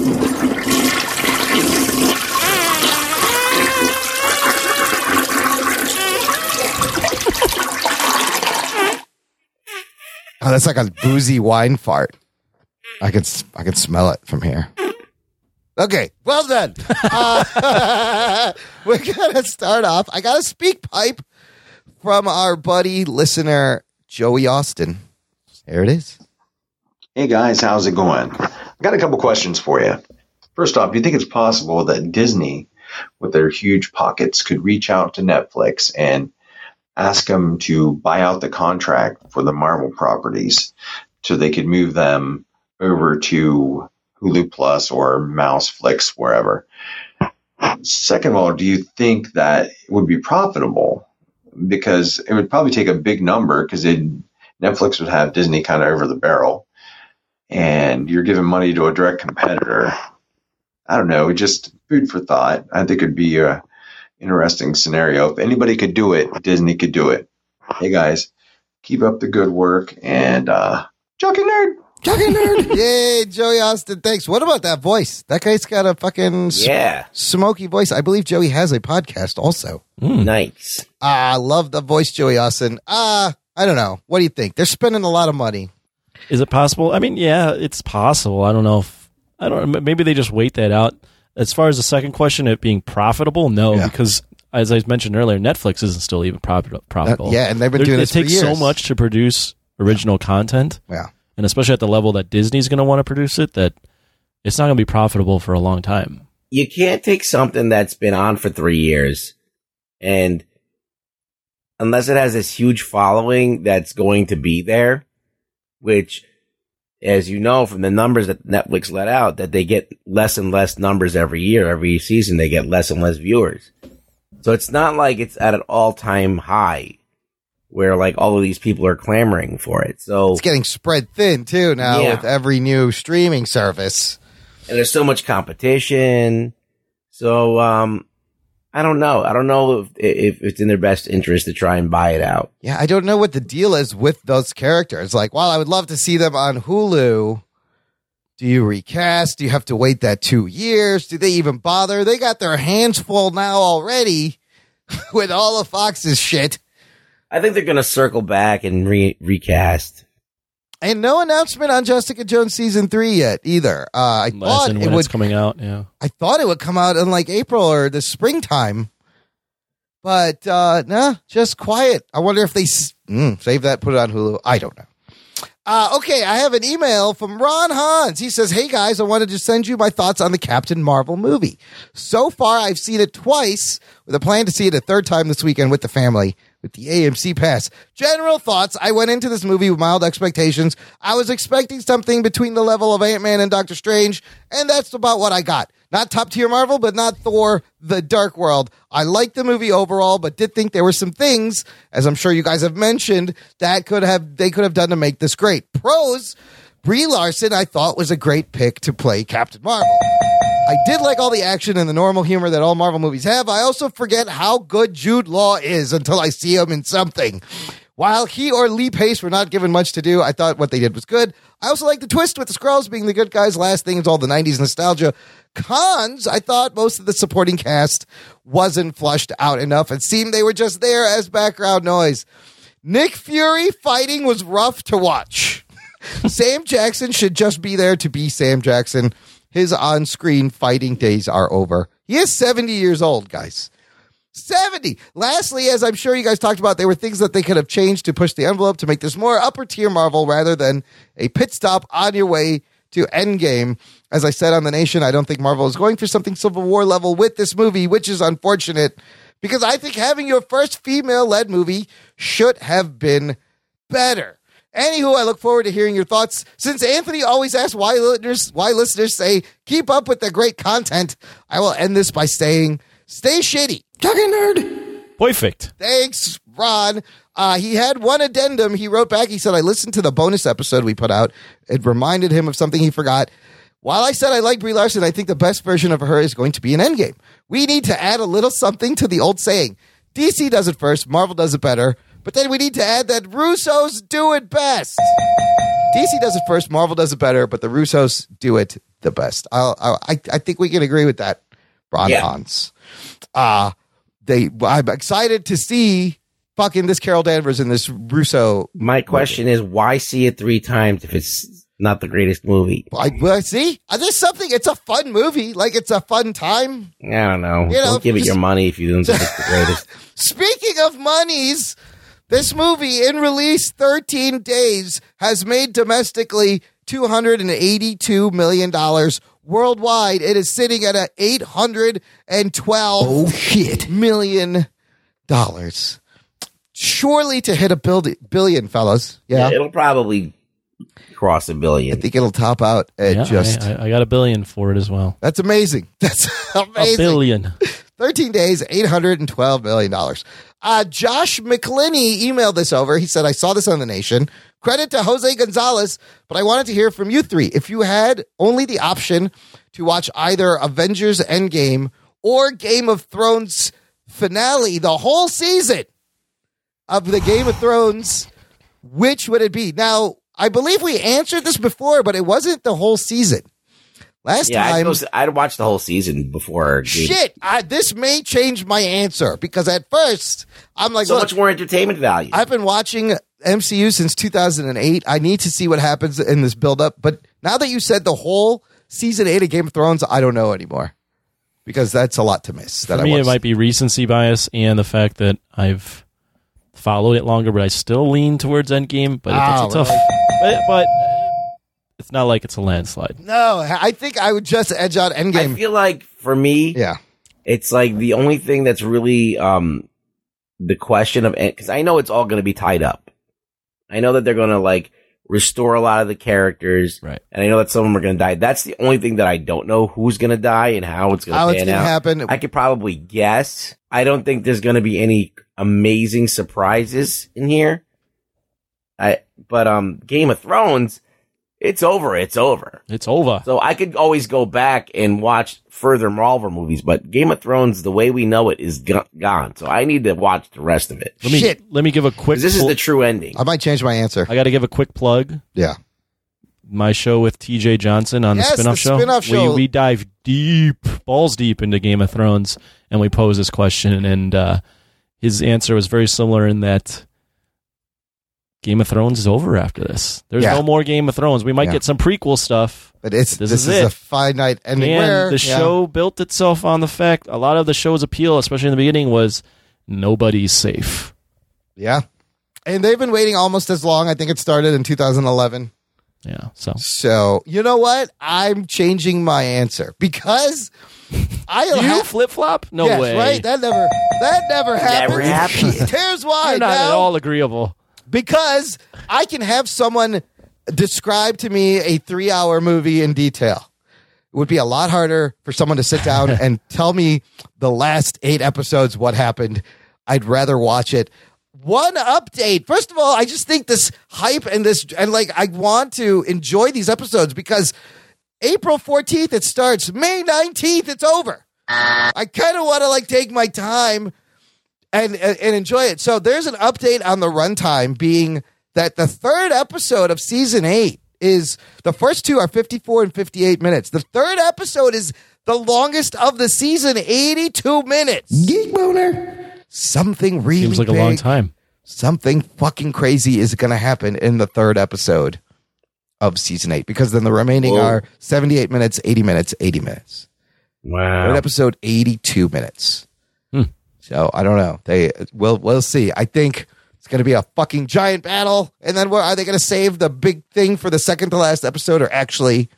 Speaker 1: Oh, that's like a boozy wine fart. I could s- I could smell it from here. Okay, well done. Uh, we're gonna start off. I got a speak pipe from our buddy listener Joey Austin. There it is.
Speaker 14: Hey guys, how's it going? I got a couple questions for you. First off, do you think it's possible that Disney, with their huge pockets, could reach out to Netflix and ask them to buy out the contract for the Marvel properties so they could move them over to Hulu Plus or Mouseflix, wherever? Second of all, do you think that it would be profitable? Because it would probably take a big number because Netflix would have Disney kind of over the barrel and you're giving money to a direct competitor. I don't know. Just food for thought. I think it'd be a interesting scenario. If anybody could do it, Disney could do it. Hey guys, keep up the good work and uh, Jockey nerd.
Speaker 1: Jockey nerd. Yay, Joey Austin. Thanks. What about that voice? That guy's got a fucking s-
Speaker 6: Yeah.
Speaker 1: smoky voice. I believe Joey has a podcast also.
Speaker 6: Nice.
Speaker 1: Ah, I love the voice, Joey Austin. Ah, I don't know. What do you think? They're spending a lot of money.
Speaker 5: Is it possible? I mean, yeah, it's possible. I don't know if I don't. m- Maybe they just wait that out. As far as the second question, it being profitable, no, because as I mentioned earlier, Netflix isn't still even profit, profitable.
Speaker 1: yeah, and they've been
Speaker 5: There-
Speaker 1: doing
Speaker 5: it
Speaker 1: this for
Speaker 5: takes so
Speaker 1: years.
Speaker 5: much to produce original content.
Speaker 1: Yeah,
Speaker 5: and especially at the level that Disney's going to want to produce it, that it's not going to be profitable for a long time.
Speaker 6: You can't take something that's been on for three years and unless it has this huge following that's going to be there, which as you know from the numbers that Netflix let out, that they get less and less numbers every year. Every season they get less and less viewers. So it's not like it's at an all time high where like all of these people are clamoring for it. So
Speaker 1: It's getting spread thin too now
Speaker 6: Yeah.
Speaker 1: with every new streaming service.
Speaker 6: and there's so much competition. So um, I don't know. I don't know if, if it's in their best interest to try and buy it out.
Speaker 1: Yeah, I don't know what the deal is with those characters. Like, while I would love to see them on Hulu, Do you recast? Do you have to wait that two years? Do they even bother? They got their hands full now already with all of Fox's shit.
Speaker 6: I think they're going to circle back and re- recast.
Speaker 1: And no announcement on Jessica Jones season three yet either. Uh, I
Speaker 5: Less
Speaker 1: thought
Speaker 5: than
Speaker 1: it
Speaker 5: when
Speaker 1: would
Speaker 5: it's coming out. Yeah.
Speaker 1: I thought it would come out in like April or the springtime, but uh, nah, just quiet. I wonder if they s- mm, save that, put it on Hulu. I don't know. Uh, okay, I have an email from Ron Hans. He says, Hey guys, I wanted to send you my thoughts on the Captain Marvel movie. So far, I've seen it twice with a plan to see it a third time this weekend with the family with the AMC pass. General thoughts I went into this movie with mild expectations. I was expecting something between the level of Ant Man and Doctor Strange, and that's about what I got. Not top tier Marvel, but not Thor, The Dark World. I liked the movie overall, but did think there were some things, as I'm sure you guys have mentioned, that could have they could have done to make this great. Pros, Brie Larson, I thought was a great pick to play Captain Marvel. I did like all the action and the normal humor that all Marvel movies have. I also forget how good Jude Law is until I see him in something. While he or Lee Pace were not given much to do, I thought what they did was good. I also like the twist with the Skrulls being the good guys. Last thing is all the 90s nostalgia. Cons, I thought most of the supporting cast wasn't flushed out enough. It seemed they were just there as background noise. Nick Fury fighting was rough to watch. Sam Jackson should just be there to be Sam Jackson. His on screen fighting days are over. He is 70 years old, guys. 70. Lastly, as I'm sure you guys talked about, there were things that they could have changed to push the envelope to make this more upper tier Marvel rather than a pit stop on your way to Endgame. As I said on The Nation, I don't think Marvel is going for something Civil War level with this movie, which is unfortunate because I think having your first female led movie should have been better. Anywho, I look forward to hearing your thoughts. Since Anthony always asks why listeners, why listeners say keep up with the great content, I will end this by saying, stay shitty.
Speaker 7: Talking nerd.
Speaker 5: Perfect.
Speaker 1: Thanks, Ron. Uh, he had one addendum. He wrote back. He said, I listened to the bonus episode we put out. It reminded him of something he forgot. While I said I like Brie Larson, I think the best version of her is going to be an endgame. We need to add a little something to the old saying DC does it first, Marvel does it better, but then we need to add that Russo's do it best. DC does it first, Marvel does it better, but the Russos do it the best. I'll, I'll- I, I think we can agree with that, Ron
Speaker 6: Yeah.
Speaker 1: Hans. Uh, they, I'm excited to see fucking this Carol Danvers in this Russo.
Speaker 6: My question is, why see it three times if it's not the greatest movie?
Speaker 1: I, well, see, uh, there's something. It's a fun movie. Like it's a fun time.
Speaker 6: I don't know.
Speaker 1: You know,
Speaker 6: don't give it
Speaker 1: just-
Speaker 6: your money if you don't think it's the greatest.
Speaker 1: Speaking of monies, this movie in release 13 days has made domestically $282 million. Worldwide, it is sitting at a 812 oh, shit. million dollars. Surely to hit a billion, billion fellas. Yeah.
Speaker 6: It'll probably cross a billion. I
Speaker 1: think it'll top out at
Speaker 5: Yeah,
Speaker 1: just.
Speaker 5: I, I- I got a billion for it as well.
Speaker 1: that's amazing. That's amazing.
Speaker 5: A billion.
Speaker 1: 13 days, $812 million. Uh, Josh McClinney emailed this over. He said, I saw this on The Nation. Credit to Jose Gonzalez, but I wanted to hear from you three. If you had only the option to watch either Avengers Endgame or Game of Thrones finale, the whole season of the Game of Thrones, which would it be? Now, I believe we answered this before, but it wasn't the whole season. Last
Speaker 6: yeah, I'd,
Speaker 1: time.
Speaker 6: go s- I'd watch the whole season before. Game-
Speaker 1: Shit, I, this may change my answer because at first I'm like,
Speaker 6: So
Speaker 1: look,
Speaker 6: much more entertainment value.
Speaker 1: I've been watching MCU since 2008. I need to see what happens in this buildup. But now that you said the whole season eight of Game of Thrones, I don't know anymore because that's a lot to miss. That
Speaker 5: For
Speaker 1: I
Speaker 5: me,
Speaker 1: want
Speaker 5: it might be recency bias and the fact that I've followed it longer, but I still lean towards Endgame. But
Speaker 1: Ah,
Speaker 5: it's a tough. But, but it's not like it's a landslide.
Speaker 1: No, I think I would just edge out Endgame.
Speaker 6: I feel like for me,
Speaker 1: yeah,
Speaker 6: it's like the only thing that's really um the question of because I know it's all going to be tied up. I know that they're going to like restore a lot of the characters,
Speaker 5: right?
Speaker 6: And I know that some of them are going to die. That's the only thing that I don't know who's going to die and how it's going
Speaker 1: How
Speaker 6: to
Speaker 1: it's
Speaker 6: pan
Speaker 1: gonna
Speaker 6: out.
Speaker 1: happen.
Speaker 6: I could probably guess. I don't think there's going to be any amazing surprises in here. I but um Game of Thrones, it's over. It's over.
Speaker 5: It's over.
Speaker 6: So I could always go back and watch further Marvel movies, but Game of Thrones, the way we know it, is go- gone. So I need to watch the rest of it.
Speaker 5: Let me let me give a quick.
Speaker 6: This is
Speaker 5: pl-
Speaker 6: the true ending.
Speaker 1: I might change my answer.
Speaker 5: I got to give a quick plug.
Speaker 1: Yeah.
Speaker 5: my show with TJ Johnson on
Speaker 1: Yes,
Speaker 5: the spinoff
Speaker 1: the spin-off show.
Speaker 5: We, we dive deep, balls deep into Game of Thrones, and we pose this question, and uh, his answer was very similar in that Game of Thrones is over after this. There's
Speaker 1: Yeah.
Speaker 5: no more Game of Thrones. We might
Speaker 1: Yeah.
Speaker 5: get some prequel stuff,
Speaker 1: but it's
Speaker 5: this,
Speaker 1: this, is,
Speaker 5: it.
Speaker 1: a finite ending.
Speaker 5: And
Speaker 1: where,
Speaker 5: the
Speaker 1: yeah.
Speaker 5: show built itself on the fact a lot of the show's appeal, especially in the beginning, was nobody's safe.
Speaker 1: yeah, and they've been waiting almost as long. I think it started in 2011.
Speaker 5: Yeah. So
Speaker 1: So you know what? I'm changing my answer because I
Speaker 5: you
Speaker 1: have-
Speaker 5: flip flop? No
Speaker 1: Yes,
Speaker 5: way.
Speaker 1: Right? That never that never happens.
Speaker 5: Never happened.
Speaker 1: Here's why
Speaker 5: You're not
Speaker 1: now.
Speaker 5: at all agreeable.
Speaker 1: because I can have someone describe to me a three hour movie in detail. It would be a lot harder for someone to sit down and tell me the last eight episodes what happened. I'd rather watch it. One update. First of all, I just think this hype and this, and like, I want to enjoy these episodes because April 14th it starts, May 19th it's over. I kind of want to like take my time and, and and enjoy it. So there's an update on the runtime being that the third episode of season eight is the first two are 54 and 58 minutes. The third episode is the longest of the season, 82 minutes. Geek boner. Something really
Speaker 5: Seems like a long
Speaker 1: big,
Speaker 5: time.
Speaker 1: Something fucking crazy is going to happen in the third episode of season eight because then the remaining
Speaker 6: Whoa.
Speaker 1: are 78 minutes, 80 minutes, 80 minutes.
Speaker 6: Wow.
Speaker 1: Third episode, 82 minutes.
Speaker 5: Hmm.
Speaker 1: So I don't know. They we'll we'll see. I think it's going to be a fucking giant battle, and then what are they going to save the big thing for the second to last episode, or actually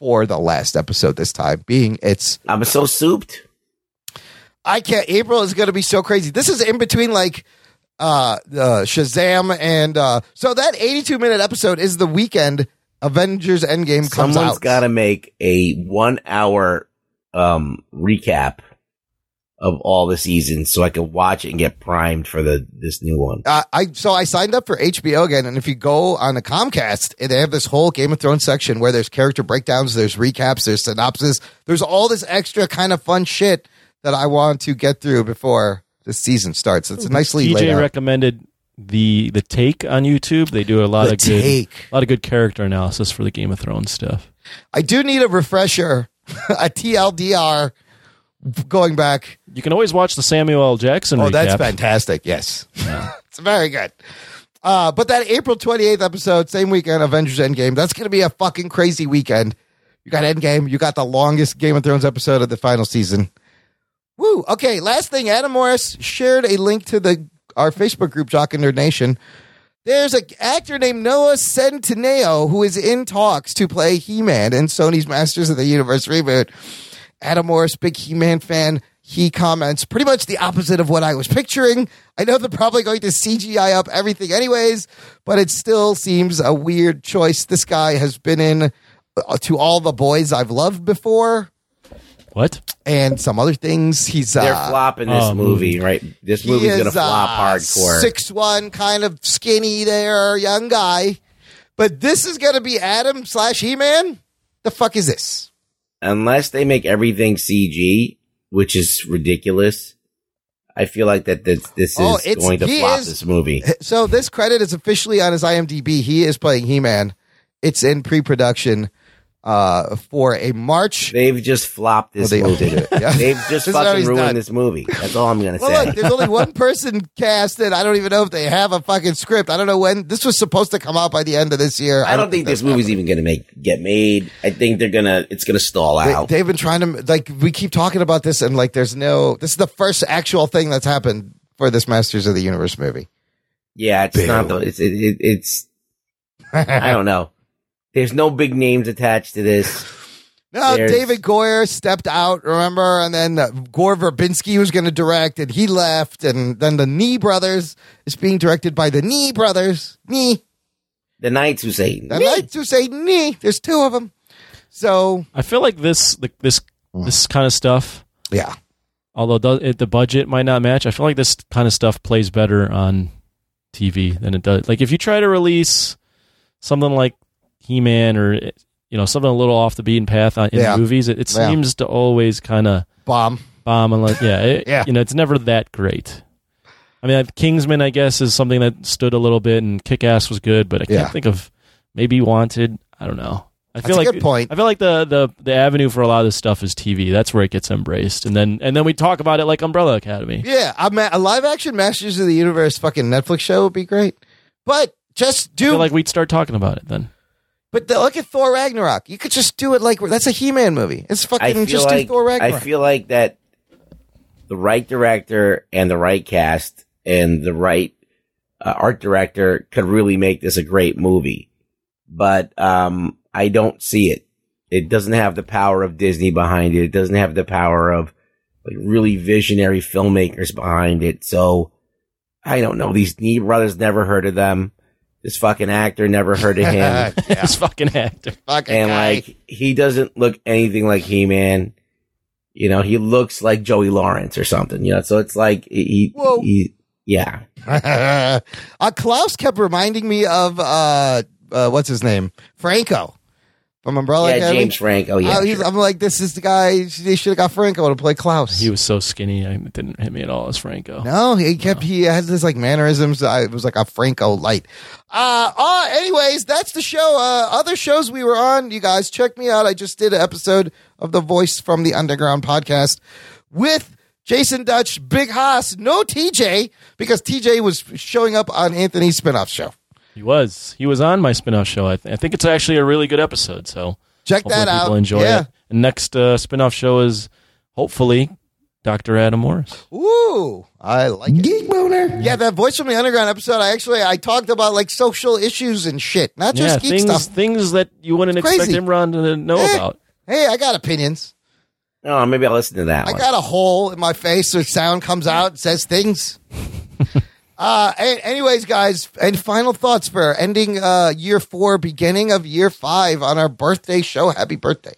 Speaker 1: for the last episode this time? Being it's
Speaker 6: I'm so souped.
Speaker 1: I can't. April is going to be so crazy. This is in between like uh, uh Shazam and uh so that 82 minute episode is the weekend Avengers Endgame comes
Speaker 6: Someone's
Speaker 1: out.
Speaker 6: got to make a one hour um, recap of all the seasons so I can watch it and get primed for the this new one.
Speaker 1: uh, I so I signed up for HBO again, and if you go on the Comcast, and they have this whole Game of Thrones section where there's character breakdowns, there's recaps, there's synopsis, there's all this extra kind of fun shit that I want to get through before the season starts. It's nicely laid
Speaker 5: TJ
Speaker 1: out.
Speaker 5: recommended the the take on YouTube. They do a lot
Speaker 1: The
Speaker 5: of good
Speaker 1: Take.
Speaker 5: a lot of good character analysis for the Game of Thrones stuff.
Speaker 1: I do need a refresher, a TLDR, going back.
Speaker 5: You can always watch the Samuel L. Jackson.
Speaker 1: Oh, that's
Speaker 5: recap.
Speaker 1: fantastic! Yes, it's very good. Uh, but that April 28th episode, same weekend, Avengers Endgame, that's going to be a fucking crazy weekend. You got Endgame, you got the longest Game of Thrones episode of the final season. Woo! Okay, last thing, Adam Morris shared a link to the our Facebook group, Jock and Nerd Nation. There's an actor named Noah Centineo who is in talks to play He-Man in Sony's Masters of the Universe reboot. Adam Morris, big He-Man fan, he comments pretty much the opposite of what I was picturing. I know they're probably going to CGI up everything anyways, but it still seems a weird choice. This guy has been in uh, to all the boys I've loved before
Speaker 5: What?
Speaker 1: and some other things. He's
Speaker 6: They're
Speaker 1: uh,
Speaker 6: flopping this
Speaker 5: Oh,
Speaker 6: movie, right? This movie's going to flop hardcore.
Speaker 1: Six one, kind of skinny there, young guy. But this is gonna be Adam slash He Man. The fuck is this?
Speaker 6: Unless they make everything CG, which is ridiculous, I feel like that this, this
Speaker 1: Oh,
Speaker 6: is
Speaker 1: it's-
Speaker 6: going to
Speaker 1: he
Speaker 6: flop
Speaker 1: is-
Speaker 6: this movie.
Speaker 1: So this credit is officially on his IMDb. He is playing He Man. It's in pre production uh, for a March.
Speaker 6: They've just flopped this
Speaker 1: Well, they
Speaker 6: movie.
Speaker 1: overdid it, yeah.
Speaker 6: They've just
Speaker 1: This is how
Speaker 6: fucking
Speaker 1: he's
Speaker 6: ruined
Speaker 1: done.
Speaker 6: this movie. That's all I'm going to
Speaker 1: Well,
Speaker 6: say.
Speaker 1: look, there's only one person casted. I don't even know if they have a fucking script. I don't know when this was supposed to come out by the end of this year.
Speaker 6: I don't think this movie's even going to make get made. I think they're gonna it's gonna stall
Speaker 1: They,
Speaker 6: out.
Speaker 1: they've been trying to like we keep talking about this and like there's no this is the first actual thing that's happened for this Masters of the Universe movie.
Speaker 6: yeah, it's not the it's it, it, it's I don't know. There's no big names attached to this.
Speaker 1: No,
Speaker 6: There's-
Speaker 1: David Goyer stepped out, remember, and then uh, Gore Verbinski was going to direct, and he left, and then the Knee Brothers is being directed by the Knee Brothers. Knee,
Speaker 6: The Knights who say
Speaker 1: the Knights who say Knee. There's two of them. So
Speaker 5: I feel like this like this
Speaker 1: Mm.
Speaker 5: this kind of stuff.
Speaker 1: Yeah.
Speaker 5: Although do- it, the budget might not match, I feel like this kind of stuff plays better on TV than it does. Like if you try to release something like He Man or you know something a little off the beaten path on, in
Speaker 1: Yeah.
Speaker 5: movies, it, it
Speaker 1: Yeah.
Speaker 5: seems to always kind of
Speaker 1: bomb
Speaker 5: bomb unless yeah it,
Speaker 1: Yeah.
Speaker 5: you know it's never that great. I mean, like, Kingsman, I guess, is something that stood a little bit, and Kick Ass was good, but I can't
Speaker 1: Yeah.
Speaker 5: think of maybe Wanted. I don't know. I
Speaker 1: That's
Speaker 5: feel
Speaker 1: a
Speaker 5: like
Speaker 1: good point.
Speaker 5: I feel like the, the the avenue for a lot of this stuff is TV. That's where it gets embraced, and then and then we talk about it like Umbrella Academy.
Speaker 1: Yeah, a, ma- a live action Masters of the Universe fucking Netflix show would be great. But just do
Speaker 5: like we'd start talking about it then.
Speaker 1: But the, look at Thor Ragnarok. You could just do it like that's a He Man movie. It's fucking just
Speaker 6: like,
Speaker 1: do Thor Ragnarok.
Speaker 6: I feel like that the right director and the right cast and the right uh, art director could really make this a great movie. But um, I don't see it. It doesn't have the power of Disney behind it. It doesn't have the power of like really visionary filmmakers behind it. So I don't know. These Knee brothers never heard of them. This fucking actor never heard of him
Speaker 5: this fucking actor.
Speaker 6: and like he doesn't look anything like He Man. You know, he looks like Joey Lawrence or something. You know, so it's like he,
Speaker 1: Whoa.
Speaker 6: he yeah.
Speaker 1: uh, Klaus kept reminding me of uh, uh, what's his name, Franco from Umbrella
Speaker 6: Yeah,
Speaker 1: Academy.
Speaker 6: James Franco, yeah,
Speaker 1: Uh, he's- I'm like, this is the guy. They should have got Franco to play Klaus.
Speaker 5: He was so skinny, I, it didn't hit me at all as Franco.
Speaker 1: No, he kept he has this like mannerisms. I, it was like a Franco light. Uh, uh anyways, that's the show. Uh, other shows we were on, you guys check me out. I just did an episode of the Voice from the Underground podcast with Jason Dutch, Big Haas, no TJ because TJ was showing up on Anthony's spinoff show.
Speaker 5: He was. He was on my spinoff show. I, th- I think it's actually a really good episode. So
Speaker 1: Check
Speaker 5: hopefully
Speaker 1: that
Speaker 5: People
Speaker 1: out.
Speaker 5: enjoy
Speaker 1: Yeah.
Speaker 5: it. And next uh, spinoff show is hopefully Dr. Adam Morris.
Speaker 1: Ooh, I like it. Geek boner. Yeah, that Voice from the Underground episode. I actually I talked about like social issues and shit, not just
Speaker 5: yeah,
Speaker 1: geek
Speaker 5: things
Speaker 1: stuff.
Speaker 5: things that you wouldn't
Speaker 1: It's
Speaker 5: expect
Speaker 1: crazy.
Speaker 5: Imran to know
Speaker 1: Eh.
Speaker 5: about.
Speaker 1: Hey, I got opinions.
Speaker 6: Oh, maybe I'll listen to that
Speaker 1: I
Speaker 6: one.
Speaker 1: got a hole in my face, so sound comes out and says things. uh, a- anyways, guys, and final thoughts for ending uh, year four, beginning of year five on our birthday show. Happy birthday.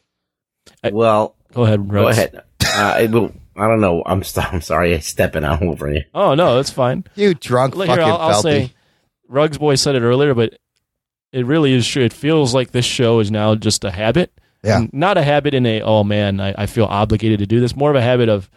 Speaker 6: well,
Speaker 5: go ahead.
Speaker 6: Go
Speaker 5: Russ.
Speaker 6: ahead. Uh, I will. I don't know. I'm, st- I'm sorry. I'm stepping on over you.
Speaker 5: Oh no, that's fine.
Speaker 1: You drunk
Speaker 5: Look,
Speaker 1: fucking
Speaker 5: here, I'll, I'll
Speaker 1: felty.
Speaker 5: say, Ruggs boy said it earlier, but it really is true. It feels like this show is now just a habit.
Speaker 1: Yeah.
Speaker 5: N- Not a habit in a oh man, I, I feel obligated to do this. More of a habit of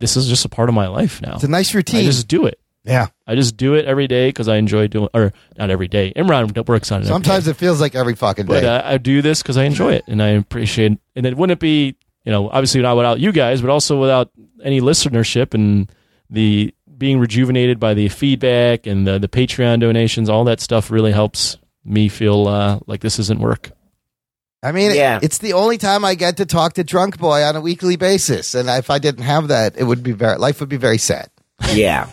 Speaker 5: this is just a part of my life now.
Speaker 1: It's a nice routine.
Speaker 5: I just do it.
Speaker 1: Yeah.
Speaker 5: I just do it every day because I enjoy doing, or not every day. Imran d- works on it, every
Speaker 1: Sometimes it feels like every fucking
Speaker 5: day. but
Speaker 1: day.
Speaker 5: uh, I do this because I enjoy it and I appreciate. And it wouldn't be, you know, obviously not without you guys, but also without any listenership and the being rejuvenated by the feedback and the the Patreon donations. All that stuff really helps me feel uh, like this isn't work.
Speaker 1: I mean, it-
Speaker 5: Yeah.
Speaker 1: it's the only time I get to talk to Drunk Boy on a weekly basis, and if I didn't have that, it would be very life would be very sad.
Speaker 6: Yeah.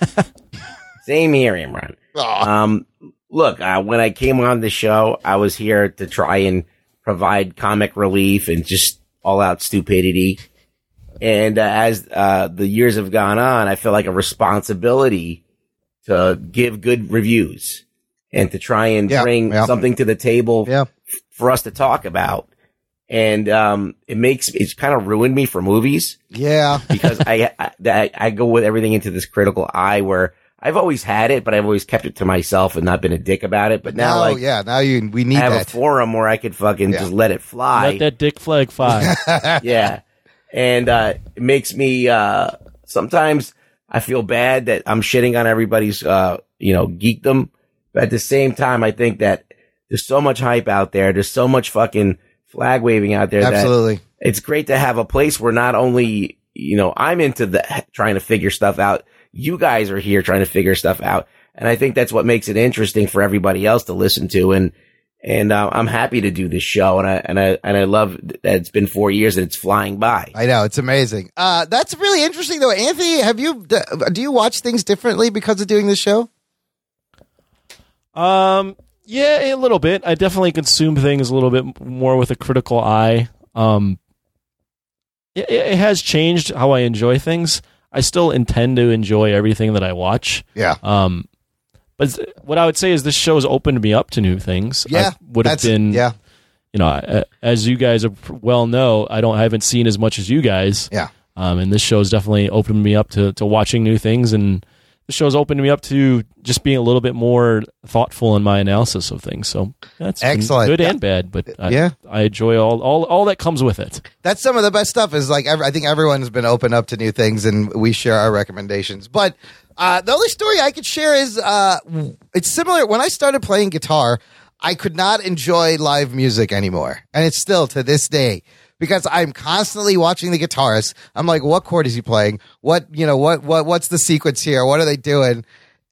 Speaker 6: Same here, Imran. Um, look, uh, when I came on the show, I was here to try and provide comic relief and just all out stupidity. And uh, as uh, the years have gone on, I feel like a responsibility to give good reviews and to try and bring something to the table f- for us to talk about. And um, it makes it's kind of ruined me for movies
Speaker 1: Yeah.
Speaker 6: because I, I that- I go with everything into this critical eye where I've always had it, but I've always kept it to myself and not been a dick about it. But now,
Speaker 1: Now,
Speaker 6: like,
Speaker 1: yeah, now you we
Speaker 6: I
Speaker 1: need
Speaker 6: have
Speaker 1: that.
Speaker 6: a forum where I could fucking just let it fly.
Speaker 5: Let that dick flag fly.
Speaker 6: yeah, and uh, it makes me uh, sometimes I feel bad that I'm shitting on everybody's uh, you know geekdom, but at the same time, I think that there's so much hype out there. There's so much fucking flag waving out there. that
Speaker 1: Absolutely.
Speaker 6: it's great to have a place where not only you know I'm into the trying to figure stuff out. You guys are here trying to figure stuff out, and I think that's what makes it interesting for everybody else to listen to. And and uh, I'm happy to do this show, and I and I and I love that it's been four years and it's flying by.
Speaker 1: I know it's amazing. Uh, that's really interesting, though. Anthony, have you do you watch things differently because of doing this show?
Speaker 5: Um, yeah, a little bit. I definitely consume things a little bit more with a critical eye. Um, it, it has changed how I enjoy things. I still intend to enjoy everything that I watch.
Speaker 1: Yeah.
Speaker 5: Um, but s- what I would say is this show's opened me up to new things. Uh, I
Speaker 1: Yeah,
Speaker 5: would have
Speaker 1: that's-
Speaker 5: been.
Speaker 1: yeah.
Speaker 5: You know, I- uh, as you guys are pr- well know, I don't I haven't seen as much as you guys.
Speaker 1: Yeah.
Speaker 5: Um, and this show's definitely opened me up to, to watching new things, and the show's opened me up to just being a little bit more thoughtful in my analysis of things. So that's been
Speaker 1: Excellent.
Speaker 5: good
Speaker 1: Yeah.
Speaker 5: and bad, but I,
Speaker 1: Yeah.
Speaker 5: I enjoy all, all all that comes with it.
Speaker 1: That's some of the best stuff. Is like ev- I think everyone's been open up to new things, and we share our recommendations. But uh, the only story I could share is uh, it's similar. When I started playing guitar, I could not enjoy live music anymore. And it's still to this day because I'm constantly watching the guitarist. I'm like, what chord is he playing? What, you know, what, what, what's the sequence here? What are they doing?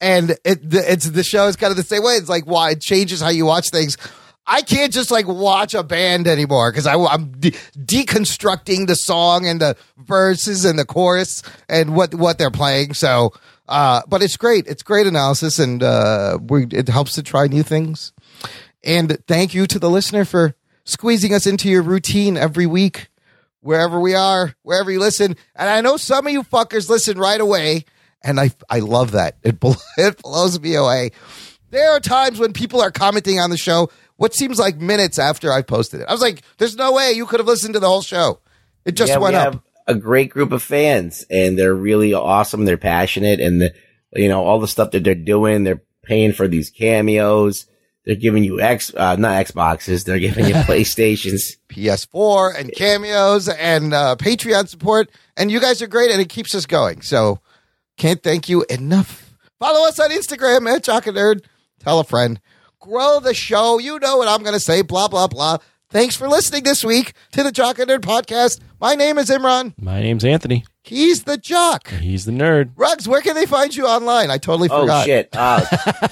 Speaker 1: And it, the, it's the show is kind of the same way. It's like, why it changes how you watch things. I can't just like watch a band anymore because I'm de- deconstructing the song and the verses and the chorus and what what they're playing. So, uh, but it's great. It's great analysis, and uh, we, it helps to try new things. And thank you to the listener for squeezing us into your routine every week, wherever we are, wherever you listen. And I know some of you fuckers listen right away, and I I love that. It bl- it blows me away. There are times when people are commenting on the show what seems like minutes after I posted it. I was like, there's no way you could have listened to the whole show. It just
Speaker 6: Yeah,
Speaker 1: went
Speaker 6: we
Speaker 1: up.
Speaker 6: have a great group of fans, and they're really awesome. They're passionate, and the, you know all the stuff that they're doing. They're paying for these cameos. They're giving you X, uh, not Xboxes. They're giving you PlayStations.
Speaker 1: PS4 and cameos and uh, Patreon support. And you guys are great and it keeps us going. So can't thank you enough. Follow us on Instagram at Jock and Nerd. Tell a friend. Grow the show. You know what I'm going to say. Blah, blah, blah. Thanks for listening this week to the Jock and Nerd podcast. My name is Imran.
Speaker 5: My name's Anthony.
Speaker 1: He's the Jock.
Speaker 5: He's the nerd.
Speaker 1: Rugs, where can they find you online? I totally
Speaker 6: Oh
Speaker 1: forgot.
Speaker 6: shit! Uh,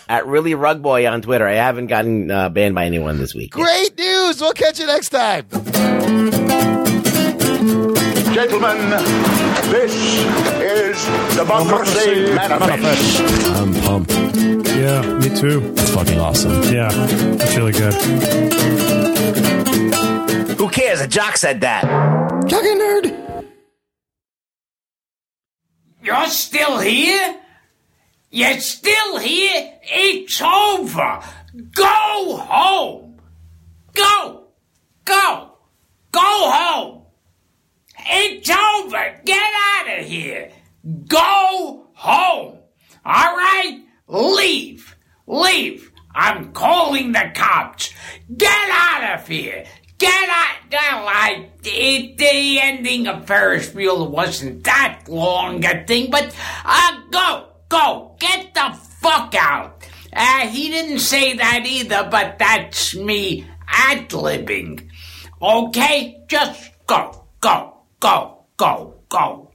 Speaker 6: at really rug boy on Twitter. I haven't gotten uh, banned by anyone this week.
Speaker 1: Great news. We'll catch you next time.
Speaker 15: Gentlemen, this is Democracy Manifest.
Speaker 16: I'm pumped. Yeah, me too. It's fucking awesome. Yeah, it's really good.
Speaker 6: Who cares? A jock said that.
Speaker 7: Jogging nerd.
Speaker 2: You're still here? You're still here? It's over. Go home. Go. Go. Go home. It's over. Get out of here. Go home. All right? Leave. Leave. I'm calling the cops. Get out of here. Get out. Well, I, it, the ending of Ferris Bueller wasn't that long a thing, but uh, go, go, get the fuck out. Uh, he didn't say that either, but that's me ad libbing. Okay, just go, go, go, go, go,